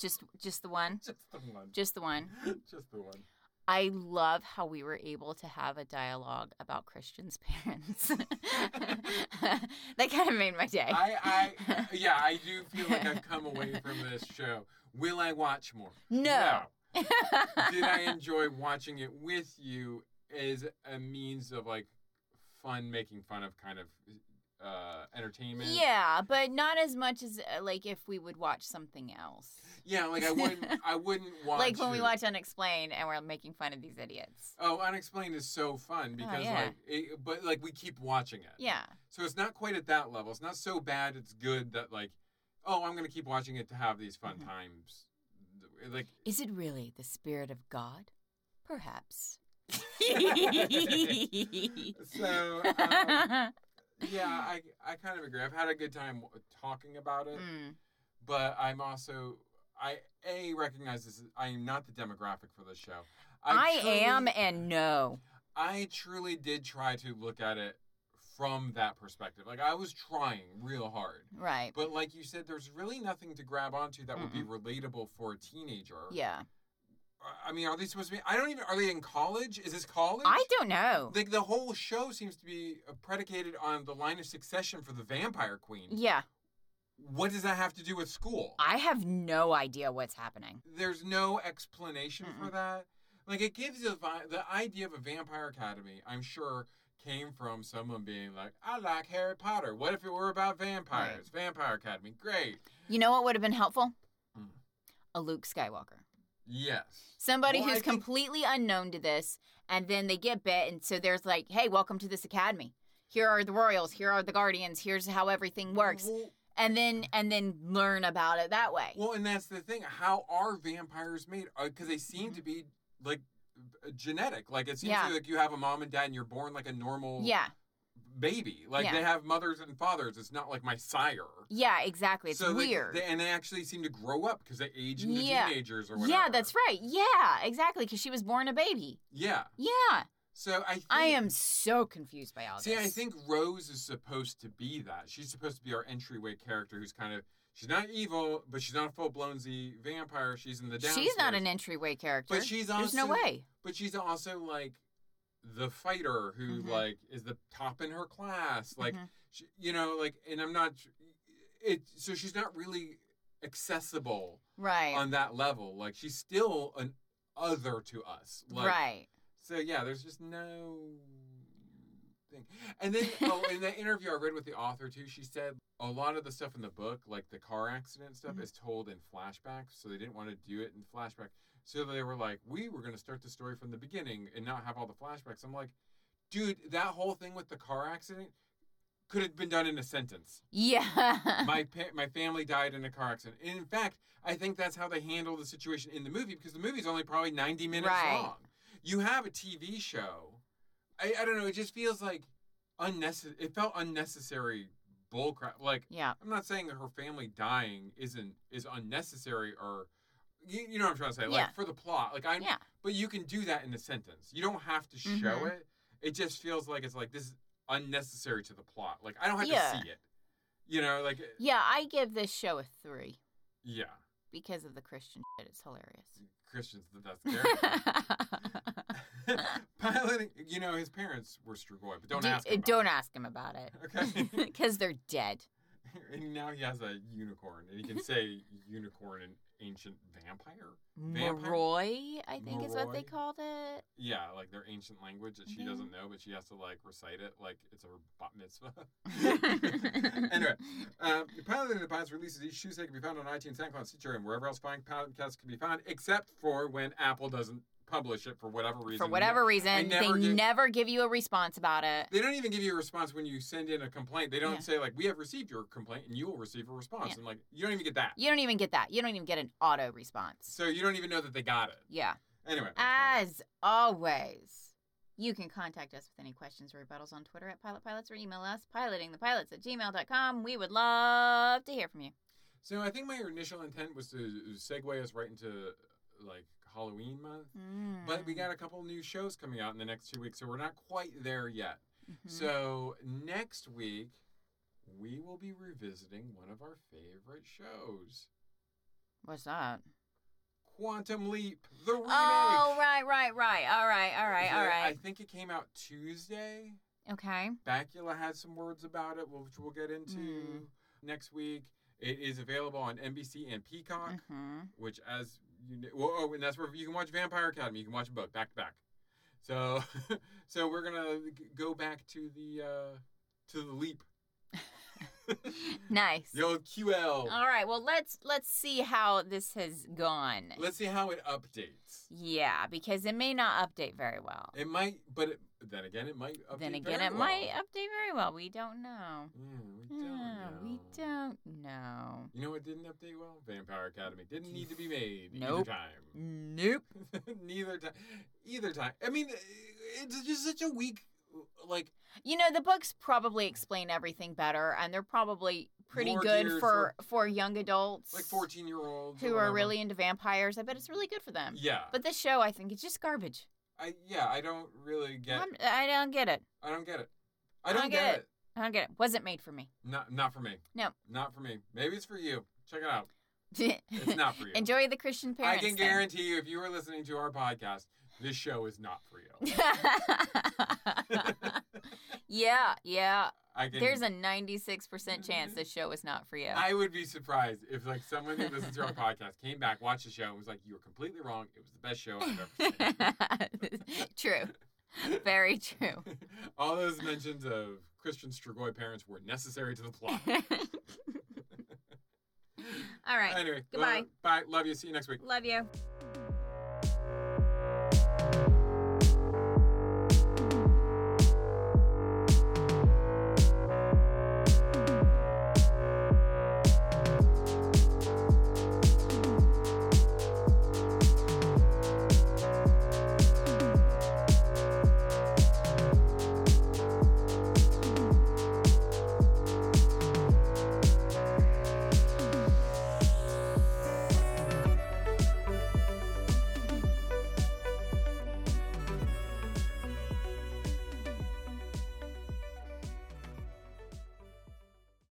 [SPEAKER 2] just just the one,
[SPEAKER 3] Just the one.
[SPEAKER 2] just the one.
[SPEAKER 3] just the one.
[SPEAKER 2] I love how we were able to have a dialogue about Christian's parents. that kind of made my day.
[SPEAKER 3] I, I, yeah, I do feel like I've come away from this show. Will I watch more?
[SPEAKER 2] no.
[SPEAKER 3] did I enjoy watching it with you as a means of like fun, making fun of kind of uh, entertainment?
[SPEAKER 2] yeah, but not as much as uh, like if we would watch something else.
[SPEAKER 3] Yeah, like I wouldn't, I wouldn't watch.
[SPEAKER 2] like when we
[SPEAKER 3] it.
[SPEAKER 2] watch Unexplained and we're making fun of these idiots.
[SPEAKER 3] Oh, Unexplained is so fun because
[SPEAKER 2] Oh, yeah.
[SPEAKER 3] like, it, but like we keep watching it.
[SPEAKER 2] Yeah.
[SPEAKER 3] So it's not quite at that level. It's not so bad. It's good that like, oh, I'm gonna keep watching it to have these fun
[SPEAKER 2] Mhm.
[SPEAKER 3] times. Like,
[SPEAKER 2] Is it really the spirit of God? Perhaps. Mm.
[SPEAKER 3] so um, yeah, I I kind of agree. I've had a good time w- talking about it.
[SPEAKER 2] Mm,
[SPEAKER 3] but I'm also I a recognize this. is- I am not the demographic for this show.
[SPEAKER 2] I,
[SPEAKER 3] truly-
[SPEAKER 2] am and no.
[SPEAKER 3] I truly did try to look at it from that perspective. Like I was trying real hard,
[SPEAKER 2] Right.
[SPEAKER 3] but like you said, there's really nothing to grab onto that would be relatable for a teenager.
[SPEAKER 2] Mm-hmm. yeah.
[SPEAKER 3] I- I mean, are they supposed to be? I don't even. Are they in college? Is this college?
[SPEAKER 2] I don't know.
[SPEAKER 3] Like the whole show seems to be uh, predicated on the line of succession for the vampire queen.
[SPEAKER 2] Yeah.
[SPEAKER 3] What does that have to do with school?
[SPEAKER 2] I have no idea what's happening.
[SPEAKER 3] there's no explanation for that. Like it gives you the, vi- the idea of a vampire academy, I'm sure, came from someone being like, I like Harry Potter. What if it were about vampires? Vampire Academy. Great.
[SPEAKER 2] You know what would have been helpful?
[SPEAKER 3] Mm.
[SPEAKER 2] A Luke Skywalker.
[SPEAKER 3] Yes.
[SPEAKER 2] Somebody
[SPEAKER 3] Well, I
[SPEAKER 2] who's
[SPEAKER 3] think-
[SPEAKER 2] completely unknown to this, and then they get bit, and so there's like, hey, welcome to this academy. Here are the royals. Here are the guardians. Here's how everything works,
[SPEAKER 3] Well,
[SPEAKER 2] and then and then learn about it that way.
[SPEAKER 3] well, and that's the thing. How are vampires made? Because they seem to be like uh, genetic. Like it seems
[SPEAKER 2] Mm-hmm. Yeah.
[SPEAKER 3] to be like you have a mom and dad, and you're born like a normal
[SPEAKER 2] yeah,
[SPEAKER 3] baby. Like
[SPEAKER 2] Yeah.
[SPEAKER 3] they have mothers and fathers. It's not like my sire.
[SPEAKER 2] yeah, exactly. It's
[SPEAKER 3] like,
[SPEAKER 2] weird.
[SPEAKER 3] they- and they actually seem to grow up because they age into
[SPEAKER 2] Yeah.
[SPEAKER 3] teenagers or whatever.
[SPEAKER 2] yeah, that's right. Yeah, exactly. Because she was born a baby.
[SPEAKER 3] Yeah.
[SPEAKER 2] Yeah,
[SPEAKER 3] So I think,
[SPEAKER 2] I am so confused by all
[SPEAKER 3] See,
[SPEAKER 2] this.
[SPEAKER 3] I think Rose is supposed to be that. She's supposed to be our entryway character who's kind of she's not evil, but she's not a full blown Z vampire. She's in the downstairs.
[SPEAKER 2] she's not an entryway character.
[SPEAKER 3] But she's
[SPEAKER 2] there's no
[SPEAKER 3] also-
[SPEAKER 2] way.
[SPEAKER 3] But she's also like the fighter who
[SPEAKER 2] Mhm.
[SPEAKER 3] like is the top in her class. Like
[SPEAKER 2] Mhm.
[SPEAKER 3] she, you know, like and I'm not it so she's not really accessible
[SPEAKER 2] right,
[SPEAKER 3] on that level. Like she's still an other to us. Like
[SPEAKER 2] right.
[SPEAKER 3] so yeah, there's just no thing. And then oh, in that interview I read with the author too, she said a lot of the stuff in the book, like the car accident stuff,
[SPEAKER 2] Mhm.
[SPEAKER 3] is told in flashback. So they didn't want to do it in flashback. So they were like, we were going to start the story from the beginning and not have all the flashbacks. I'm like, dude, that whole thing with the car accident could have been done in a sentence.
[SPEAKER 2] Yeah,
[SPEAKER 3] my pa- my family died in a car accident. And in fact, I think that's how they handle the situation in the movie because the movie's only probably 90 minutes
[SPEAKER 2] Right.
[SPEAKER 3] long. You have a TV show. I, I don't know. It just feels like unnecessary. It felt unnecessary bullcrap. Like
[SPEAKER 2] yeah.
[SPEAKER 3] I'm not saying her family dying isn't is unnecessary or you, you know what I'm trying to say. Like
[SPEAKER 2] Yeah.
[SPEAKER 3] for the plot, like I.
[SPEAKER 2] Yeah.
[SPEAKER 3] But you can do that in a sentence. You don't have to show
[SPEAKER 2] Mhm.
[SPEAKER 3] it. It just feels like it's like this is unnecessary to the plot. Like I don't have
[SPEAKER 2] Yeah.
[SPEAKER 3] to see it. You know, like
[SPEAKER 2] Yeah, I give this show a three
[SPEAKER 3] yeah.
[SPEAKER 2] because of the Christian shit. It's
[SPEAKER 3] Christian's the best character.
[SPEAKER 2] hilarious.
[SPEAKER 3] Pilot, you know, his parents were Strigoi, but don't
[SPEAKER 2] Do-
[SPEAKER 3] ask him. about
[SPEAKER 2] eh, Don't
[SPEAKER 3] it.
[SPEAKER 2] ask him about it.
[SPEAKER 3] Okay.
[SPEAKER 2] Because they're dead.
[SPEAKER 3] and now he has a unicorn, and he can say unicorn and ancient vampire. Vampire?
[SPEAKER 2] Moroi, I think is what they
[SPEAKER 3] Moroi?
[SPEAKER 2] called it.
[SPEAKER 3] Yeah, like their ancient language that she
[SPEAKER 2] Yeah.
[SPEAKER 3] doesn't know, but she has to like recite it like it's her bat mitzvah. anyway, um, Pilot in the Pines releases each Tuesday can be found on iTunes, SoundCloud, Stitcher, and wherever else fine podcasts can be found, except for when Apple doesn't publish it for whatever reason.
[SPEAKER 2] For whatever reason,
[SPEAKER 3] never
[SPEAKER 2] they
[SPEAKER 3] get-
[SPEAKER 2] never give you a response about it.
[SPEAKER 3] They don't even give you a response when you send in a complaint. They don't
[SPEAKER 2] Yeah.
[SPEAKER 3] say like, "We have received your complaint, and you will receive a response."
[SPEAKER 2] Yeah.
[SPEAKER 3] And like, you don't even get that,
[SPEAKER 2] You don't even get that. You don't even get an auto response.
[SPEAKER 3] so you don't even know that they got it.
[SPEAKER 2] Yeah.
[SPEAKER 3] Anyway,
[SPEAKER 2] As always, you can contact us with any questions or rebuttals on Twitter at Pilot Pilots or email us pilotingthepilots at gmail.com. We would love to hear from you.
[SPEAKER 3] so I think my initial intent was to segue us right into like Halloween month, but we
[SPEAKER 2] Mm.
[SPEAKER 3] got a couple new shows coming out in the next two weeks, so we're not quite there yet.
[SPEAKER 2] Mhm.
[SPEAKER 3] So next week we will be revisiting one of our favorite shows,
[SPEAKER 2] What's that?
[SPEAKER 3] Quantum Leap: The remake.
[SPEAKER 2] Oh, right, right, right. All right, all right, all
[SPEAKER 3] So I
[SPEAKER 2] right.
[SPEAKER 3] think it came out Tuesday.
[SPEAKER 2] Okay.
[SPEAKER 3] Bacula had some words about it, which we'll get into
[SPEAKER 2] Mm.
[SPEAKER 3] next week. It is available on NBC and Peacock,
[SPEAKER 2] Mm-hmm.
[SPEAKER 3] which, as you know, well, oh, and that's where you can watch Vampire Academy. You can watch them both back to back. So, so we're gonna g- go back to the uh, to the leap.
[SPEAKER 2] Nice.
[SPEAKER 3] the old QL.
[SPEAKER 2] All right. Well, let's let's see how this has gone.
[SPEAKER 3] Let's see how it updates.
[SPEAKER 2] yeah, because it may not update very well.
[SPEAKER 3] It might, but it, then again, it might. Update
[SPEAKER 2] then again,
[SPEAKER 3] very
[SPEAKER 2] it might
[SPEAKER 3] well.
[SPEAKER 2] update very well. We don't know.
[SPEAKER 3] Yeah, we don't.
[SPEAKER 2] Yeah, we
[SPEAKER 3] know.
[SPEAKER 2] don't know.
[SPEAKER 3] You know what didn't update well? Vampire Academy didn't need to be made
[SPEAKER 2] Nope.
[SPEAKER 3] either time.
[SPEAKER 2] Nope.
[SPEAKER 3] Neither time. Either time. I mean, it's just such a weak, like,
[SPEAKER 2] You know, the books probably explain everything better, and they're probably pretty
[SPEAKER 3] More
[SPEAKER 2] good
[SPEAKER 3] geared
[SPEAKER 2] for for young adults
[SPEAKER 3] like fourteen year olds
[SPEAKER 2] who are really into vampires. I bet it's really good for them.
[SPEAKER 3] Yeah. But
[SPEAKER 2] But this show, I think, it's just garbage.
[SPEAKER 3] I yeah, I don't really get.
[SPEAKER 2] I'm, I don't get it.
[SPEAKER 3] I don't get it. I don't, get, it.
[SPEAKER 2] I don't get it. Wasn't made for me.
[SPEAKER 3] Not not for me.
[SPEAKER 2] No.
[SPEAKER 3] Not for me. Maybe it's for you. Check it out. It's not for you.
[SPEAKER 2] Enjoy the Christian
[SPEAKER 3] I
[SPEAKER 2] parents.
[SPEAKER 3] can
[SPEAKER 2] then.
[SPEAKER 3] guarantee you, if you were listening to our podcast, this show is not for you.
[SPEAKER 2] yeah, yeah.
[SPEAKER 3] I can.
[SPEAKER 2] There's a 96% chance this show is not for you.
[SPEAKER 3] I would be surprised if like someone who listens to our podcast came back, watched the show, and was like, "You were completely wrong. It was the best show I've ever seen."
[SPEAKER 2] True. Very true.
[SPEAKER 3] All those mentions of Christian Strigoi parents were necessary to the plot.
[SPEAKER 2] All right.
[SPEAKER 3] Anyway,
[SPEAKER 2] Goodbye.
[SPEAKER 3] love- bye. Love you. See you next week.
[SPEAKER 2] Love you.